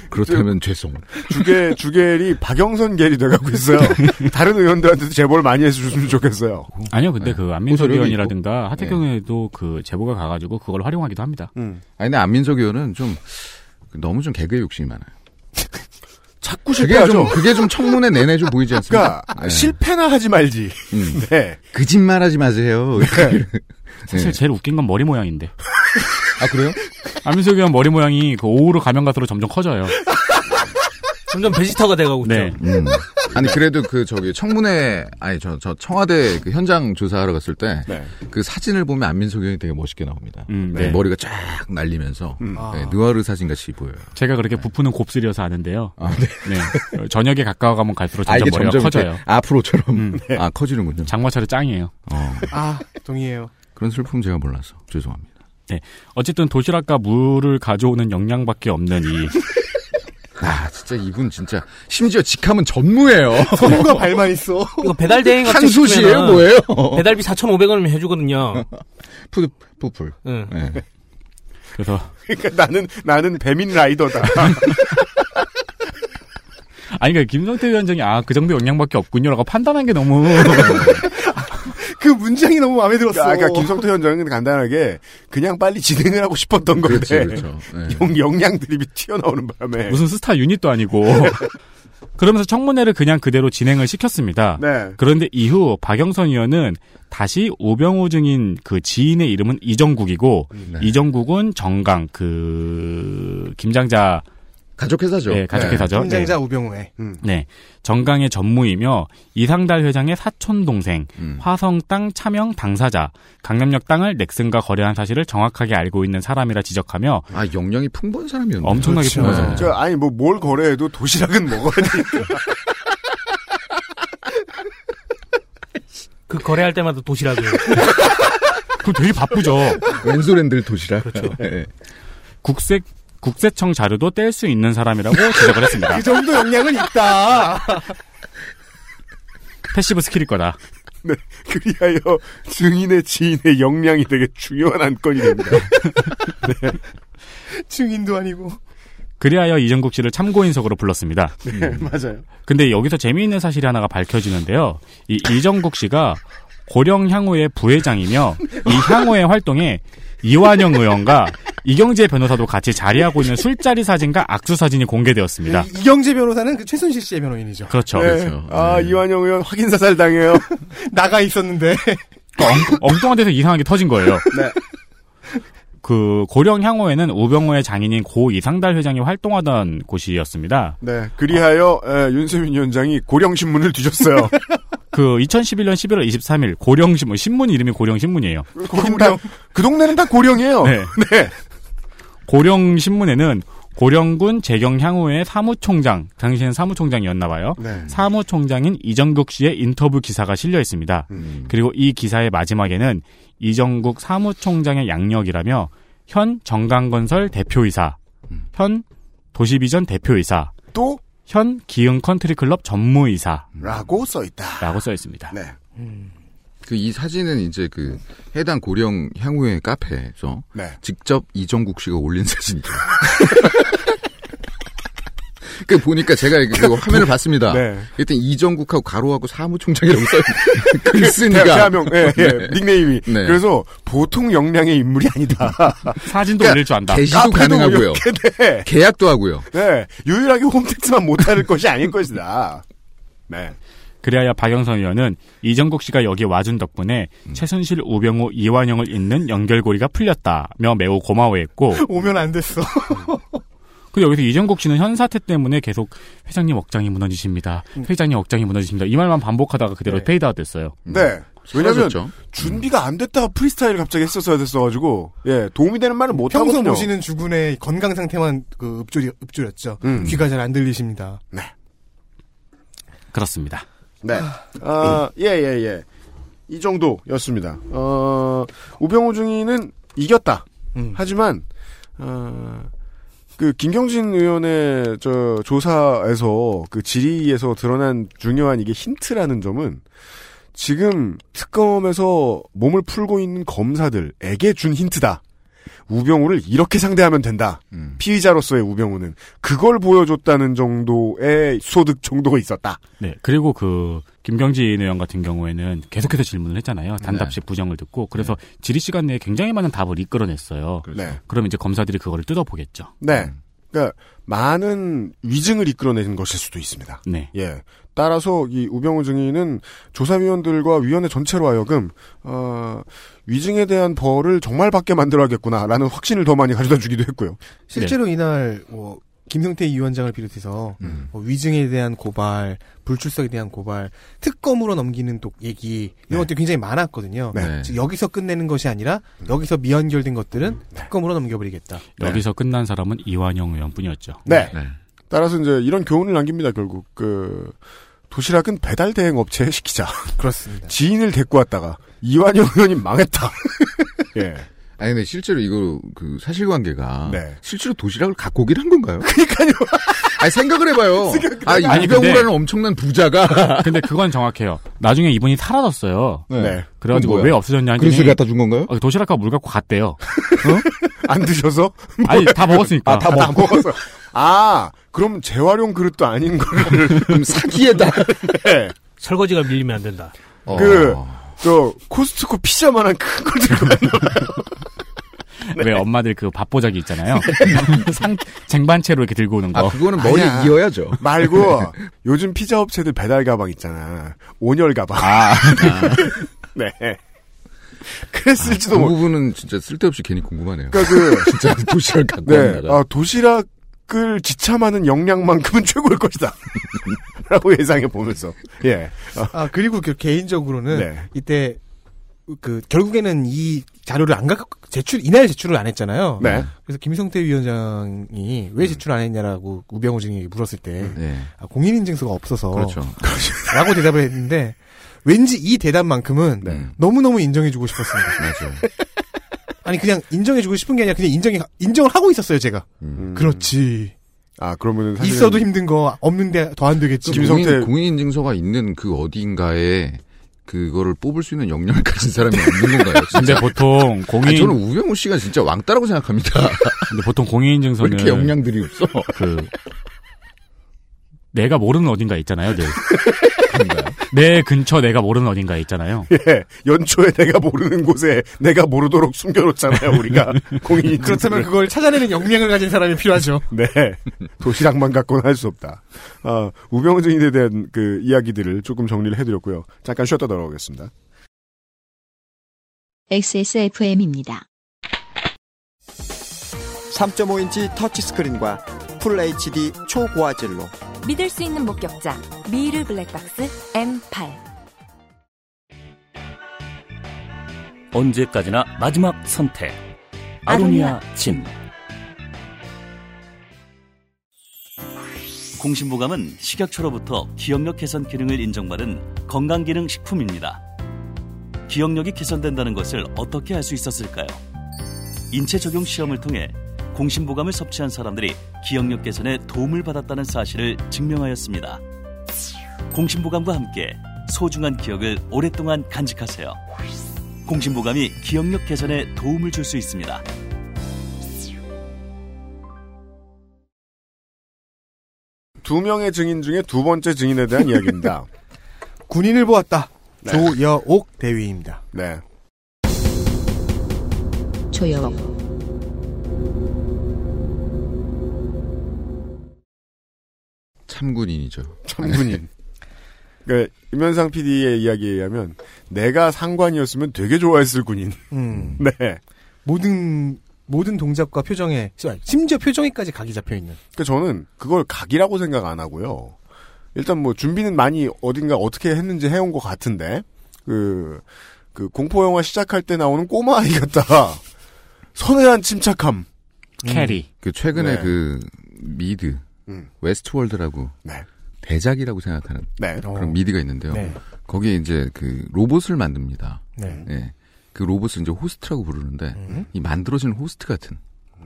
그렇다면 죄송. 주게 주게리 박영선 계리 돼가고 있어요. (laughs) 다른 의원들한테도 제보를 많이 해주셨으면 좋겠어요. 아니요, 근데 네. 그 안민석 호소력이 의원이라든가 하태경에도 그 제보가 가가지고 그걸 활용하기도 합니다. 아니 근데 안민석 의원은 좀 너무 좀 개그에 욕심이 많아요. 자꾸 그게 좀 실패하죠. 그게 좀 청문회 내내 좀 보이지 않습니까? 그러니까 네. 실패나 하지 말지. 음. 네. 거짓말하지 마세요. 사실 네. 제일 웃긴 건 머리 모양인데. 아 그래요? 안민석 의원 머리 모양이 그 오후로 가면 갈수록 점점 커져요. 점점 베지터가 돼가고 있죠. 네. 음. 아니 그래도 그 저기 청문회 아니 저 저 청와대 그 현장 조사하러 갔을 때 그 네. 사진을 보면 안민석 의원이 되게 멋있게 나옵니다. 음, 네, 네. 음. 머리가 쫙 날리면서 아. 네, 느와르 사진같이 보여요. 제가 그렇게 부푸는 곱슬이어서 아는데요. 아, 네. 네. (laughs) 어, 저녁에 가까워가면 갈수록 점점 머리가 아, 이렇게 커져요. 음. 앞으로처럼 아 커지는군요. 장마철에 짱이에요. 어, 아, 동의해요. 그런 슬픔 제가 몰라서 죄송합니다. 어쨌든 도시락과 물을 가져오는 역량밖에 없는 이 아 진짜 이분 진짜 심지어 직함은 전무예요. (laughs) 손과 발만 있어. 이거 배달 대행 같은 한솥이에요 시키면은 뭐예요? 배달비 4,500원이면 (laughs) 해주거든요. 푸드 푸풀. 응. (laughs) 네. 그래서 그러니까 나는 나는 배민 (laughs) 라이더다. 아니 그러니까 김성태 위원장이 아 그 정도 역량밖에 없군요라고 판단한 게 너무 그 문장이 너무 마음에 들었어. 아까 그러니까, 김성태 현장은 간단하게 그냥 빨리 진행을 하고 싶었던 건데 그렇죠 그렇죠. 네. 영- 영양 드립이 튀어나오는 바람에 (laughs) 무슨 스타 유닛도 아니고 그러면서 청문회를 그냥 그대로 진행을 시켰습니다. 네 그런데 이후 박영선 의원은 다시 오병호 증인 그 지인의 이름은 이정국이고 네. 이정국은 정강 그 김장자 가족 회사죠. 네, 가족회사죠. 네. 현장자 우병우의 네. 정강의 전무이며 이상달 회장의 사촌 동생 음. 화성 땅 차명 당사자, 강남역 땅을 넥슨과 거래한 사실을 정확하게 알고 있는 사람이라 지적하며 아 영영이 풍부한 사람이었네. 엄청나게 그렇죠. 풍부하잖아요. 저 아니 뭐 뭘 거래해도 도시락은 먹어야지 그 거래할 때마다 도시락을. (laughs) 그 되게 바쁘죠. (laughs) 왼손엔들 도시락. 그렇죠. 국세 국세청 자료도 뗄 수 있는 사람이라고 지적을 했습니다. 그 정도 역량은 있다. 패시브 스킬일 거다. (laughs) 네, 그리하여 증인의 지인의 역량이 되게 중요한 안건이 됩니다. (laughs) 네. 증인도 아니고. 그리하여 이정국 씨를 참고인석으로 불렀습니다. 네, 맞아요. 근데 여기서 재미있는 사실이 하나가 밝혀지는데요. 이 이정국 씨가 고령 향후의 부회장이며 이 향후의 활동에 이완영 의원과 이경재 변호사도 같이 자리하고 있는 술자리 사진과 악수 사진이 공개되었습니다. 이- 이경재 변호사는 그 최순실 씨의 변호인이죠. 그렇죠. 네. 그렇죠. 아, 네. 이완영 의원 확인사살 당해요. 나가 있었는데. (laughs) 엉- 엉뚱한 데서 이상한 게 터진 거예요. 네. 그 고령 향후에는 우병우의 장인인 고 이상달 회장이 활동하던 곳이었습니다. 네, 그리하여 예, 윤세민 위원장이 고령신문을 (laughs) 뒤졌어요. 그 2011년 11월 23일 고령신문 신문 이름이 고령신문이에요. 고령. 다, 그 동네는 다 고령이에요. 네. (laughs) 네. 고령신문에는 고령군 재경향후의 사무총장 당시엔 사무총장이었나 봐요. 네. 사무총장인 이정국 씨의 인터뷰 기사가 실려 있습니다. 음. 그리고 이 기사의 마지막에는 이정국 사무총장의 양력이라며 현 정강건설 대표이사, 음. 현 도시비전 대표이사, 또 현 기흥 컨트리클럽 전무이사라고 라고 써있다. 써 있습니다. 네. 그 이 사진은 이제 그 해당 고령 향후의 카페에서 네. 직접 이정국 씨가 올린 사진이죠. (laughs) 그 보니까 제가 이렇게 그 화면을 봤습니다. 네. 일단 이정국하고 가로하고 사무총장이라고 써 글쓴니 대- 가 대한명, (laughs) 예, 예, 닉네임이. 그러니까. 네. 그래서 보통 역량의 인물이 (laughs) 아니다. 사진도 그러니까 올릴 줄 안다. 게시도 카페도 가능하고요. 이렇게 돼. 계약도 하고요. 네. 유일하게 홈택스만 못할 것이 아닐 것이다. 네. 그래야 박영선 의원은 이정국 씨가 여기 와준 덕분에 최순실, 우병우, 이완영을 잇는 연결고리가 풀렸다며 매우 고마워했고 오면 안 됐어. 그리고 여기서 이정국 씨는 현 사태 때문에 계속 회장님 억장이 무너지십니다. 회장님 억장이 무너지십니다. 이 말만 반복하다가 그대로 네. 페이드아웃 됐어요. 네. 왜냐면, 음. 사라졌죠. 준비가 안 됐다가 프리스타일 갑자기 했었어야 됐어가지고, 예, 도움이 되는 말을 못 평소 하거든요. 모시는 주군의 건강 상태만 그 읍조리, 읍조렸죠. 음. 귀가 잘 안 들리십니다. 그렇습니다. 네. 음. 아, 예, 예, 예. 이 정도였습니다. 어, 우병우 중위는 이겼다. 음. 하지만, 어, 그, 김경진 의원의 저 조사에서 그 질의에서 드러난 중요한 이게 힌트라는 점은 지금 특검에서 몸을 풀고 있는 검사들에게 준 힌트다. 우병우를 이렇게 상대하면 된다. 음. 피의자로서의 우병우는 그걸 보여줬다는 정도의 소득 정도가 있었다. 네. 그리고 그 김경진 의원 같은 경우에는 계속해서 질문을 했잖아요. 단답식 부정을 듣고 그래서 질의 시간 내에 굉장히 많은 답을 이끌어냈어요. 그렇죠. 네. 그럼 이제 검사들이 그거를 뜯어보겠죠. 네. 그러니까 많은 위증을 이끌어내는 것일 수도 있습니다. 네. 예. 따라서 이 우병우 증인은 조사위원들과 위원회 전체로 하여금 어, 위증에 대한 벌을 정말 받게 만들어야겠구나라는 확신을 더 많이 가져다 주기도 했고요. 실제로 이날 뭐 김성태 위원장을 비롯해서 음. 뭐 위증에 대한 고발, 불출석에 대한 고발, 특검으로 넘기는 또 얘기 이런 것들이 굉장히 많았거든요. 네. 네. 즉 여기서 끝내는 것이 아니라 여기서 미연결된 것들은 특검으로 넘겨버리겠다. 네. 여기서 끝난 사람은 이완영 의원뿐이었죠. 네. 네. 따라서 이제 이런 교훈을 남깁니다. 결국 그 도시락은 배달 대행 업체에 시키자. (laughs) 그렇습니다. 지인을 데리고 왔다가 이완영 의원이 망했다. (laughs) 예. 아니 근데 실제로 이거 그 사실관계가 네. 실제로 도시락을 갖고 오긴 한 건가요? 그러니까요. 아니 생각을 해봐요. 아 아니, 이병우라는 근데- 엄청난 부자가 근데 그건 정확해요. 나중에 이분이 사라졌어요. 네. 그래가지고 그건 뭐야? 왜 없어졌냐 했더니 그릇을 갖다 준 건가요? 어, 도시락과 물 갖고 갔대요. 안 드셔서 (laughs) 뭐? 아니 다 먹었으니까. 아, 다 먹었어. 아, 그럼 재활용 그릇도 아닌 거를 그럼 사기에다. 해. 설거지가 밀리면 안 된다. 그- 어. 저 코스트코 피자만한 큰 걸 (laughs) 들고 (laughs) 왜 엄마들 그 밥보자기 있잖아요. (laughs) 상 쟁반채로 이렇게 들고 오는 아 거. 그거는 머리 아니야. 이어야죠. 말고 요즘 피자 업체들 배달 가방 있잖아. 온열 가방. (laughs) 네. 그 그랬을지도 모르. 부분은 진짜 쓸데없이 괜히 궁금하네요. 그러니까 (laughs) 그 진짜 도시락 갖고 네. 왔다가 아, 도시락을 지참하는 역량만큼은 (laughs) 최고일 것이다. 라고 예상해 보면서. 예. 어, 아 그리고 그 개인적으로는 네. 이때 그 결국에는 이 자료를 안 갖고 제출 이날 제출을 안 했잖아요. 네. 그래서 김성태 위원장이 왜 제출 안 했냐라고 우병우 증인에게 물었을 때 네. 아, 공인인증서가 없어서 그렇죠. 라고 대답을 했는데 왠지 이 대답만큼은 네. 너무너무 인정해주고 싶었습니다. (laughs) 맞아요. 아니 그냥 인정해주고 싶은 게 아니라 그냥 인정이 인정을 하고 있었어요 제가. 음. 그렇지. 아, 그러면은 사실 있어도 힘든 거 없는데 더 안 되겠지. 김성태- 공인, 공인인증서가 있는 그 어디인가에 그거를 뽑을 수 있는 역량을 가진 사람이 없는 건가요? 근데 진짜. 보통 공인 아니, 저는 우병우 씨가 진짜 왕따라고 생각합니다. 근데 보통 왜 공인인증서는 이렇게 역량들이 없어? 그 내가 모르는 어딘가 있잖아요, (laughs) 늘. 내 근처 내가 모르는 어딘가 있잖아요. 예, 연초에 내가 모르는 곳에 내가 모르도록 숨겨놓잖아요, (laughs) 우리가. 공인인 그렇다면 그걸 찾아내는 역량을 가진 사람이 필요하죠. 네. 도시락만 갖고는 할 수 없다. 아, 우병우 증인에 대한 그 이야기들을 조금 정리를 해드렸고요. 잠깐 쉬었다 돌아오겠습니다. XSFM입니다. 3.5인치 터치스크린과 풀HD 초고화질로 믿을 수 있는 목격자 미르 블랙박스 M8 언제까지나 마지막 선택. 아로니아 침. 공신보감은 식약처로부터 기억력 개선 기능을 인정받은 건강기능식품입니다. 기억력이 개선된다는 것을 어떻게 알 수 있었을까요? 인체 적용 시험을 통해 공신보감을 섭취한 사람들이 기억력 개선에 도움을 받았다는 사실을 증명하였습니다. 공신보감과 함께 소중한 기억을 오랫동안 간직하세요. 공신보감이 기억력 개선에 도움을 줄 수 있습니다. 두 명의 증인 중에 두 번째 증인에 대한 이야기입니다. 군인을 보았다. 네. 조여옥 대위입니다. 네. 조여옥, 참군인이죠. 참군인. 그, 임현상 PD의 이야기에 의하면, 내가 상관이었으면 되게 좋아했을 군인. (laughs) 음. 네. 모든 모든 동작과 표정에 심지어 표정에까지 각이 잡혀 있는. 그 저는 그걸 각이라고 생각 안 하고요. 일단 뭐 준비는 많이 어딘가 어떻게 했는지 해온 것 같은데, 그, 그 공포영화 시작할 때 나오는 꼬마 아이 같다. (laughs) 선회한 침착함. 캐리. 그 최근에 네. 그 미드 음. 웨스트월드라고 네. 대작이라고 생각하는 네. 어. 그런 미드가 있는데요. 네. 거기에 이제 그 로봇을 만듭니다. 네. 예. 그 로봇을 이제 호스트라고 부르는데 음. 이 만들어진 호스트 같은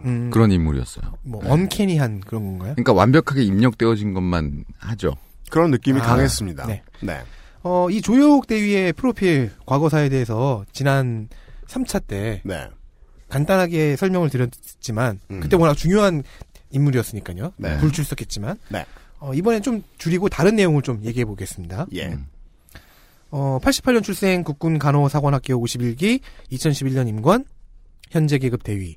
음, 그런 인물이었어요. 뭐 언캐니한 그런 건가요? 그러니까 완벽하게 입력되어진 것만 하죠. 그런 느낌이 아, 강했습니다. 네. 네. 어, 이 조여옥 대위의 프로필 과거사에 대해서 지난 3차 때 네. 간단하게 설명을 드렸지만 음. 그때 워낙 중요한 인물이었으니까요. 네. 불출석했지만 네. 어, 이번엔 좀 줄이고 다른 내용을 좀 얘기해 보겠습니다. 예. 음. 어, 88년 출생 국군 간호사관학교 51기, 2011년 임관, 현재 계급 대위.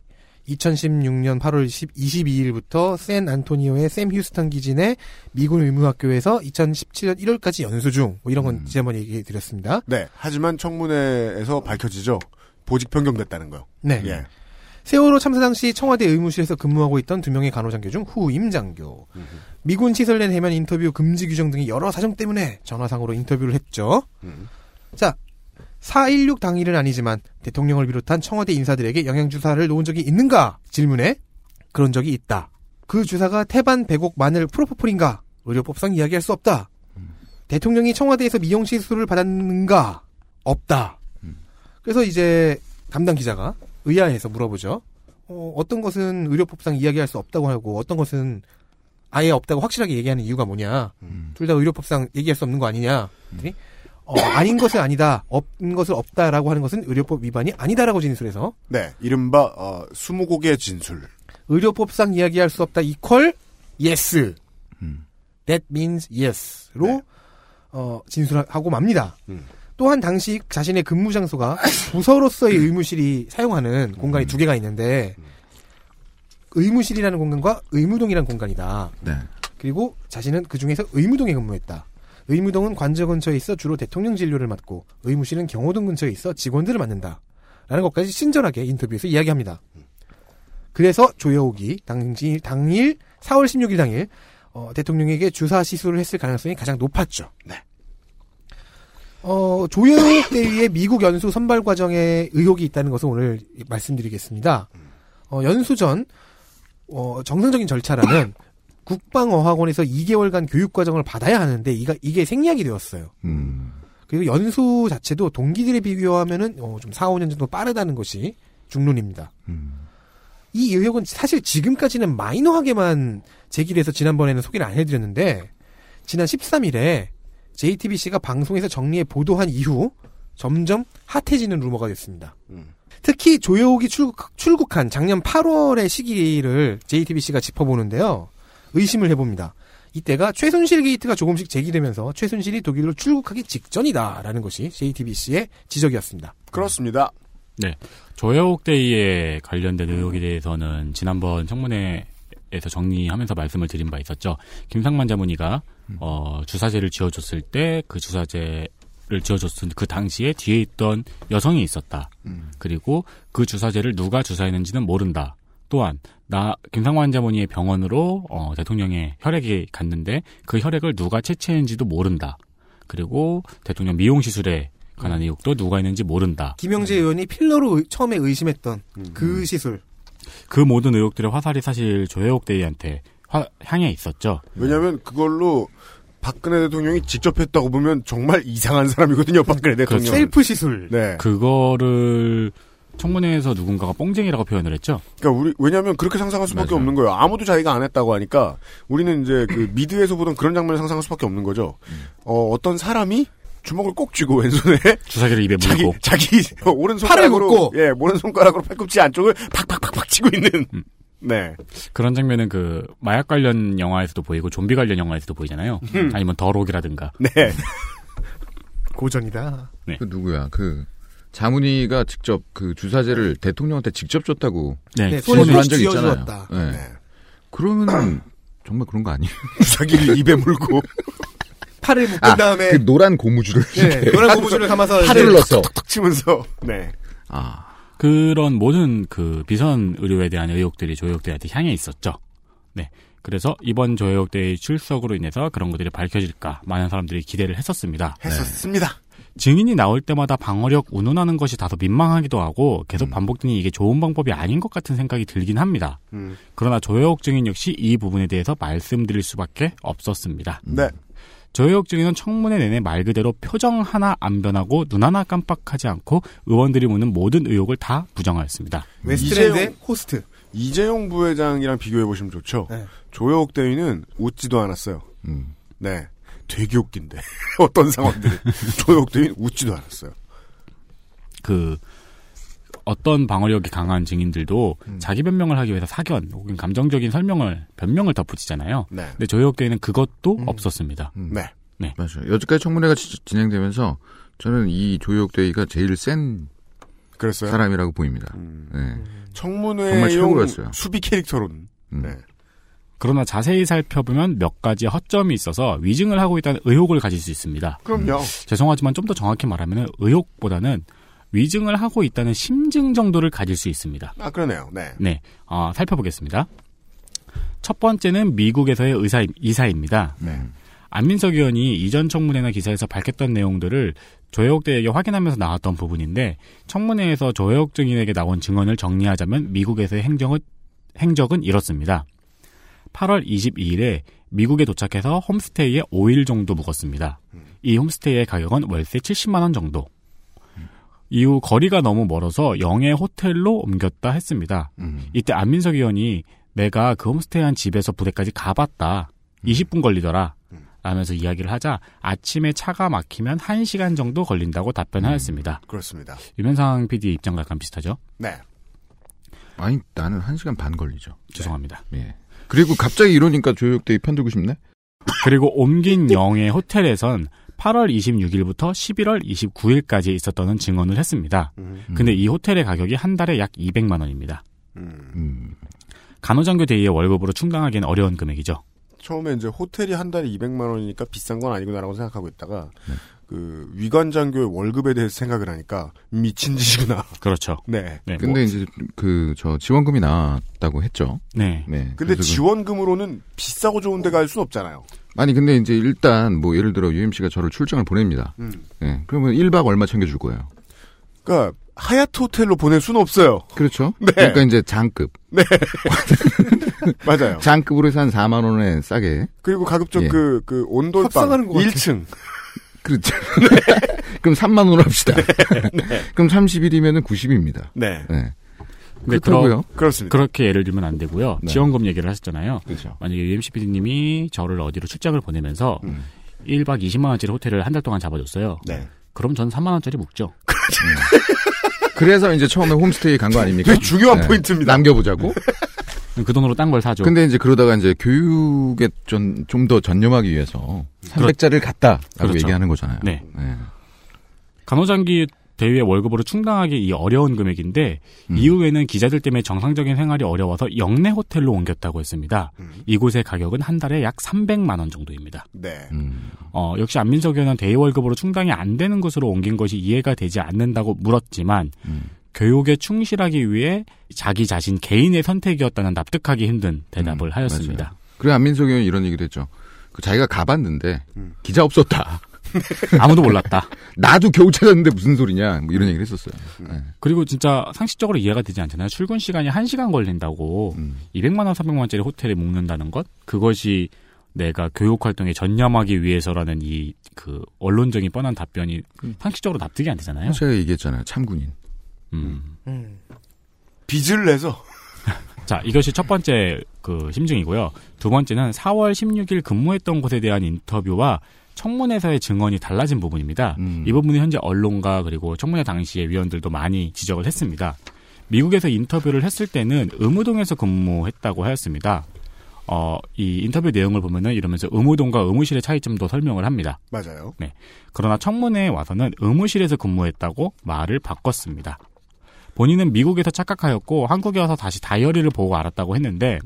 2016년 8월 22일부터 샌 안토니오의 샘 휴스턴 기진의 미군 의무학교에서 2017년 1월까지 연수 중. 뭐 이런 건 음. 지난번에 얘기해 드렸습니다. 네. 하지만 청문회에서 밝혀지죠. 보직 변경됐다는 거요. 네. 예. 세월호 참사 당시 청와대 의무실에서 근무하고 있던 두 명의 간호장교 중 후임 장교. 미군 시설 내 해면 인터뷰 금지 규정 등의 여러 사정 때문에 전화상으로 인터뷰를 했죠. 음. 자, 4.16 당일은 아니지만 대통령을 비롯한 청와대 인사들에게 영양주사를 놓은 적이 있는가? 질문에 그런 적이 있다. 그 주사가 태반 백옥 마늘 프로포폴인가? 의료법상 이야기할 수 없다. 대통령이 청와대에서 미용 시술을 받았는가? 없다. 그래서 이제 담당 기자가 의아해서 물어보죠. 어, 어떤 것은 의료법상 이야기할 수 없다고 하고 어떤 것은 아예 없다고 확실하게 얘기하는 이유가 뭐냐. 둘 다 의료법상 얘기할 수 없는 거 아니냐. 그랬더니 어, 아닌 것은 아니다. 없는 것을 없다라고 하는 것은 의료법 위반이 아니다라고 진술해서 네. 이른바, 어, 스무고개 진술. 의료법상 이야기할 수 없다 이퀄 yes. 음. That means yes로 네. 어, 진술하고 맙니다. 음. 또한 당시 자신의 근무 장소가 부서로서의 의무실이 사용하는 공간이 음. 두 개가 있는데 의무실이라는 공간과 의무동이라는 공간이다. 네. 그리고 자신은 그 중에서 의무동에 근무했다. 의무동은 관저 근처에 있어 주로 대통령 진료를 맡고 의무실은 경호동 근처에 있어 직원들을 맡는다. 라는 것까지 친절하게 인터뷰에서 이야기합니다. 그래서 조여옥이 당시 당일 4월 16일 당일 어, 대통령에게 주사 시술을 했을 가능성이 가장 높았죠. 네. 어, 조여옥 대위의 미국 연수 선발 과정에 의혹이 있다는 것을 오늘 말씀드리겠습니다. 어, 연수 전 어, 정상적인 절차라면 국방어학원에서 2개월간 교육 과정을 받아야 하는데 이가, 이게 생략이 되었어요. 음. 그리고 연수 자체도 동기들에 비교하면은 어, 좀 4, 5년 정도 빠르다는 것이 중론입니다. 음. 이 의혹은 사실 지금까지는 마이너하게만 제기돼서 지난번에는 소개를 안 해드렸는데 지난 13일에 JTBC가 방송에서 정리해 보도한 이후 점점 핫해지는 루머가 됐습니다. 특히 조여옥이 출국, 출국한 작년 8월의 시기를 JTBC가 짚어보는데요. 의심을 해봅니다. 이때가 최순실 게이트가 조금씩 제기되면서 최순실이 독일로 출국하기 직전이다라는 것이 JTBC의 지적이었습니다. 그렇습니다. 네. 조여옥 데이에 관련된 의혹에 대해서는 지난번 청문회에서 정리하면서 말씀을 드린 바 있었죠. 김상만 자문의가 어, 주사제를 지어줬을 때 그 주사제를 지어줬을 그 당시에 뒤에 있던 여성이 있었다. 그리고 그 주사제를 누가 주사했는지는 모른다. 또한 나 김상환 자문의의 병원으로 어, 대통령의 혈액이 갔는데 그 혈액을 누가 채취했는지도 모른다. 그리고 대통령 미용 시술에 관한 의혹도 누가 했는지 모른다. 김영재 의원이 필러로 의- 처음에 의심했던 그 시술. 그 모든 의혹들의 화살이 사실 조혜옥 대위한테 화- 향해 있었죠. 왜냐하면 그걸로 박근혜 대통령이 직접 했다고 보면 정말 이상한 사람이거든요. 박근혜 대통령. 그렇죠. 셀프 시술. 네. 그거를 청문회에서 누군가가 뽕쟁이라고 표현을 했죠. 그러니까 우리 왜냐하면 그렇게 상상할 수밖에 없는 거예요. 아무도 자기가 안 했다고 하니까 우리는 이제 (laughs) 그 미드에서 보던 그런 장면을 상상할 수밖에 없는 거죠. 음. 어, 어떤 사람이 주먹을 꼭 쥐고 왼손에 주사기를 입에 자기 네, 물고 자기 (laughs) 오른손가락으로 굽고. 예 오른손가락으로 팔꿈치 안쪽을 팍팍팍팍 치고 있는 음. 네 그런 장면은 그 마약 관련 영화에서도 보이고 좀비 관련 영화에서도 보이잖아요. 음. 아니면 더록이라든가. 네. (laughs) 고전이다. 그 누구야? 그 자문이가 직접 그 주사제를 대통령한테 직접 줬다고 네, 네, 손에 진술한 적 쥐어 있잖아요. 주었다. 네. 그러면 (clears throat) 정말 그런 거 아니에요? 주사기를 입에 물고 (laughs) 팔을 묶은 아, 다음에 네. 그 노란 고무줄을 이렇게 노란 고무줄을 감아서 (laughs) 팔을 이제 넣어서 탁 치면서 네 아 그런 모든 그 비선 의료에 대한 의혹들이 조혜옥 대한테 향해 있었죠. 네. 그래서 이번 조혜옥 대의 출석으로 인해서 그런 것들이 밝혀질까 많은 사람들이 기대를 했었습니다. 했었습니다. 증인이 나올 때마다 방어력 운운하는 것이 다소 민망하기도 하고 계속 반복되니 이게 좋은 방법이 아닌 것 같은 생각이 들긴 합니다. 음. 그러나 조혜옥 증인 역시 이 부분에 대해서 말씀드릴 수밖에 없었습니다. 네. 조혜옥 증인은 청문회 내내 말 그대로 표정 하나 안 변하고 눈 하나 깜빡하지 않고 의원들이 묻는 모든 의혹을 다 부정하였습니다. 웨스트랜드의 호스트. 네. 이재용 부회장이랑 비교해 보시면 좋죠. 조여옥 대위는 웃지도 않았어요. 음. 네, 되게 웃긴데 (laughs) 어떤 (laughs) 상황들이 조여옥 대위는 웃지도 않았어요. 그 어떤 방어력이 강한 증인들도 자기 변명을 하기 위해서 사견 혹은 감정적인 설명을 변명을 덧붙이잖아요. 네. 근데 조혜옥 대위는 그것도 없었습니다. 네. 네. 맞아요. 여태까지 청문회가 지- 진행되면서 저는 이 조혁 대위가 제일 센 그랬어요? 사람이라고 보입니다. 음. 네. 정말 청문회용 최고였어요. 수비 캐릭터론. 음. 네. 그러나 자세히 살펴보면 몇 가지 허점이 있어서 위증을 하고 있다는 의혹을 가질 수 있습니다. 그럼요. 음. 죄송하지만 좀 더 정확히 말하면 의혹보다는 위증을 하고 있다는 심증 정도를 가질 수 있습니다. 아 그러네요. 네. 네, 어, 살펴보겠습니다. 첫 번째는 미국에서의 의사 이사입니다. 안민석 의원이 이전 청문회나 기사에서 밝혔던 내용들을 조혜옥 대에게 확인하면서 나왔던 부분인데 청문회에서 조혜옥 증인에게 나온 증언을 정리하자면 미국에서의 행정은 행적은 이렇습니다. 8월 22일에 미국에 도착해서 홈스테이에 5일 정도 묵었습니다. 이 홈스테이의 가격은 월세 70만 원 정도. 이후 거리가 너무 멀어서 영해 호텔로 옮겼다 했습니다. 이때 안민석 의원이 내가 그 홈스테이한 집에서 부대까지 가봤다. 20분 걸리더라. 라면서 이야기를 하자 아침에 차가 막히면 1시간 정도 걸린다고 답변하였습니다. 그렇습니다. 음. 유면상 PD 의 입장과 약간 비슷하죠? 네. 아니 나는 한 시간 반 걸리죠. 네. 죄송합니다. 예. 그리고 갑자기 이러니까 조혁 대위 편들고 싶네. 그리고 (laughs) 옮긴 영의 호텔에선 8월 26일부터 11월 29일까지 있었다는 증언을 했습니다. 근데 이 호텔의 가격이 한 달에 약 200만 원입니다. 음. 음. 간호장교 대위의 월급으로 충당하기는 어려운 금액이죠. 처음에 이제 호텔이 한 달에 200만 원이니까 비싼 건 아니구나라고 생각하고 있다가 네. 그 위관장교의 월급에 대해서 생각을 하니까 미친 짓이구나. (laughs) 그렇죠. 네. 네. 근데 이제 그 저 지원금이 나왔다고 했죠. 네. 근데 그래서 그- 지원금으로는 비싸고 좋은 데 갈 순 없잖아요. 아니 근데 이제 일단 뭐 예를 들어 UMC가 저를 출장을 보냅니다. 예. 그러면 1박 얼마 챙겨줄 거예요? 그러니까 하얏트 호텔로 보낼 수는 없어요. (laughs) 그렇죠. 네. 그러니까 이제 장급. 네. 어. 맞아요. 장급으로 해서 한 4만 원에 싸게. 그리고 가급적 예. 그, 그 온돌방 합성하는 것 같아. 1층. (laughs) 그렇죠. 네. 그럼 3만 원으로 합시다. (laughs) 그럼 30일이면은 90입니다. 네. 네, 그렇더라고요. 네. 그게 예를 들면 안 되고요. 지원금 얘기를 하셨잖아요. 그렇죠. 음. 만약에 UMC PD님이 저를 어디로 출장을 보내면서 1박 20만원짜리 호텔을 한 달 동안 잡아줬어요. 네. 그럼 전 3만원짜리 묵죠. 그래서 이제 처음에 홈스테이 간 거 아닙니까? 되게 중요한 포인트입니다. 남겨보자고. 그 돈으로 딴 걸 사죠. 근데 이제 그러다가 이제 교육에 좀 좀 더 전념하기 위해서 300자를 갔다라고 그렇죠. 얘기하는 거잖아요. 네. 간호장기 대위의 월급으로 충당하기 이 어려운 금액인데 음. 이후에는 기자들 때문에 정상적인 생활이 어려워서 영내 호텔로 옮겼다고 했습니다. 음. 이곳의 가격은 한 달에 약 300만 원 정도입니다. 네. 어, 역시 안민석 의원은 대위 월급으로 충당이 안 되는 것으로 옮긴 것이 이해가 되지 않는다고 물었지만 교육에 충실하기 위해 자기 자신 개인의 선택이었다는 납득하기 힘든 대답을 하였습니다. 그래 안민석 의원이 이런 얘기를 했죠. 그 자기가 가봤는데 음. 기자 없었다. (laughs) 아무도 몰랐다. (laughs) 나도 겨우 찾았는데 무슨 소리냐. 뭐 이런 얘기를 했었어요. 네. 그리고 진짜 상식적으로 이해가 되지 않잖아요. 출근 시간이 1시간 걸린다고 200만 원, 300만 원짜리 호텔에 묵는다는 것? 그것이 내가 교육 활동에 전념하기 위해서라는 이 그 언론적인 뻔한 답변이 상식적으로 납득이 안 되잖아요. 음. 제가 얘기했잖아요. 참군인. 음, 빚을 내서. 자, 이것이 첫 번째 그 심증이고요. 두 번째는 4월 16일 근무했던 곳에 대한 인터뷰와 청문회에서의 증언이 달라진 부분입니다. 이 부분은 현재 언론과 그리고 청문회 당시의 위원들도 많이 지적을 했습니다. 미국에서 인터뷰를 했을 때는 의무동에서 근무했다고 하였습니다. 어, 이 인터뷰 내용을 보면은 이러면서 의무동과 의무실의 차이점도 설명을 합니다. 맞아요. 네. 그러나 청문회에 와서는 의무실에서 근무했다고 말을 바꿨습니다. 본인은 미국에서 착각하였고 한국에 와서 다시 다이어리를 보고 알았다고 했는데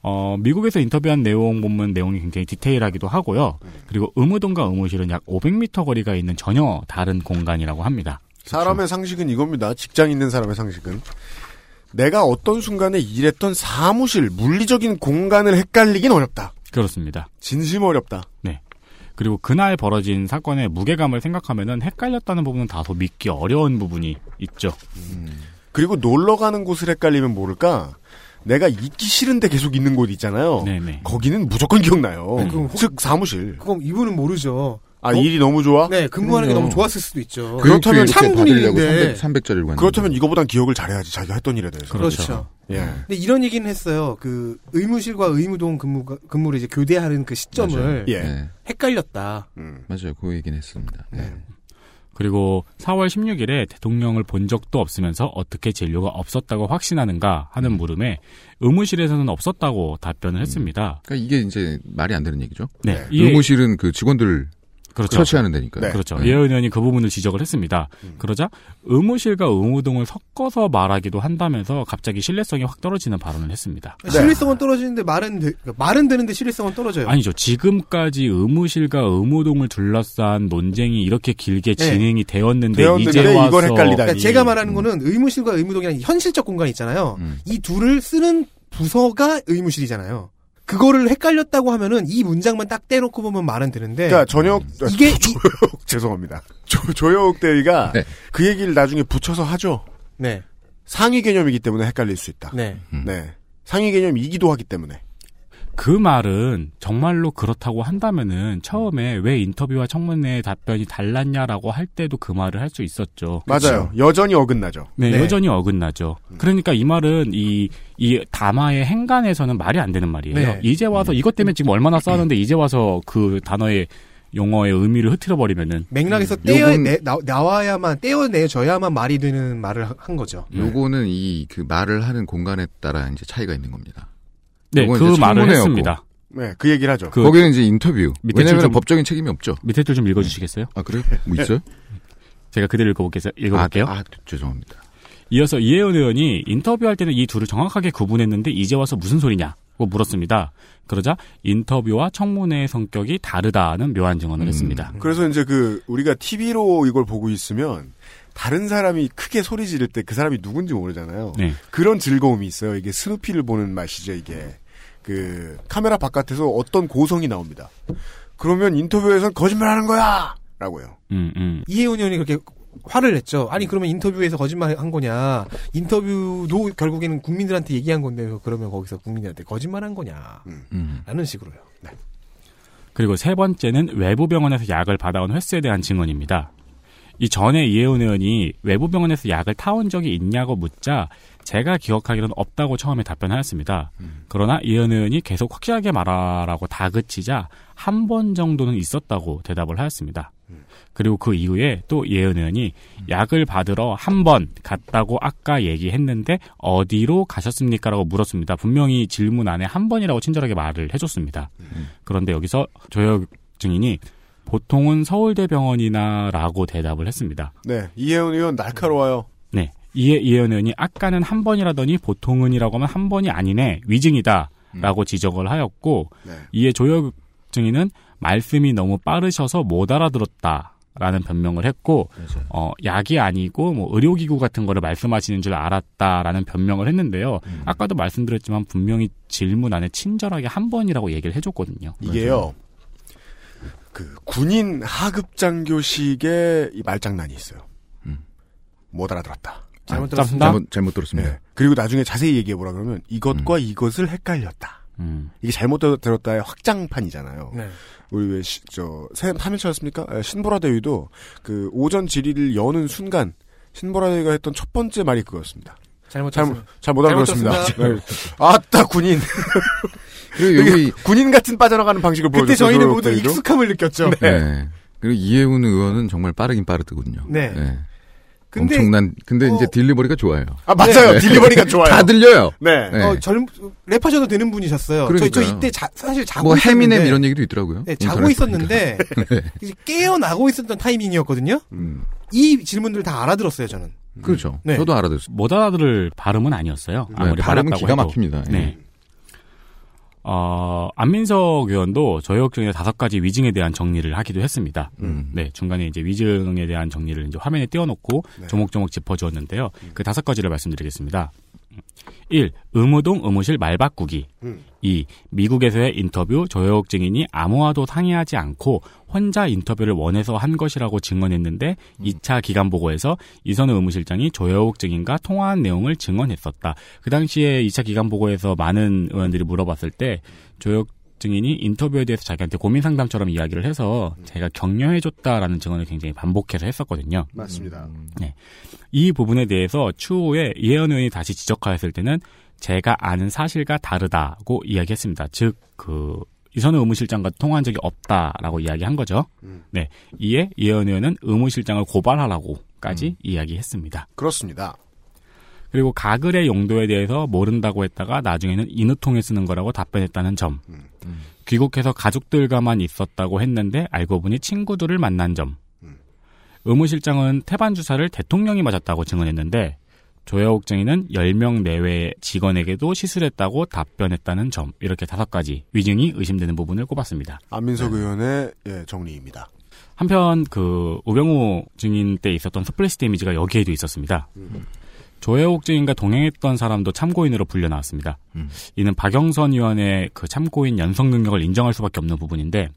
어, 미국에서 인터뷰한 내용 보면 내용이 굉장히 디테일하기도 하고요. 그리고 의무동과 의무실은 약 500m 거리가 있는 전혀 다른 공간이라고 합니다. 사람의 그렇죠. 상식은 이겁니다. 직장 있는 사람의 상식은. 내가 어떤 순간에 일했던 사무실, 물리적인 공간을 헷갈리긴 어렵다. 그렇습니다. 진심 어렵다. 네. 그리고 그날 벌어진 사건의 무게감을 생각하면은 헷갈렸다는 부분은 다소 믿기 어려운 부분이 있죠. 그리고 놀러 가는 곳을 헷갈리면 모를까? 내가 있기 싫은데 계속 있는 곳 있잖아요. 거기는 무조건 기억나요. 아니, 네, 그럼 혹- 즉 사무실. 그럼 이분은 모르죠. 아 일이 너무 좋아? 네, 근무하는 게 그럼요. 너무 좋았을 수도 있죠. 어, 그렇다면 참군인인데. 300, 짜리로 갔는데. 그렇다면 이거보단 기억을 잘해야지 자기가 했던 일에 대해서. 그렇죠. 예. 음. 근데 이런 얘기는 했어요. 그 의무실과 의무동 근무 근무를 이제 교대하는 그 맞아요. 시점을 예. 네. 헷갈렸다. 음. 맞아요. 그 얘기는 했습니다. 네. 그리고 4월 16일에 대통령을 본 적도 없으면서 어떻게 진료가 없었다고 확신하는가 하는 물음에 의무실에서는 없었다고 답변을 했습니다. 그러니까 이게 이제 말이 안 되는 얘기죠. 네. 이게- 의무실은 그 직원들 그렇죠. 음. 처치하는 데니까요. 그렇죠. 네. 예 의원이 그 부분을 지적을 했습니다. 그러자 의무실과 의무동을 섞어서 말하기도 한다면서 갑자기 신뢰성이 확 떨어지는 발언을 했습니다. 신뢰성은 떨어지는데 말은 되, 그러니까 말은 되는데 신뢰성은 떨어져요. 아니죠. 지금까지 의무실과 의무동을 둘러싼 논쟁이 이렇게 길게 진행이 네. 되었는데, 이제 와서 그러니까 제가 말하는 거는 의무실과 의무동이라는 현실적 공간이 있잖아요. 이 둘을 쓰는 부서가 의무실이잖아요. 그거를 헷갈렸다고 하면은 이 문장만 딱 떼놓고 보면 말은 되는데. 그러니까 전역 이게 이- 조역 (laughs) 죄송합니다. 조, 조역 대위가 네. 그 얘기를 나중에 붙여서 하죠. 네. 상위 개념이기 때문에 헷갈릴 수 있다. 네. 네. 상위 개념이기도 하기 때문에. 그 말은 정말로 그렇다고 한다면은 처음에 왜 인터뷰와 청문회의 답변이 달랐냐라고 할 때도 그 말을 할 수 있었죠. 그렇죠. 그렇죠? 맞아요. 여전히 어긋나죠. 네, 여전히 어긋나죠. 음. 그러니까 이 말은 이, 이 담화의 행간에서는 말이 안 되는 말이에요. 네. 이제 와서 음. 이것 때문에 지금 얼마나 싸웠는데 이제 와서 그 단어의 용어의 의미를 흐트려버리면은 맥락에서 음, 떼어 요건- 내, 나, 나와야만 떼어내줘야만 말이 되는 말을 하- 한 거죠. 음. 요거는 이 그 말을 하는 공간에 따라 이제 차이가 있는 겁니다. 네, 요건 그 이제 말을 청문회였고. 했습니다. 네, 그 얘기를 하죠. 그- 거기는 이제 인터뷰. 밑에 줄 왜냐하면 좀- 법적인 책임이 없죠. 밑에 줄 좀 읽어주시겠어요? 아 그래요? 뭐 있어요? 제가 그대로 읽어볼게요. 읽어볼게요. 아, 아, 죄송합니다. 이어서 이혜원 의원이 인터뷰할 때는 이 둘을 정확하게 구분했는데 이제 와서 무슨 소리냐고 물었습니다. 그러자 인터뷰와 청문회의 성격이 다르다는 묘한 증언을 했습니다. 그래서 이제 그 우리가 TV로 이걸 보고 있으면 다른 사람이 크게 소리 지를 때 그 사람이 누군지 모르잖아요. 네. 그런 즐거움이 있어요. 이게 스누피를 보는 맛이죠. 이게 그 카메라 바깥에서 어떤 고성이 나옵니다. 그러면 인터뷰에선 거짓말하는 거야라고요. 음, 음. 이혜훈 의원이 그렇게 화를 냈죠. 아니 그러면 인터뷰에서 거짓말 한 거냐? 인터뷰도 결국에는 국민들한테 얘기한 건데 그러면 거기서 국민들한테 거짓말 한 거냐? 음. 라는 식으로요. 네. 아, 그리고 세 번째는 외부 병원에서 약을 받아온 횟수에 대한 증언입니다. 이 전에 이혜원 의원이 외부 병원에서 약을 타온 적이 있냐고 묻자 제가 기억하기로는 없다고 처음에 답변하였습니다. 그러나 이은은이 계속 확실하게 말하라고 다그치자 한 번 정도는 있었다고 대답을 하였습니다. 그리고 그 이후에 또 예은은이 약을 받으러 한 번 갔다고 아까 얘기했는데 어디로 가셨습니까라고 물었습니다. 분명히 질문 안에 한 번이라고 친절하게 말을 해줬습니다. 그런데 여기서 조혁 증인이 보통은 서울대병원이나라고 대답을 했습니다. 네, 이혜원 의원 날카로워요. 네. 이에 이혜은 의원이 아까는 한 번이라더니 보통은이라고 하면 한 번이 아니네. 위증이다. 음. 라고 지적을 하였고 네. 이에 조혁 증인은 말씀이 너무 빠르셔서 못 알아들었다. 라는 변명을 했고 그렇죠. 어 약이 아니고 뭐 의료기구 같은 거를 말씀하시는 줄 알았다라는 변명을 했는데요. 음. 아까도 말씀드렸지만 분명히 질문 안에 친절하게 한 번이라고 얘기를 해줬거든요. 이게요. 그 군인 하급 장교식의 이 말장난이 있어요. 못 알아들었다. 잘못 아, 들었습니다. 잘못, 잘못 들었습니다. 음. 네. 음. 그리고 나중에 자세히 얘기해 보라 그러면 이것과 이것을 헷갈렸다. 음. 이게 잘못 들었다의 확장판이잖아요. 네. 우리 왜, 시, 저, 새, 3일차였습니까? 아, 신보라 대위도 그 오전 질의를 여는 순간 신보라 대위가 했던 첫 번째 말이 그거였습니다. 잘못 잘못, 잘못 알아들었습니다. 잘못 네. 아따, 군인. 그리고 여기 군인 같은 빠져나가는 방식을 보여줬어요. 그때 저희는 노력 모두 대위도. 익숙함을 느꼈죠. 네. 그리고 이혜훈 의원은 정말 빠르긴 빠르더군요. 네. 근데 엄청난 근데 어. 이제 딜리버리가 좋아요. 아, 맞아요. 네. 딜리버리가 좋아요. 다 들려요. 네. 네. 어, 젊 랩하셔도 되는 분이셨어요. 저, 저 그러니까요. 이때 자- 사실 자고 뭐 있었는데- 해미넴 이런 얘기도 있더라고요. 네, 자고 인터넷 있었는데 (laughs) 이제 깨어나고 있었던 타이밍이었거든요. 음. 이 질문들 다 알아들었어요, 저는. 보니까. 그렇죠. 네. 저도 알아들었어요. 못 알아들을 발음은 아니었어요. 아무리 네, 발음은 빨랐다고 기가 해도. 막힙니다. 예. 네. 어, 안민석 의원도 저역 중에 다섯 가지 위증에 대한 정리를 하기도 했습니다. 음. 네, 중간에 이제 위증에 대한 정리를 이제 화면에 띄워놓고 조목조목 짚어주었는데요. 그 다섯 가지를 말씀드리겠습니다. 1. 의무동 의무실 말바꾸기. 2. 미국에서의 인터뷰 조혁 증인이 아무와도 상의하지 않고 혼자 인터뷰를 원해서 한 것이라고 증언했는데 2차 기간 보고에서 이선우 의무실장이 조혁 증인과 통화한 내용을 증언했었다. 그 당시에 2차 기간 보고에서 많은 의원들이 물어봤을 때 조혁 증인이 인터뷰에 대해서 자기한테 고민 상담처럼 이야기를 해서 자기가 격려해줬다라는 증언을 굉장히 반복해서 했었거든요. 맞습니다. 이 부분에 대해서 추후에 이혜원 의원이 다시 지적하였을 때는 제가 아는 사실과 다르다고 이야기했습니다. 즉, 그, 이선우 의무실장과 통화한 적이 없다라고 이야기한 거죠. 네. 이에 이혜원 의원은 의무실장을 고발하라고까지 이야기했습니다. 그렇습니다. 그리고 가글의 용도에 대해서 모른다고 했다가 나중에는 인후통에 쓰는 거라고 답변했다는 점. 귀국해서 가족들과만 있었다고 했는데 알고 보니 친구들을 만난 점. 의무실장은 태반 주사를 대통령이 맞았다고 증언했는데 조여옥 증인은 10명 내외의 직원에게도 시술했다고 답변했다는 점. 이렇게 다섯 가지 위증이 의심되는 부분을 꼽았습니다. 안민석 네. 의원의 예, 정리입니다. 한편 그 오병우 증인 때 있었던 스플래시 데미지가 여기에도 있었습니다. 조혜옥 증인과 동행했던 사람도 참고인으로 불려 나왔습니다. 이는 박영선 의원의 그 참고인 연성 능력을 인정할 수밖에 없는 부분인데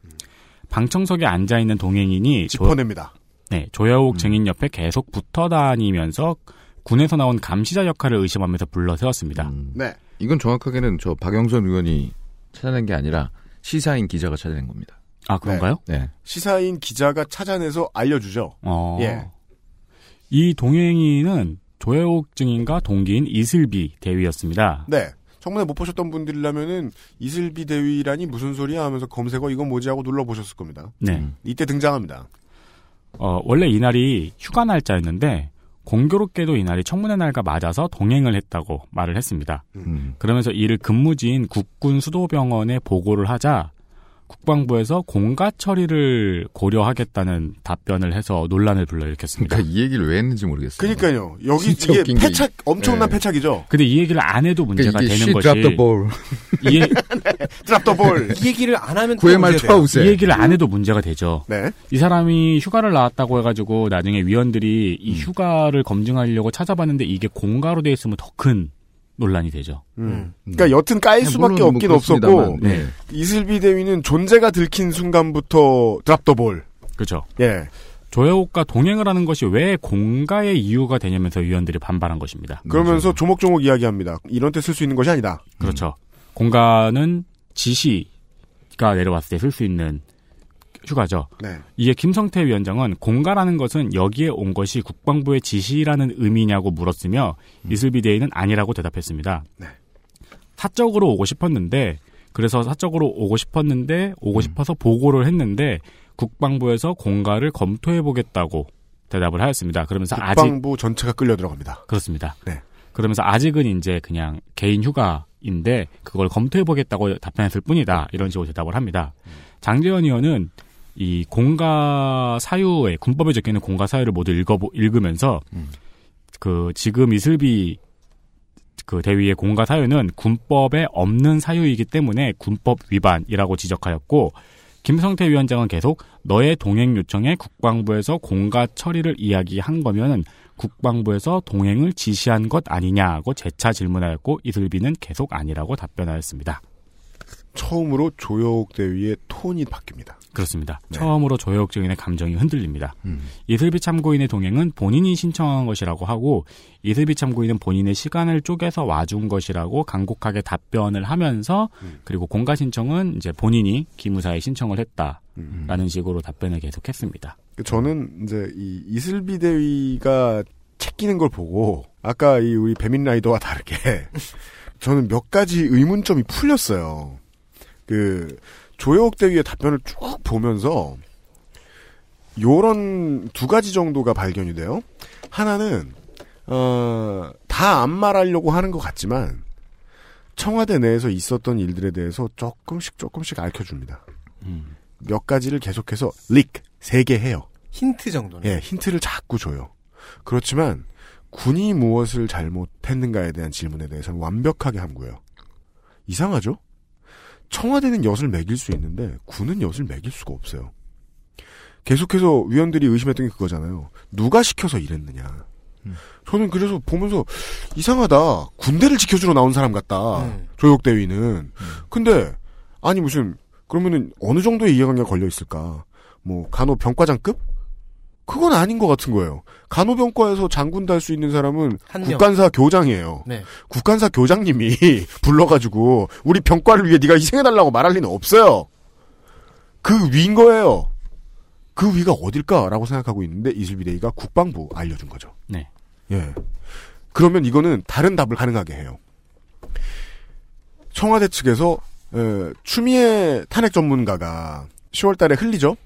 방청석에 앉아 있는 동행인이 조, 짚어냅니다. 네, 조혜옥 증인 옆에 계속 붙어 다니면서 군에서 나온 감시자 역할을 의심하면서 불러 세웠습니다. 음. 네. 이건 정확하게는 저 박영선 의원이 찾아낸 게 아니라 시사인 기자가 찾아낸 겁니다. 아 그런가요? 네. 시사인 기자가 찾아내서 알려주죠. 어. 예. 이 동행인은 조혜옥 증인과 동기인 이슬비 대위였습니다. 네. 청문회 못 보셨던 분들이라면은 이슬비 대위라니 무슨 소리야 하면서 검색어 이건 뭐지 하고 눌러보셨을 겁니다. 네. 음. 이때 등장합니다. 어, 원래 이날이 휴가 날짜였는데 공교롭게도 이날이 청문회 날과 맞아서 동행을 했다고 말을 했습니다. 음. 그러면서 이를 근무지인 국군 수도병원에 보고를 하자 국방부에서 공가 처리를 고려하겠다는 답변을 해서 논란을 불러일으켰습니다. 그러니까 이 얘기를 왜 했는지 모르겠어요. 그러니까요. 여기 진짜 이게 웃긴 게 패착 엄청난 네. 패착이죠. 근데 이 얘기를 안 해도 문제가 그러니까 되는 이게 she 것이 dropped the ball. 이, (laughs) 얘- 네. 드랍 더 볼. 이 얘기를 안 하면 또 구애말 문제돼요. 이 초하우세. 얘기를 안 해도 문제가 되죠. 네. 이 사람이 휴가를 나왔다고 해가지고 나중에 위원들이 음. 이 휴가를 검증하려고 찾아봤는데 이게 공가로 돼 있으면 더 큰 논란이 되죠. 음. 그러니까 여튼 까일 수밖에 물론 뭐 없긴 그렇습니다만, 없었고 네. 이슬비 대위는 존재가 들킨 순간부터 드랍 더 볼. 그렇죠. 예. 조혜옥과 동행을 하는 것이 왜 공가의 이유가 되냐면서 위원들이 반발한 음. 것입니다. 그러면서 조목조목 이야기합니다. 이런 때 쓸 수 있는 것이 아니다. 음. 그렇죠. 공가는 지시가 내려왔을 때 쓸 수 있는 휴가죠. 네. 이에 김성태 위원장은 공가라는 것은 여기에 온 것이 국방부의 지시라는 의미냐고 물었으며 음. 이슬비 대위는 아니라고 대답했습니다. 네. 사적으로 오고 싶었는데 그래서 사적으로 오고 싶었는데 음. 오고 싶어서 보고를 했는데 국방부에서 공가를 검토해 보겠다고 대답을 하였습니다. 그러면서 아직 국방부 전체가 끌려 들어갑니다. 그렇습니다. 네. 그러면서 아직은 이제 그냥 개인 휴가인데 그걸 검토해보겠다고 답변했을 뿐이다 이런 식으로 대답을 합니다. 장재현 의원은 이 공가 사유에 군법에 적혀 있는 공가 사유를 모두 읽어 읽으면서 그 지금 이슬비 그 대위의 공가 사유는 군법에 없는 사유이기 때문에 군법 위반이라고 지적하였고 김성태 위원장은 계속 너의 동행 요청에 국방부에서 공가 처리를 이야기한 거면은 국방부에서 동행을 지시한 것 아니냐고 재차 질문하였고 이슬비는 계속 아니라고 답변하였습니다. 처음으로 조혁 대위의 톤이 바뀝니다. 그렇습니다. 네. 처음으로 조혁 증인의 감정이 흔들립니다. 음. 이슬비 참고인의 동행은 본인이 신청한 것이라고 하고 이슬비 참고인은 본인의 시간을 쪼개서 와준 것이라고 간곡하게 답변을 하면서 음. 그리고 공가 신청은 이제 본인이 기무사에 신청을 음. 했다라는 식으로 답변을 계속했습니다. 그 저는 이제 이 이슬비 대위가 챙기는 걸 보고 아까 이 우리 배민 라이더와 다르게 (laughs) 저는 몇 가지 의문점이 풀렸어요. 그 조혁 대위의 답변을 쭉 보면서 요런 두 가지 정도가 발견이 돼요. 하나는 어다 안 말하려고 하는 것 같지만 청와대 내에서 있었던 일들에 대해서 조금씩 조금씩 알려줍니다. 몇 가지를 계속해서 릭 세 개 해요. 힌트 정도는. 예, 힌트를 자꾸 줘요. 그렇지만 군이 무엇을 잘못했는가에 대한 질문에 대해서는 완벽하게 함구해요. 이상하죠? 청와대는 엿을 매길 수 있는데 군은 엿을 매길 수가 없어요. 계속해서 위원들이 의심했던 게 그거잖아요. 누가 시켜서 이랬느냐. 음. 저는 그래서 보면서 이상하다. 군대를 지켜주러 나온 사람 같다. 네. 조혁 대위는. 음. 근데 아니 무슨 그러면은 어느 정도의 이해관계가 걸려 있을까? 뭐 간호 병과장급? 그건 아닌 것 같은 거예요. 간호병과에서 장군 달 수 있는 사람은 한 명. 국간사 예. 교장이에요. 네. 국간사 교장님이 (laughs) 불러가지고 우리 병과를 위해 네가 희생해달라고 말할 리는 없어요. 그 위인 거예요. 그 위가 어딜까라고 생각하고 있는데 이슬비 대위가 국방부 알려준 거죠. 네. 예. 그러면 이거는 다른 답을 가능하게 해요. 청와대 측에서 에, 추미애 탄핵 전문가가 10월달에 흘리죠.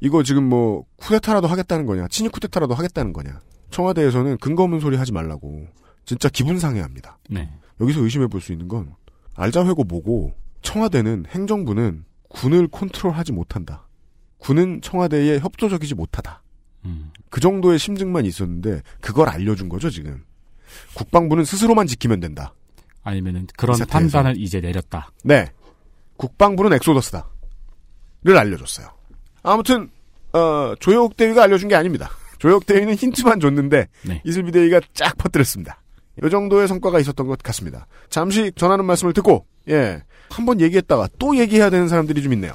이거 지금 뭐 쿠데타라도 하겠다는 거냐, 친일 쿠데타라도 하겠다는 거냐. 청와대에서는 근거 없는 소리 하지 말라고 진짜 기분 상해합니다. 네. 여기서 의심해 볼 수 있는 건 알자회고 뭐고 청와대는 행정부는 군을 컨트롤하지 못한다. 군은 청와대에 협조적이지 못하다. 음. 그 정도의 심증만 있었는데 그걸 알려준 거죠 지금. 국방부는 스스로만 지키면 된다. 아니면은 그런 이 사태에서. 판단을 이제 내렸다. 네. 국방부는 엑소더스다. 를 알려줬어요. 아무튼 어, 조혁 대위가 알려준 게 아닙니다. 조혁 대위는 힌트만 줬는데 네. 이슬비 대위가 쫙 퍼뜨렸습니다. 이 정도의 성과가 있었던 것 같습니다. 잠시 전하는 말씀을 듣고 예 한번 얘기했다가 또 얘기해야 되는 사람들이 좀 있네요.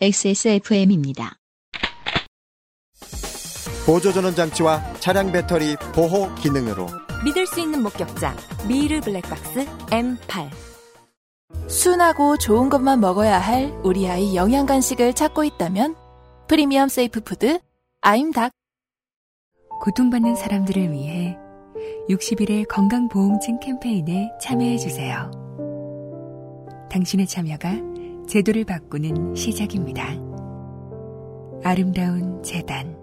XSFM입니다. 보조전원 장치와 차량 배터리 보호 기능으로 믿을 수 있는 목격자 미르 블랙박스 M8 순하고 좋은 것만 먹어야 할 우리 아이 영양 간식을 찾고 있다면 프리미엄 세이프 푸드 아임닭 고통받는 사람들을 위해 60일의 건강보험증 캠페인에 참여해주세요. 당신의 참여가 제도를 바꾸는 시작입니다. 아름다운 재단.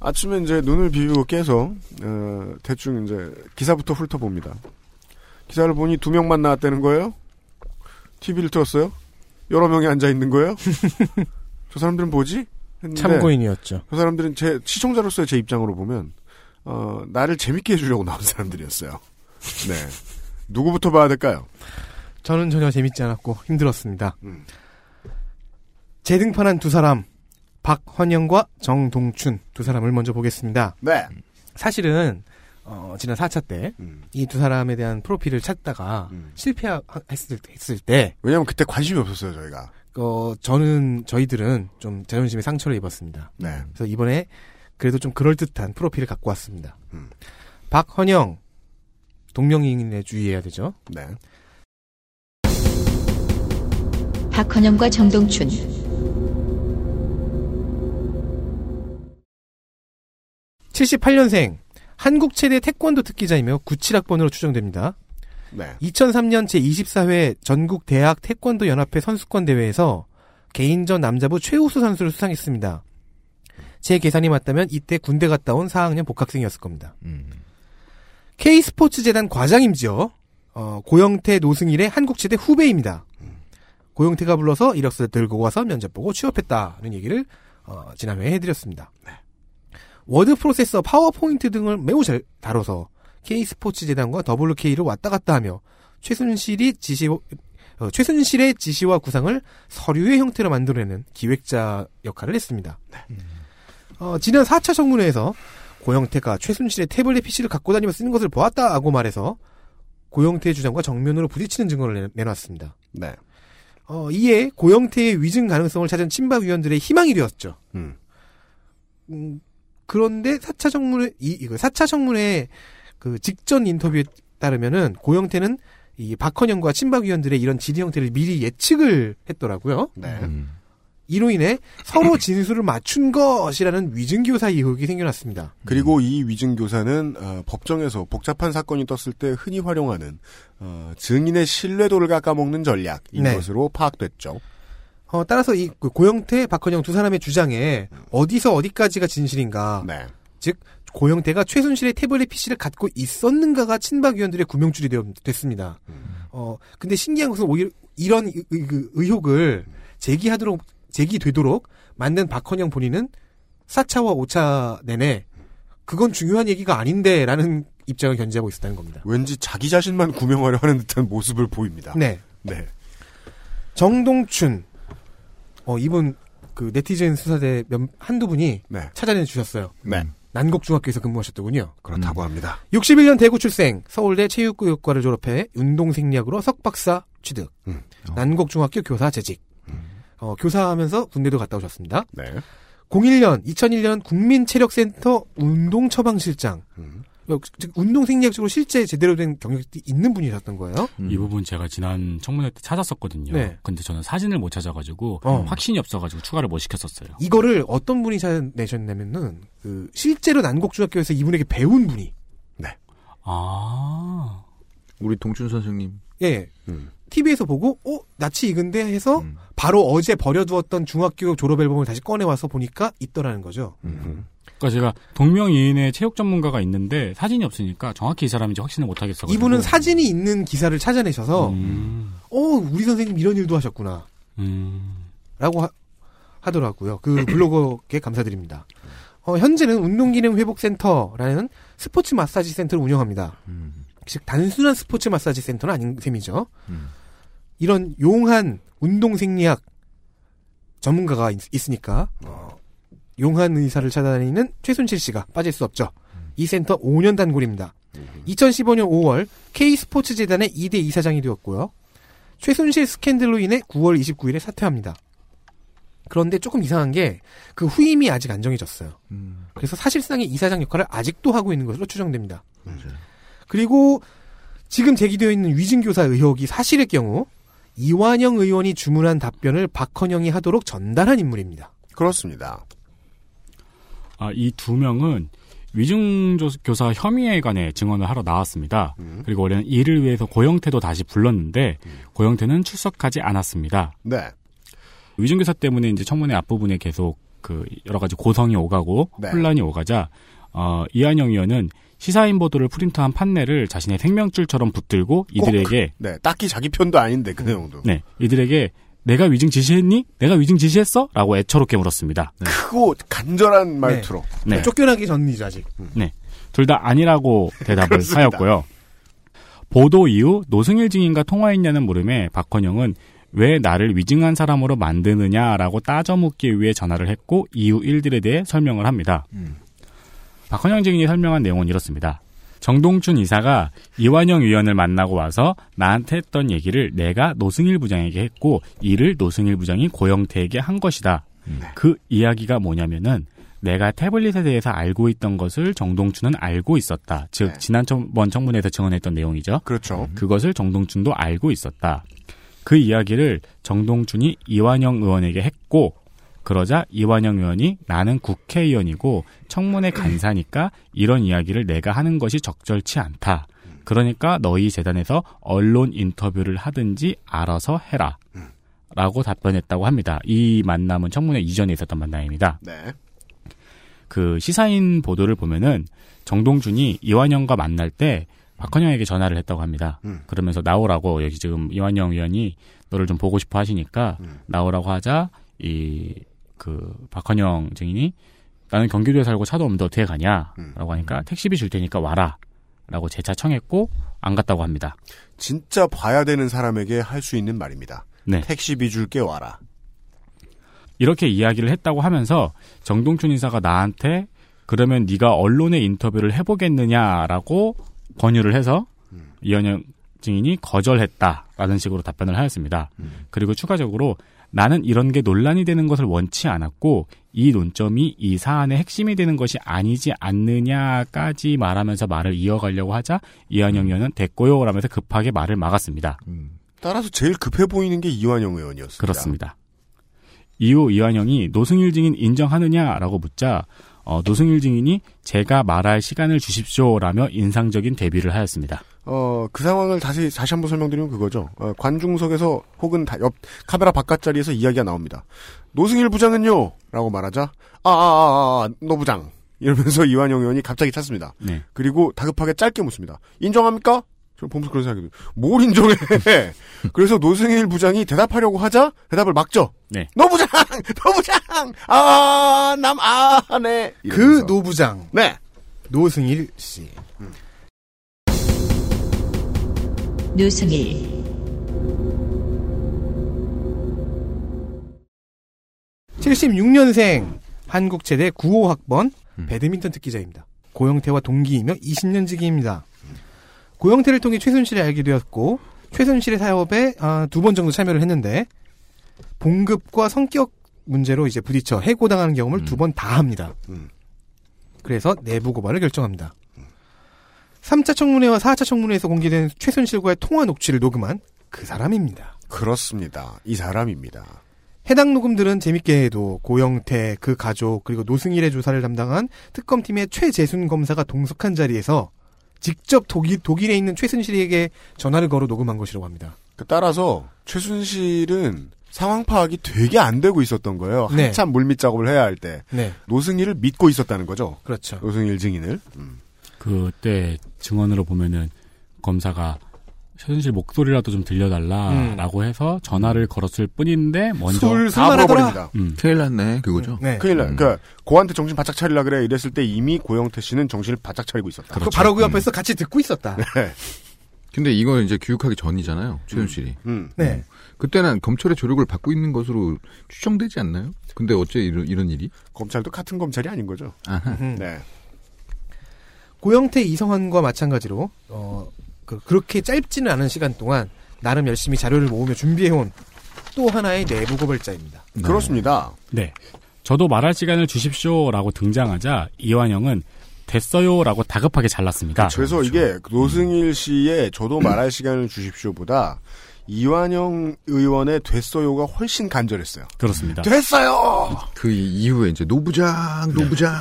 아침에 이제 눈을 비비고 깨서 어, 대충 이제 기사부터 훑어봅니다. 기사를 보니 두 명만 나왔다는 거예요. TV를 틀었어요. 여러 명이 앉아 있는 거예요. (laughs) 저 사람들은 뭐지? 했는데 네. 참고인이었죠. 그 사람들은 제 시청자로서의 제 입장으로 보면 어, 나를 재밌게 해주려고 나온 사람들이었어요. 네. 누구부터 봐야 될까요? 저는 전혀 재밌지 않았고 힘들었습니다. 음. 재등판한 두 사람 박헌영과 정동춘 두 사람을 먼저 보겠습니다. 네. 사실은 어, 지난 4차 때 이 음. 두 사람에 대한 프로필을 찾다가 음. 실패했을 때, 했을 때 왜냐면 그때 관심이 없었어요, 저희가. 어, 저는 저희들은 좀 자존심에 상처를 입었습니다. 네. 그래서 이번에 그래도 좀 그럴듯한 프로필을 갖고 왔습니다. 음. 박헌영 동명이인에 주의해야 되죠. 네. 박헌영과 정동춘 칠십팔 년생 한국 최대 태권도 특기자이며 97학번으로 추정됩니다. 네. 2003년 제24회 전국 대학 태권도 연합회 선수권 대회에서 개인전 남자부 최우수 선수를 수상했습니다. 제 계산이 맞다면 이때 군대 갔다 온 4학년 복학생이었을 겁니다. K 스포츠 재단 과장임지요. 어, 고영태 노승일의 한국지대 후배입니다. 고영태가 불러서 이력서 들고 와서 면접 보고 취업했다는 얘기를 어, 지난회에 해드렸습니다. 워드 프로세서, 파워포인트 등을 매우 잘 다뤄서 K스포츠 재단과 WK를 왔다 갔다 하며 최순실이 지시 어, 최순실의 지시와 구상을 서류의 형태로 만들어내는 기획자 역할을 했습니다. 어, 지난 4차 청문회에서 고영태가 최순실의 태블릿 PC를 갖고 다니며 쓰는 것을 보았다고 말해서 고영태의 주장과 정면으로 부딪히는 증거를 내- 내놨습니다. 네. 어, 이에 고영태의 위증 가능성을 찾은 친박위원들의 희망이 되었죠. 음. 음, 그런데 4차 정문회, 이, 이거 4차 정문회 그 직전 인터뷰에 따르면은 고영태는 이 박헌영과 친박위원들의 이런 질의 형태를 미리 예측을 했더라고요. 이로 인해 서로 진술을 맞춘 것이라는 위증교사 의혹이 생겨났습니다. 그리고 이 위증교사는 어, 법정에서 복잡한 사건이 떴을 때 흔히 활용하는 어, 증인의 신뢰도를 깎아먹는 전략인 네. 것으로 파악됐죠. 어, 따라서 이그 고영태, 박헌영 두 사람의 주장에 어디서 어디까지가 아. 진실인가. 네. 즉, 고영태가 최순실의 태블릿 PC를 갖고 있었는가가 친박위원들의 구명줄이 되어- 됐습니다. 어, 근데 신기한 것은 오히려 이런 의,혹을 제기하도록, 제기되도록 만든 박헌영 본인은 4차와 5차 내내 그건 중요한 얘기가 아닌데 라는 입장을 견지하고 있었다는 겁니다. 왠지 자기 자신만 구명하려 하는 듯한 모습을 보입니다. 네. 네. 정동춘. 어, 이분, 그, 네티즌 수사대 몇, 한두 분이 네. 찾아내 주셨어요. 네. 음. 난곡중학교에서 근무하셨더군요. 그렇다고 합니다. 61년 대구 출생, 서울대 체육교육과를 졸업해 운동생리학으로 석박사 취득, 난곡중학교 교사 재직, 어, 교사하면서 군대도 갔다 오셨습니다. 네. 01년, 2001년 국민체력센터 운동처방실장, 역- 즉 운동생리학적으로 실제 제대로 된 경력이 있는 분이셨던 거예요. 이 부분 제가 지난 청문회 때 찾았었거든요. 음. 네. 근데 저는 사진을 못 찾아가지고 어. 확신이 없어가지고 추가를 못 시켰었어요. 이거를 어떤 분이 찾아내셨냐면은 그 실제로 난곡중학교에서 이분에게 배운 분이 아 우리 동춘 선생님. 예. 음. TV에서 보고 어 나치 이근데 해서 바로 어제 버려두었던 중학교 졸업 앨범을 다시 꺼내 와서 보니까 있더라는 거죠. 그러니까 제가 동명이인의 체육 전문가가 있는데 사진이 없으니까 정확히 이 사람인지 확신을 못 하겠어. 이분은 사진이 있는 기사를 찾아내셔서 음. 어 우리 선생님 이런 일도 하셨구나. 음. 라고 하, 하더라고요. 그 (clears throat) 블로그에 감사드립니다. 어, 현재는 운동기능회복센터라는 스포츠 마사지 센터를 운영합니다. 즉 단순한 스포츠 마사지 센터는 아닌 셈이죠. 이런 용한 운동 생리학 전문가가 있, 으니까 용한 의사를 찾아다니는 최순실 씨가 빠질 수 없죠. 이 센터 5년 단골입니다. 2015년 5월 K스포츠재단의 2대 이사장이 되었고요. 최순실 스캔들로 인해 9월 29일에 사퇴합니다. 그런데 조금 이상한 게 그 후임이 아직 안 정해졌어요. 그래서 사실상의 이사장 역할을 아직도 하고 있는 것으로 추정됩니다. 그리고 지금 제기되어 있는 위증교사 의혹이 사실일 경우 이완영 의원이 주문한 답변을 박헌영이 하도록 전달한 인물입니다. 그렇습니다. 아, 이 두 명은 위증교사 혐의에 관해 증언을 하러 나왔습니다. 음. 그리고 원래는 이를 위해서 고영태도 다시 불렀는데 고영태는 출석하지 않았습니다. 네. 위증교사 때문에 이제 청문회 앞부분에 계속 그 여러 가지 고성이 오가고 네. 혼란이 오가자 어, 이한영 의원은 시사인 보도를 프린트한 판넬을 자신의 생명줄처럼 붙들고 이들에게 네. 딱히 자기 편도 아닌데 그 내용도. 네 이들에게 내가 위증 지시했니? 내가 위증 지시했어?라고 애처롭게 물었습니다. 크고 간절한 말투로. 네. 쫓겨나기 전이죠 아직. 네. 둘 다 아니라고 대답을 그렇습니다. 하였고요. 보도 이후 노승일 증인과 통화했냐는 물음에 박헌영은 왜 나를 위증한 사람으로 만드느냐라고 따져 묻기 위해 전화를 했고 이후 일들에 대해 설명을 합니다. 음. 박헌영 증인이 설명한 내용은 이렇습니다. 정동춘 이사가 이완영 의원을 만나고 와서 나한테 했던 얘기를 내가 노승일 부장에게 했고 이를 노승일 부장이 고영태에게 한 것이다. 음. 그 이야기가 뭐냐면은 내가 태블릿에 대해서 알고 있던 것을 정동춘은 알고 있었다. 즉 음. 지난번 청문회에서 증언했던 내용이죠. 그렇죠. 그것을 정동춘도 알고 있었다. 그 이야기를 정동준이 이완영 의원에게 했고 그러자 이완영 의원이 나는 국회의원이고 청문회 간사니까 이런 이야기를 내가 하는 것이 적절치 않다. 그러니까 너희 재단에서 언론 인터뷰를 하든지 알아서 해라. 라고 답변했다고 합니다. 이 만남은 청문회 이전에 있었던 만남입니다. 네. 그 시사인 보도를 보면은 정동준이 이완영과 만날 때 박헌영에게 전화를 했다고 합니다. 그러면서 나오라고 여기 지금 이완영 의원이 너를 좀 보고 싶어 하시니까 나오라고 하자 이 그 박헌영 증인이 나는 경기도에 살고 차도 없는데 어떻게 가냐라고 하니까 택시비 줄 테니까 와라라고 재차 청했고 안 갔다고 합니다. 진짜 봐야 되는 사람에게 할 수 있는 말입니다. 네. 택시비 줄게 와라. 이렇게 이야기를 했다고 하면서 정동춘 인사가 나한테 그러면 네가 언론에 인터뷰를 해보겠느냐라고 권유를 해서 이현영 증인이 거절했다라는 식으로 답변을 하였습니다. 그리고 추가적으로 나는 이런 게 논란이 되는 것을 원치 않았고 이 논점이 이 사안의 핵심이 되는 것이 아니지 않느냐까지 말하면서 말을 이어가려고 하자 이현영 의원은 됐고요 라면서 급하게 말을 막았습니다. 따라서 제일 급해 보이는 게 이완영 의원이었습니다. 그렇습니다. 이후 이완영이 노승일 증인 인정하느냐라고 묻자 어, 노승일 증인이 제가 말할 시간을 주십시오라며 인상적인 대비를 하였습니다. 어, 그 상황을 다시, 다시 한번 설명드리면 그거죠. 어, 관중석에서 혹은 다, 옆, 카메라 바깥 자리에서 이야기가 나옵니다. 노승일 부장은요? 라고 말하자, 아, 아, 아, 아, 노 부장. 이러면서 (laughs) 이완영 의원이 갑자기 찾습니다. 네. 그리고 다급하게 짧게 묻습니다. 인정합니까? 저 보면서 그런 생각이 들어요. 뭘 인정해? (laughs) 그래서 노승일 부장이 대답하려고 하자 대답을 막죠. 네. 노부장! (laughs) 노부장! 아, 남, 아, 네. 그 노부장. 네. 노승일 씨. 노승일, 칠십육 년생 한국체대 95학번 배드민턴 특기자입니다. 고영태와 동기이며 20년 지기입니다. 고영태를 통해 최순실을 알게 되었고 최순실의 사업에 어, 두 번 정도 참여를 했는데 봉급과 성격 문제로 이제 부딪혀 해고당하는 경험을 두 번 다 합니다. 음. 그래서 내부 고발을 결정합니다. 3차 청문회와 4차 청문회에서 공개된 최순실과의 통화 녹취를 녹음한 그 사람입니다. 그렇습니다. 이 사람입니다. 해당 녹음들은 재밌게 해도 고영태, 그 가족, 그리고 노승일의 조사를 담당한 특검팀의 최재순 검사가 동석한 자리에서 직접 독일, 독일에 있는 최순실에게 전화를 걸어 녹음한 것이라고 합니다. 그 따라서 최순실은 상황 파악이 되게 안 되고 있었던 거예요. 네. 한참 물밑 작업을 해야 할 때 네. 노승일을 믿고 있었다는 거죠. 그렇죠. 노승일 증인을. 음. 그때 증언으로 보면은 검사가 최순실 목소리라도 좀 들려달라라고 해서 전화를 걸었을 뿐인데 먼저 술, 다 술만 하더라. 물어버립니다. 음, 큰일 났네 그거죠. 그 네. 큰일 나. 그러니까 고한테 정신 바짝 차리라 그래 이랬을 때 이미 고영태 씨는 정신을 바짝 차리고 있었다. 그렇죠. 그 바로 그 옆에서 같이 듣고 있었다. 네. 근데 이건 이제 교육하기 전이잖아요. 최순실이. 음. 네. 그때는 검찰의 조력을 받고 있는 것으로 추정되지 않나요? 근데 어째 이런, 이런 일이? 검찰도 같은 검찰이 아닌 거죠. 아하. 음. 네. 고영태 이성환과 마찬가지로 어, 그, 그렇게 짧지는 않은 시간 동안 나름 열심히 자료를 모으며 준비해온 또 하나의 내부 고발자입니다. 그렇습니다. 네. 저도 말할 시간을 주십시오라고 등장하자 이완영은 됐어요라고 다급하게 잘랐습니다. 그래서 이게 노승일 씨의 저도 말할 시간을 주십시오보다 이완영 의원의 됐어요가 훨씬 간절했어요. 그렇습니다. 됐어요. 그 이- 이후에 이제 노부장, 네. (laughs) 노부장.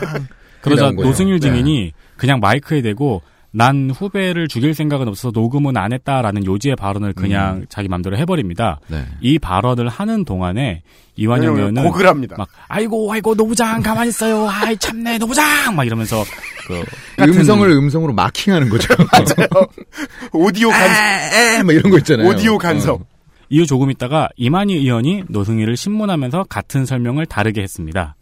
그러자 이런 거예요. 노승일 네. 증인이 그냥 마이크에 대고 난 후배를 죽일 생각은 없어서 녹음은 안 했다라는 요지의 발언을 그냥 자기 맘대로 해버립니다. 음. 네. 이 발언을 하는 동안에 이완영 왜냐면 의원은 고글 합니다. 막 아이고 아이고 노부장 가만히 있어요. 아이 참네 노부장 막 이러면서 그 똑같은- 네. 음성을 음성으로 마킹하는 (laughs) 거죠. 오디오 간 아, (laughs) 에에 막 이런 거 있잖아요. 오디오 간섭. 어. 이후 조금 있다가 이만희 의원이 노승희를 신문하면서 같은 설명을 다르게 했습니다.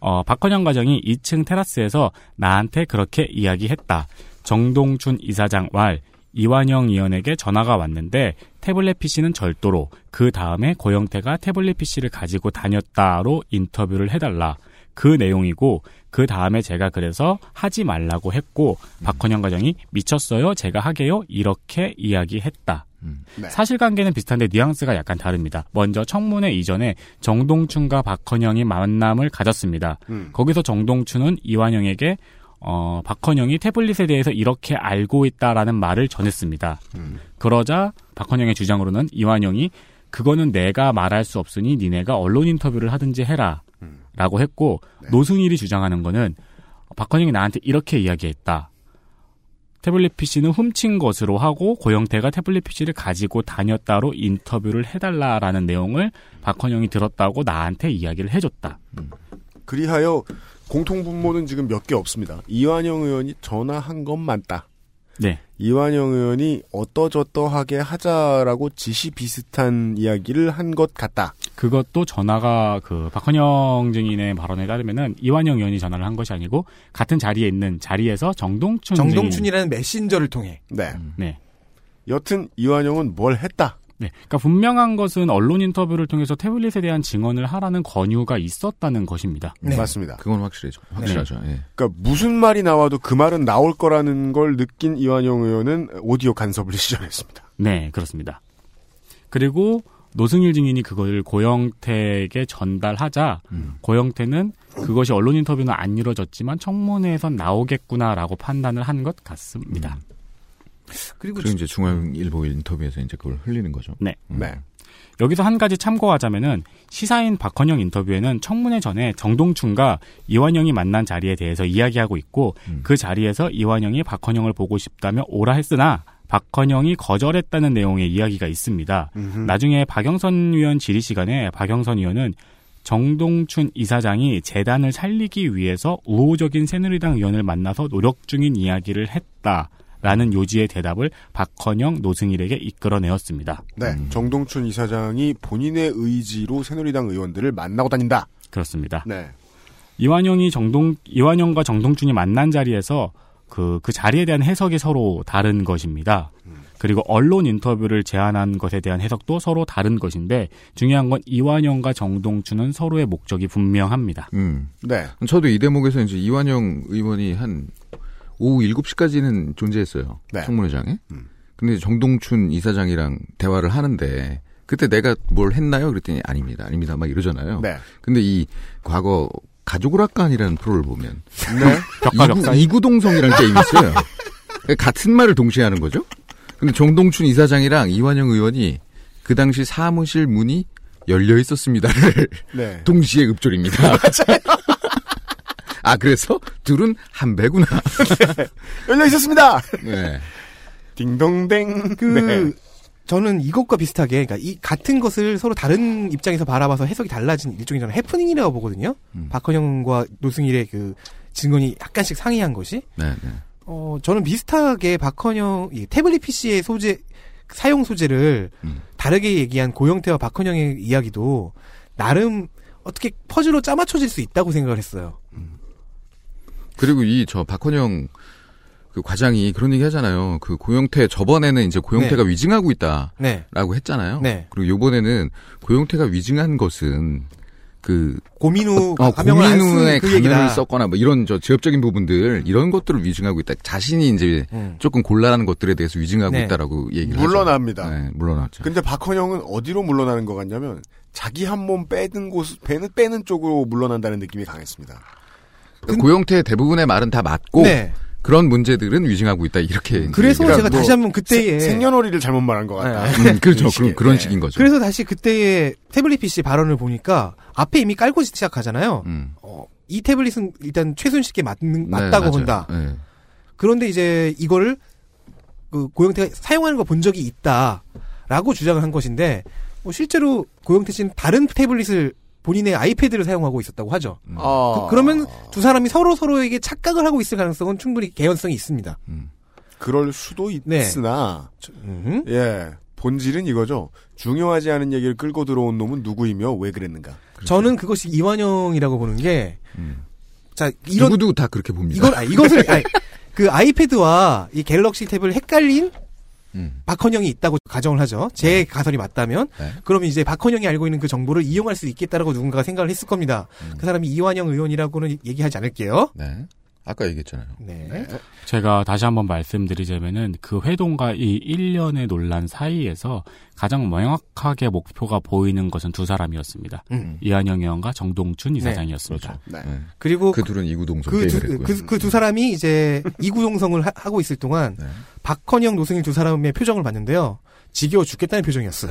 어, 박헌영 과장이 2층 테라스에서 나한테 그렇게 이야기했다. 정동춘 이사장 왈 이완영 의원에게 전화가 왔는데 태블릿 PC는 절도로 그 다음에 고영태가 태블릿 PC를 가지고 다녔다로 인터뷰를 해달라. 그 내용이고 그 다음에 제가 그래서 하지 말라고 했고 박헌영 과장이 미쳤어요 제가 하게요 이렇게 이야기했다. 네. 사실관계는 비슷한데 뉘앙스가 약간 다릅니다. 먼저 청문회 이전에 정동춘과 박헌영이 만남을 가졌습니다. 음. 거기서 정동춘은 이완영에게 어, 박헌영이 태블릿에 대해서 이렇게 음. 알고 있다라는 말을 전했습니다. 그러자 박헌영의 주장으로는 이완영이 그거는 내가 말할 수 없으니 니네가 언론 인터뷰를 하든지 해라. 음. 라고 했고, 네. 노승일이 주장하는 거는, 박헌영이 나한테 이렇게 이야기했다. 태블릿 PC는 훔친 것으로 하고, 고영태가 태블릿 PC를 가지고 다녔다로 인터뷰를 해달라라는 내용을 박헌영이 들었다고 나한테 이야기를 해줬다. 그리하여 공통분모는 지금 몇 개 없습니다. 이완영 의원이 전화한 것 맞다. 네. 이완영 의원이 어떠저떠하게 하자라고 지시 비슷한 이야기를 한 것 같다. 그것도 전화가 그 박헌영 증인의 발언에 따르면은 이완영 의원이 전화를 한 것이 아니고 같은 자리에 있는 자리에서 음. 정동춘 정동춘이라는 메신저를 통해. 네. 네. 여튼 이완영은 뭘 했다. 네. 그러니까 분명한 것은 언론 인터뷰를 통해서 태블릿에 대한 증언을 하라는 권유가 있었다는 것입니다. 맞습니다. 그건 확실해죠. 확실하죠. 예. 그러니까 무슨 말이 나와도 그 말은 나올 거라는 걸 느낀 이완영 의원은 오디오 간섭을 (laughs) 시전했습니다. 네, 그렇습니다. 그리고 노승일 증인이 그걸 고영택에 전달하자 고영태는 그것이 언론 인터뷰는 안 이뤄졌지만 청문회에선 나오겠구나라고 판단을 한 것 같습니다. 그리고, 이제 중앙일보 인터뷰에서 이제 그걸 흘리는 거죠. 음. 네. 네. 여기서 한 가지 참고하자면은 시사인 박헌영 인터뷰에는 청문회 전에 정동춘과 이완영이 만난 자리에 대해서 이야기하고 있고 그 자리에서 이완영이 박헌영을 보고 싶다며 오라 했으나 박헌영이 거절했다는 내용의 이야기가 있습니다. 나중에 박영선 의원 질의 시간에 박영선 의원은 정동춘 이사장이 재단을 살리기 위해서 우호적인 새누리당 의원을 만나서 노력 중인 이야기를 했다라는 요지의 대답을 박헌영 노승일에게 이끌어내었습니다. 네. 정동춘 이사장이 본인의 의지로 새누리당 의원들을 만나고 다닌다. 그렇습니다. 네. 이완영이 정동 이완영과 정동준이 만난 자리에서 그, 그 자리에 대한 해석이 서로 다른 것입니다. 그리고 언론 인터뷰를 제안한 것에 대한 해석도 서로 다른 것인데 중요한 건 이완영과 정동준은 서로의 목적이 분명합니다. 음. 네. 저도 이 대목에서 이제 이완영 의원이 한 오후 7시까지는 존재했어요. 네. 청문회장에. 근데 정동춘 이사장이랑 대화를 하는데 그때 내가 뭘 했나요? 그랬더니 아닙니다. 아닙니다. 막 이러잖아요. 네. 근데 이 과거 가족 오락관이라는 프로를 보면 벽과 이구- 벽사이? 이구동성이라는 게임이 있어요. 그러니까 같은 말을 동시에 하는 거죠. 근데 정동춘 이사장이랑 이완영 의원이 그 당시 사무실 문이 열려 있었습니다를 네. (laughs) 동시에 읍조립니다. 아 그래서 둘은 한 배구나. 열려 있었습니다. 네. 딩동댕. 그 네. 저는 이것과 비슷하게 그러니까 이 같은 것을 서로 다른 입장에서 바라봐서 해석이 달라진 일종의 저는 해프닝이라고 보거든요. 음. 박헌영과 노승일의 그 증언이 약간씩 상이한 것이 네, 네. 어, 저는 비슷하게 박헌영, 이 태블릿 PC의 소재, 사용 소재를 음. 다르게 얘기한 고영태와 박헌영의 이야기도 나름 어떻게 퍼즐로 짜맞춰질 수 있다고 생각을 했어요. 그리고 이 저 박헌영 그 과장이 그런 얘기 하잖아요. 그 고영태 저번에는 이제 고영태가 위증하고 있다라고 네. 했잖아요. 네. 그리고 요번에는 고영태가 위증한 것은 그 고민우, 어, 가명을 안쓰 고민의 그 얘기다. 감염을 썼거나 뭐 이런 저 지엽적인 부분들 이런 것들을 위증하고 있다. 자신이 이제 음. 조금 곤란한 것들에 대해서 위증하고 네. 있다라고 얘기를 (laughs) 하죠. 물러납니다. 네, 물러났죠. 근데 박헌영은 어디로 물러나는 것 같냐면 자기 한 몸 빼는 곳 빼는 빼는 쪽으로 물러난다는 느낌이 강했습니다. 그 고영태 대부분의 말은 다 맞고 네. 그런 문제들은 위증하고 있다 이렇게 그래서 얘기를 제가 하고. 다시 한번 그때의 생- 생년월일을 잘못 말한 것 같다. 뭐 음, 그렇죠. 식의. 그런 그런 네. 식인 거죠. 그래서 다시 그때의 태블릿 PC 발언을 보니까 앞에 이미 깔고 시작하잖아요. 음. 어, 이 태블릿은 일단 최순실께 맞는, 네, 맞다고 맞아요. 본다. 네. 그런데 이제 이거를 그 고영태가 사용하는 걸 본 적이 있다라고 주장을 한 것인데 뭐 실제로 고영태 씨는 다른 태블릿을 본인의 아이패드를 사용하고 있었다고 하죠. 아, 그, 러면두 사람이 서로 서로에게 착각을 하고 있을 가능성은 충분히 개연성이 있습니다. 그럴 수도 네. 있으나 음. 예 본질은 이거죠. 중요하지 않은 얘기를 끌고 들어온 놈은 누구이며 왜 그랬는가. 저는 그것이 이완영이라고 보는 게 음. 자, 이런 누구도 다 그렇게 봅니다. 이걸 아, (laughs) 이것을 아니, 그 아이패드와 이 갤럭시 탭을 헷갈린 음. 박헌영이 있다고 가정을 하죠. 제 가설이 맞다면 네. 그럼 이제 박헌영이 알고 있는 그 정보를 이용할 수 있겠다라고 누군가가 생각을 했을 겁니다. 음. 그 사람이 이완영 의원이라고는 얘기하지 않을게요. 네. 아까 얘기했잖아요. 네. 제가 다시 한번 말씀드리자면은 그 회동과 이 1년의 논란 사이에서 가장 명확하게 목표가 보이는 것은 두 사람이었습니다. 음. 이한영 의원과 정동춘 이사장이었습니다. 네. 네. 그리고 그 둘은 이구동성 그 게임을 두 했고요. 사람이 (laughs) 이제 이구동성을 하, 고 있을 동안 네. 박헌영, 노승일 두 사람의 표정을 봤는데요. 지겨워 죽겠다는 표정이었어요.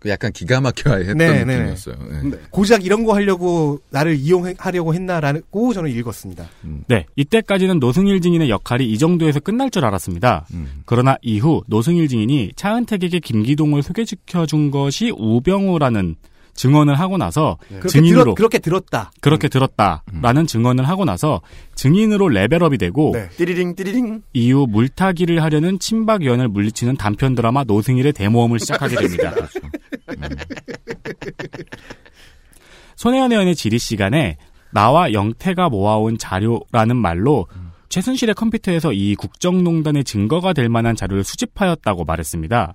그 약간 기가 막혀 했던 네, 네. 느낌이었어요. 네. (laughs) 고작 이런 거 하려고 나를 이용하려고 했나라고 저는 읽었습니다. 네, 이때까지는 노승일 증인의 역할이 이 정도에서 끝날 줄 알았습니다. 그러나 이후 노승일 증인이 차은택에게 김기동을 소개시켜준 것이 우병우라는 증언을 하고 나서 그렇게 증인으로 들었, 그렇게 들었다. 그렇게 들었다라는 증언을 하고 나서 증인으로 레벨업이 네. 되고 띠리링 띠리링 이후 물타기를 하려는 친박위원을 물리치는 단편 드라마 노승일의 대모험을 시작하게 됩니다. 손혜연 의원의 질의 시간에 나와 영태가 모아온 자료라는 말로 최순실의 컴퓨터에서 이 국정농단의 증거가 될 만한 자료를 수집하였다고 말했습니다.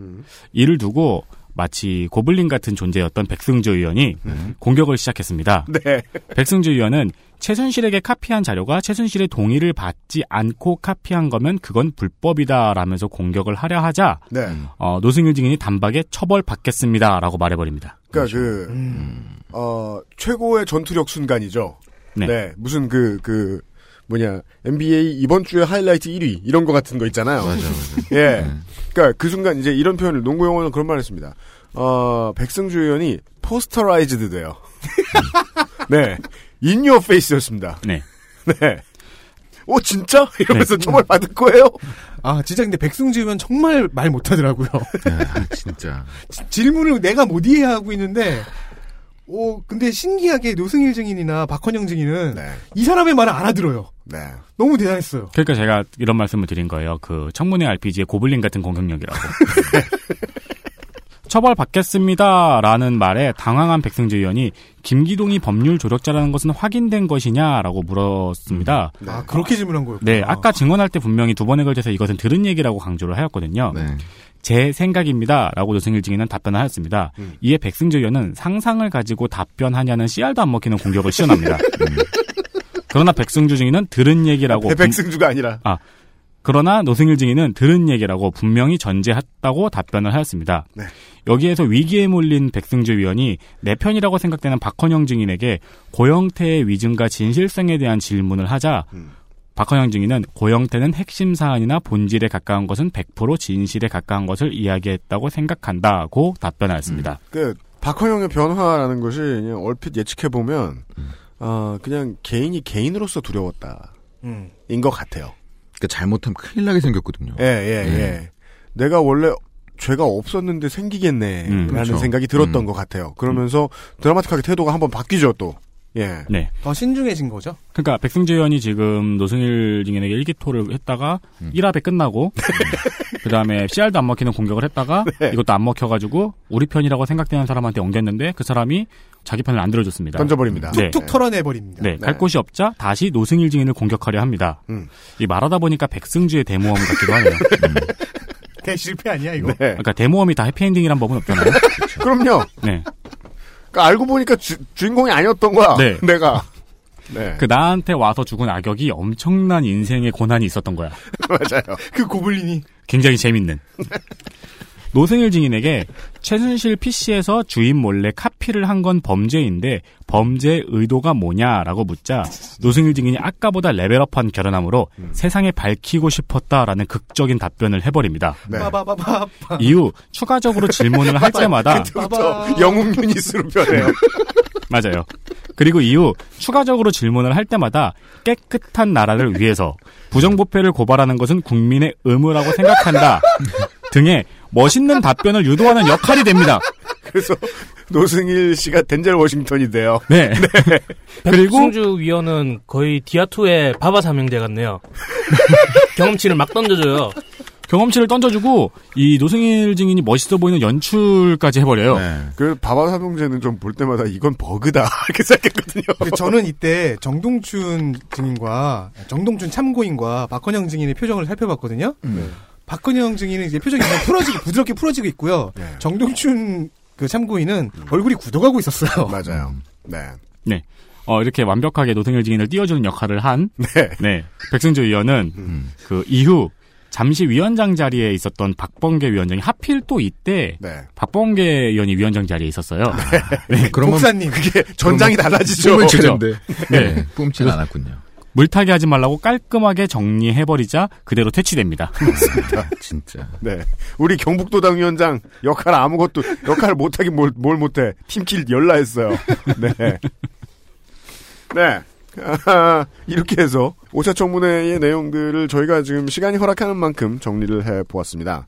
이를 두고 마치 고블린 같은 존재였던 백승주 의원이 공격을 시작했습니다. 네. 백승주 의원은 최순실에게 카피한 자료가 최순실의 동의를 받지 않고 카피한 거면 그건 불법이다라면서 공격을 하려 하자 네. 어, 노승일 증인이 단박에 처벌받겠습니다라고 말해버립니다. 그러니까 그 어, 최고의 전투력 순간이죠. 네. 무슨 그 그 뭐냐 NBA 이번 주에 하이라이트 1위 이런 거 같은 거 있잖아요. 예. 그러니까 그 순간 이제 이런 표현을 농구 용어는 그런 말을 했습니다. 어, 백승주 의원이 포스터라이즈드 돼요. (laughs) 네. 인 유어 페이스였습니다. 네. 네. 오 진짜? 이러면서 처벌 받을 거예요? 아 진짜 근데 백승주 의원 정말 말 못하더라고요. 진짜. 질문을 내가 못 이해하고 있는데, 오 근데 신기하게 노승일 증인이나 박헌영 증인은 이 사람의 말을 알아들어요. 네. 너무 대단했어요. 그러니까 제가 이런 말씀을 드린 거예요. 그 청문회 RPG의 고블린 같은 공격력이라고. (laughs) 처벌받겠습니다라는 말에 당황한 백승재 의원이 김기동이 법률 조력자라는 것은 확인된 것이냐라고 물었습니다. 아 그렇게 질문한 거예요. 네, 음. 아까 증언할 때 분명히 두 번에 걸쳐서 이것은 들은 얘기라고 강조를 하였거든요. 네. 제 생각입니다라고 노승일 증인은 답변을 하였습니다. 이에 백승재 의원은 상상을 가지고 답변하냐는 씨알도 안 먹히는 공격을 시전합니다. 음. 그러나 백승주 증인은 들은 얘기라고 분- 백승주가 아니라 아, 그러나 노승일 증인은 들은 얘기라고 분명히 전제했다고 답변을 하였습니다. 네. 여기에서 위기에 몰린 백승주 위원이 내 편이라고 생각되는 박헌영 증인에게 고영태의 위증과 진실성에 대한 질문을 하자 박헌영 증인은 고영태는 핵심 사안이나 본질에 가까운 것은 100% 진실에 가까운 것을 이야기했다고 생각한다고 답변하였습니다. 그 박헌영의 변화라는 것이 그냥 얼핏 예측해 보면 음. 어, 그냥 개인이 개인으로서 두려웠다. 음. 인 것 같아요. 그러니까 잘못하면 큰일 나게 생겼거든요. 예, 네. 음. 예, 예. 내가 원래 죄가 없었는데 생기겠네. 음, 라는 그렇죠. 생각이 들었던 음. 것 같아요. 그러면서 드라마틱하게 태도가 한번 바뀌죠, 또. 예. 네. 더 신중해진 거죠. 그러니까 백승재 의원이 지금 노승일 증인에게 일기토를 했다가 음. 일 1합에 (laughs) 끝나고 그다음에 CR도 안 먹히는 공격을 했다가 네. 이것도 안 먹혀가지고 우리 편이라고 생각되는 사람한테 옮겼는데 그 사람이 자기 편을 안 들어줬습니다. 던져버립니다. 툭 털어내버립니다. 네, 갈 곳이 없자 다시 노승일 증인을 공격하려 합니다. 음. 이 말하다 보니까 백승주의 대모험 같기도 (laughs) 하네요. 음. 대 실패 아니야 이거. 네. 그러니까 대모험이 다 해피엔딩이란 법은 없잖아요. 그럼요. 네. 그러니까 알고 보니까 주, 주인공이 아니었던 거야. 네. 내가. 네. 그 나한테 와서 죽은 악역이 엄청난 인생의 고난이 있었던 거야. 맞아요. 그 고블린이 굉장히 재밌는. 노승일 증인에게 최순실 PC에서 주인 몰래 카피를 한 건 범죄인데 범죄의 의도가 뭐냐라고 묻자 노승일 증인이 아까보다 레벨업한 결연함으로 세상에 밝히고 싶었다라는 극적인 답변을 해버립니다. 네. 빠바바바 이후 추가적으로 질문을 할 때마다 그렇죠. (laughs) 영웅 유니스로 변해요. 맞아요. 그리고 이후 추가적으로 질문을 할 때마다 깨끗한 나라를 위해서 부정부패를 고발하는 것은 국민의 의무라고 생각한다 등의 멋있는 답변을 유도하는 역할이 됩니다. 그래서 (laughs) 노승일 씨가 덴젤 워싱턴이 돼요. 네. 그리고 백승주 위원은 거의 디아2의 바바 삼형제 같네요. (laughs) 경험치를 막 던져줘요. 경험치를 던져주고 이 노승일 증인이 멋있어 보이는 연출까지 해버려요. 네. 그 바바 삼형제는 좀 볼 때마다 이건 버그다 (laughs) 이렇게 생각했거든요. 근데 저는 이때 정동춘 증인과 정동춘 참고인과 박헌영 증인의 표정을 살펴봤거든요. 박헌영 증인은 이제 표정이 그냥 풀어지고 부드럽게 풀어지고 있고요. 정동춘 그 참고인은 얼굴이 굳어가고 있었어요. 맞아요. 네. 네. 어, 이렇게 완벽하게 노승일 증인을 띄워주는 역할을 한 네. 네. 백승주 의원은 그 이후 잠시 위원장 자리에 있었던 박범계 위원장이 하필 또 이때 네. 박범계 의원이 위원장 자리에 있었었어요. 그러면 목사님 전장이 달라지죠. 뿜을 그죠? 치는데. 네. 네. 뿜질 않았군요. 물타기 하지 말라고 깔끔하게 정리해버리자 그대로 퇴치됩니다. (laughs) 맞습니다. (laughs) 진짜. 네. 우리 경북도 당위원장 역할 아무것도, 역할을 못하긴 뭘, 뭘 못해. 팀킬 열라 했어요. 네. 네. (laughs) 아하, 이렇게 해서 5차 청문회의 내용들을 저희가 지금 시간이 허락하는 만큼 정리를 해보았습니다.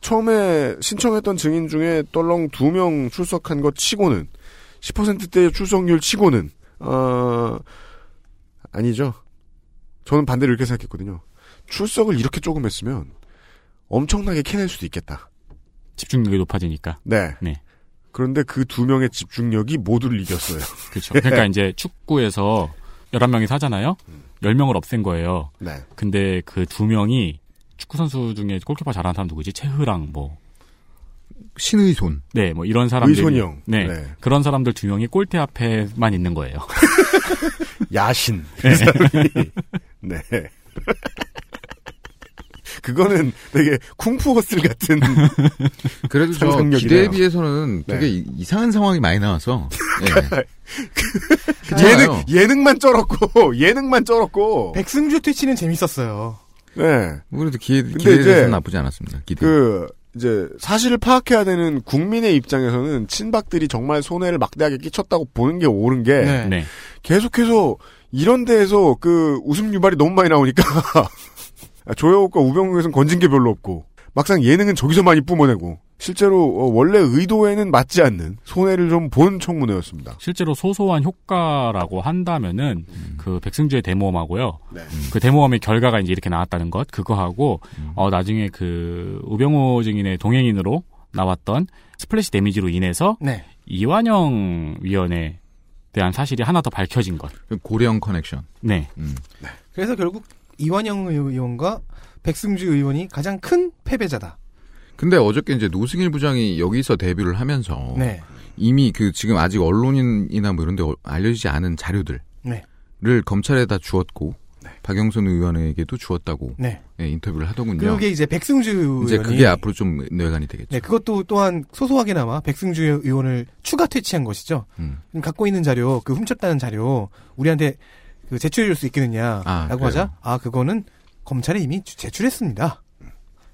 처음에 신청했던 증인 중에 떨렁 2명 출석한 것 치고는 10%대 출석률 치고는 어, 아니죠. 저는 반대로 이렇게 생각했거든요. 출석을 이렇게 조금 했으면 엄청나게 캐낼 수도 있겠다. 집중력이 높아지니까. 네. 네. 그런데 그 두 명의 집중력이 모두를 이겼어요. 그렇죠. 그러니까 이제 축구에서 11명이 사잖아요. 10명을 없앤 거예요. 네. 근데 그 두 명이 축구 선수 중에 골키퍼 잘하는 사람 누구지? 최흐랑 뭐 신의 손. 네, 뭐 이런 사람들. 의손형. 네. 네. 그런 사람들 두 명이 골대 앞에만 있는 거예요. 야신. 그 사람이. (laughs) 네. 그거는 되게 쿵푸 허슬 같은. 그래도 저 상상력이네요. 기대에 비해서는 네. 되게 이- 이상한 상황이 많이 나와서 예. 예능, 예능만 쩔었고, (laughs) 예능만 쩔었고. 백승주 퇴치는 재밌었어요. 네. 그래도 기대 근데 기대에 이제 대해서는 나쁘지 않았습니다. 기대. 그 이제 사실을 파악해야 되는 국민의 입장에서는 친박들이 정말 손해를 막대하게 끼쳤다고 보는 게 옳은 게 네. 네. 계속해서 이런 데에서 그 웃음 유발이 너무 많이 나오니까 (laughs) 조여옥과 우병우에서는 건진 게 별로 없고 막상 예능은 저기서 많이 뿜어내고 실제로 어, 원래 의도에는 맞지 않는 손해를 좀 본 청문회였습니다. 실제로 소소한 효과라고 한다면은 그 백승주의 데모험하고요. 음. 네. 그 데모험의 결과가 이제 이렇게 나왔다는 것 그거하고 음. 어 나중에 그 우병호 증인의 동행인으로 나왔던 스플래시 데미지로 인해서 네. 이완영 위원에 대한 사실이 하나 더 밝혀진 것. 고령 커넥션. 네. 음. 그래서 결국 이완영 의원과 백승주 의원이 가장 큰 패배자다. 근데 어저께 이제 노승일 부장이 여기서 데뷔를 하면서 네. 이미 그 지금 아직 언론인이나 뭐 이런 데 어- 알려지지 않은 자료들을 네. 검찰에다 주었고 박영선 의원에게도 주었다고 네. 예, 인터뷰를 하더군요. 그게 이제 백승주 의원이 이제 그게 앞으로 좀 뇌관이 되겠죠. 네, 그것도 또한 소소하게나마 백승주 의원을 추가 퇴치한 것이죠. 음. 그럼 갖고 있는 자료, 그 훔쳤다는 자료 우리한테 그 제출해 줄 수 있겠느냐라고 아, 그래요? 하자 아 그거는 검찰에 이미 주- 제출했습니다.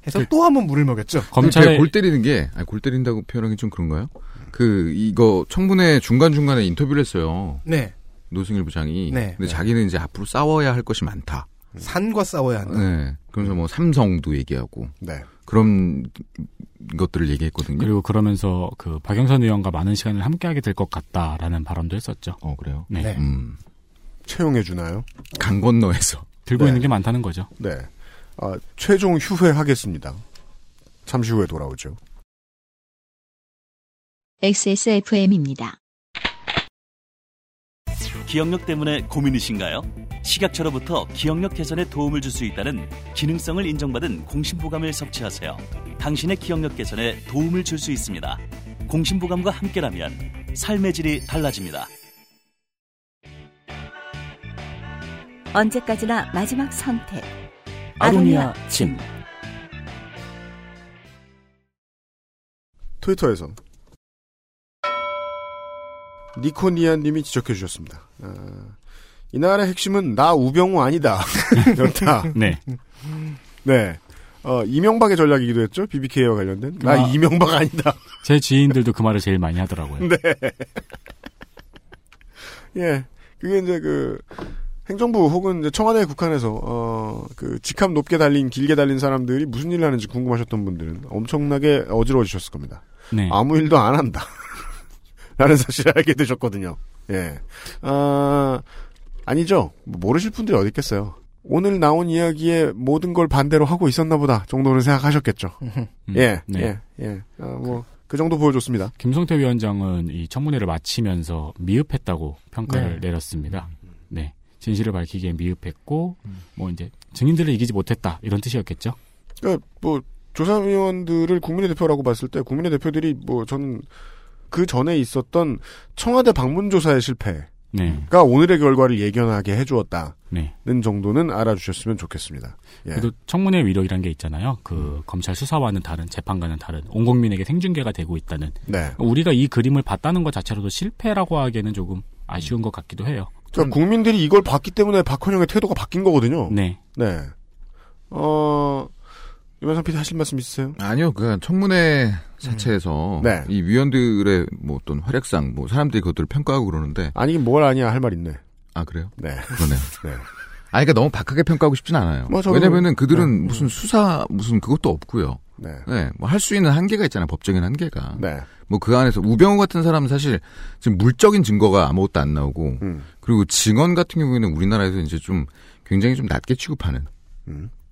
해서 또 한 번 물을 먹였죠. 검찰에 검찰의 골 때리는 게, 아니, 골 때린다고 표현하기 좀 그런가요? 그, 이거, 청문회 중간중간에 인터뷰를 했어요. 네, 노승일 부장이. 네. 근데 자기는 이제 앞으로 싸워야 할 것이 많다. 산과 싸워야 한다. 네. 그러면서 뭐 삼성도 얘기하고, 네. 그런 것들을 얘기했거든요. 그리고 그러면서 그 박영선 의원과 많은 시간을 함께하게 될 것 같다라는 발언도 했었죠. 어, 그래요? 네. 네. 음. 채용해 주나요? 강 건너에서. 들고 네. 있는 게 많다는 거죠. 네. 아, 최종 휴회하겠습니다. 잠시 후에 돌아오죠. XSFM입니다. 기억력 때문에 고민이신가요? 식약처로부터 기억력 개선에 도움을 줄 수 있다는 기능성을 인정받은 공심보감을 섭취하세요. 당신의 기억력 개선에 도움을 줄 수 있습니다. 공심보감과 함께라면 삶의 질이 달라집니다. 언제까지나 마지막 선택. 아로니아 침. 트위터에서 니코니아님이 지적해 주셨습니다. 아, 이날의 핵심은 나 우병우 아니다. (laughs) 였다. 네. (laughs) 네. 어, 이명박의 전략이기도 했죠. BBK와 관련된. 나 아. 이명박 아니다. (laughs) 제 지인들도 그 말을 제일 많이 하더라고요. 네. 예. 그게 이제 그 행정부 혹은 이제 청와대 국한에서 어, 그 직함 높게 달린 길게 달린 사람들이 무슨 일을 하는지 궁금하셨던 분들은 엄청나게 어지러워지셨을 겁니다. 네. 아무 일도 안 한다. (laughs) 라는 사실을 알게 되셨거든요. 예. 아, 아니죠. 뭐 모르실 분들이 어디 있겠어요. 오늘 나온 이야기에 모든 걸 반대로 하고 있었나 보다 정도는 생각하셨겠죠. 음, 예, 네. 예, 예. 아, 뭐, 그 정도 보여줬습니다. 김성태 위원장은 이 청문회를 마치면서 미흡했다고 평가를 내렸습니다. 음, 네. 진실을 밝히기에 미흡했고 뭐 이제 증인들을 이기지 못했다 이런 뜻이었겠죠. 그러니까 뭐 조사위원들을 국민의 대표라고 봤을 때 국민의 대표들이 뭐 저는 그 전에 있었던 청와대 방문 조사의 실패가 음. 네. 오늘의 결과를 예견하게 해주었다는 네. 정도는 알아주셨으면 좋겠습니다. 예. 그래도 청문회 위력이란 게 있잖아요. 음. 그 검찰 수사와는 다른 재판과는 다른 온 국민에게 생중계가 되고 있다는 그러니까 네. 우리가 이 그림을 봤다는 것 자체로도 실패라고 하기에는 조금 아쉬운 것 같기도 해요. 그러니까 국민들이 이걸 봤기 때문에 박헌영의 태도가 바뀐 거거든요. 네. 네. 어, 유만상 PD 하실 말씀 있으세요? 아니요, 그냥 청문회 자체에서 네. 이 위원들의 뭐 어떤 활약상, 뭐 사람들이 그것들을 평가하고 그러는데 아니 뭘 아니야 할 말 있네. 아 그래요? 네. 그러네요. 아니 그러니까 너무 박하게 평가하고 싶진 않아요. 뭐, 저도- 왜냐면은 그들은 무슨 수사 무슨 그것도 없고요. 네. 뭐 할 수 있는 한계가 있잖아요. 법적인 한계가. 네. 뭐 그 안에서 우병우 같은 사람은 사실 지금 물적인 증거가 아무것도 안 나오고 음. 그리고 증언 같은 경우에는 우리나라에서 이제 좀 굉장히 좀 낮게 취급하는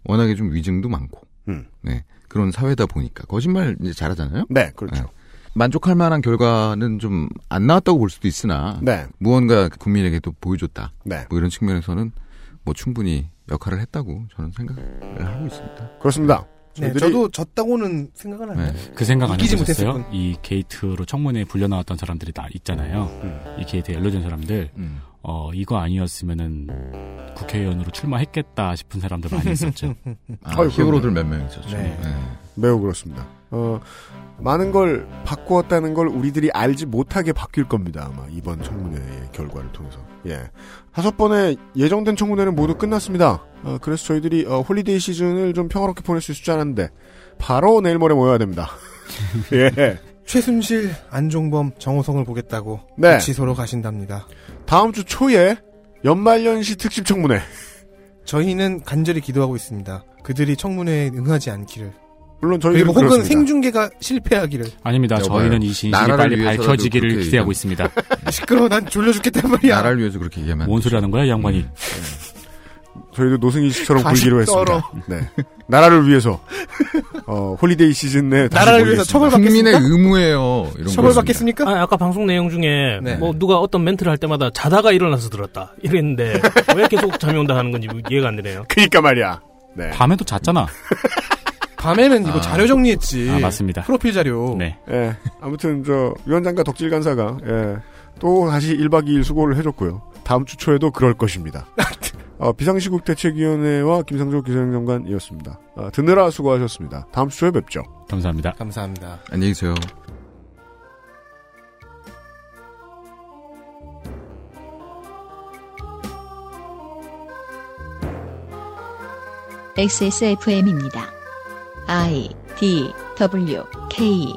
워낙에 좀 위증도 많고 음. 네. 그런 사회다 보니까 거짓말 이제 잘하잖아요. 네, 그렇죠. 만족할 만한 결과는 좀 안 나왔다고 볼 수도 있으나 네. 무언가 국민에게 또 보여줬다. 네. 뭐 이런 측면에서는 뭐 충분히 역할을 했다고 저는 생각을 하고 있습니다. 그렇습니다. 네, 저도 졌다고는 생각을 네. 안 해요. 그 생각 안 이기지 해보셨어요? 못했을 뿐. 이 게이트로 청문회에 불려 나왔던 사람들이 다 있잖아요. 음. 이 게이트에 연루된 사람들. 어, 이거 아니었으면은 국회의원으로 출마했겠다 싶은 사람들 많이 (laughs) 있었죠. 아, 히어로들 몇 명 있었죠. 네. 매우 그렇습니다. 어, 많은 걸 바꾸었다는 걸 우리들이 알지 못하게 바뀔 겁니다. 아마 이번 청문회의 결과를 통해서. 예. 다섯 번의 예정된 청문회는 모두 끝났습니다. 어, 그래서 저희들이 어, 홀리데이 시즌을 좀 평화롭게 보낼 수 있을 줄 알았는데 바로 내일 모레 모여야 됩니다. (laughs) 예. 최순실, 안종범, 정호성을 보겠다고 네. 지소로 가신답니다. 다음 주 초에 연말연시 특집 청문회. 저희는 간절히 기도하고 있습니다. 그들이 청문회에 응하지 않기를. 물론 그리고 혹은 생중계가 실패하기를. 아닙니다. 여봐요. 저희는 이 진실이 나라를 빨리 위해서라도 밝혀지기를 그렇게 기대하고 얘기하면- 있습니다. 아, 시끄러워, 난 졸려 죽겠단 말이야. 나라를 위해서 그렇게 얘기하면 안 뭔 소리 하는 거야, 이 양반이? 음. 음. 저희도 노승희 씨처럼 다시 굴기로 떨어. 했습니다. 네. 나라를 위해서 어, 홀리데이 시즌 내 다시 나라를 위해서 모이겠습니다. 처벌받겠습니까? 국민의 의무예요. 이런 처벌받겠습니까? 아, 아까 방송 내용 중에 네. 뭐 누가 어떤 멘트를 할 때마다 자다가 일어나서 들었다 이랬는데 왜 계속 잠이 온다 하는 건지 이해가 안 되네요. 그니까 말이야. 네. 밤에도 잤잖아. 밤에는 이거 아. 자료 정리했지. 예. 아, 맞습니다. 프로필 자료. 네. 예. 아무튼 저 위원장과 덕질 간사가 예. 또 다시 1박 2일 수고를 해줬고요. 다음 주 초에도 그럴 것입니다. 어, 비상시국 대책위원회와 김상조 기상장관이었습니다. 아, 드느라 수고하셨습니다. 다음 주 초에 뵙죠. 감사합니다. 감사합니다. 안녕히 계세요. XSFM입니다. I D W K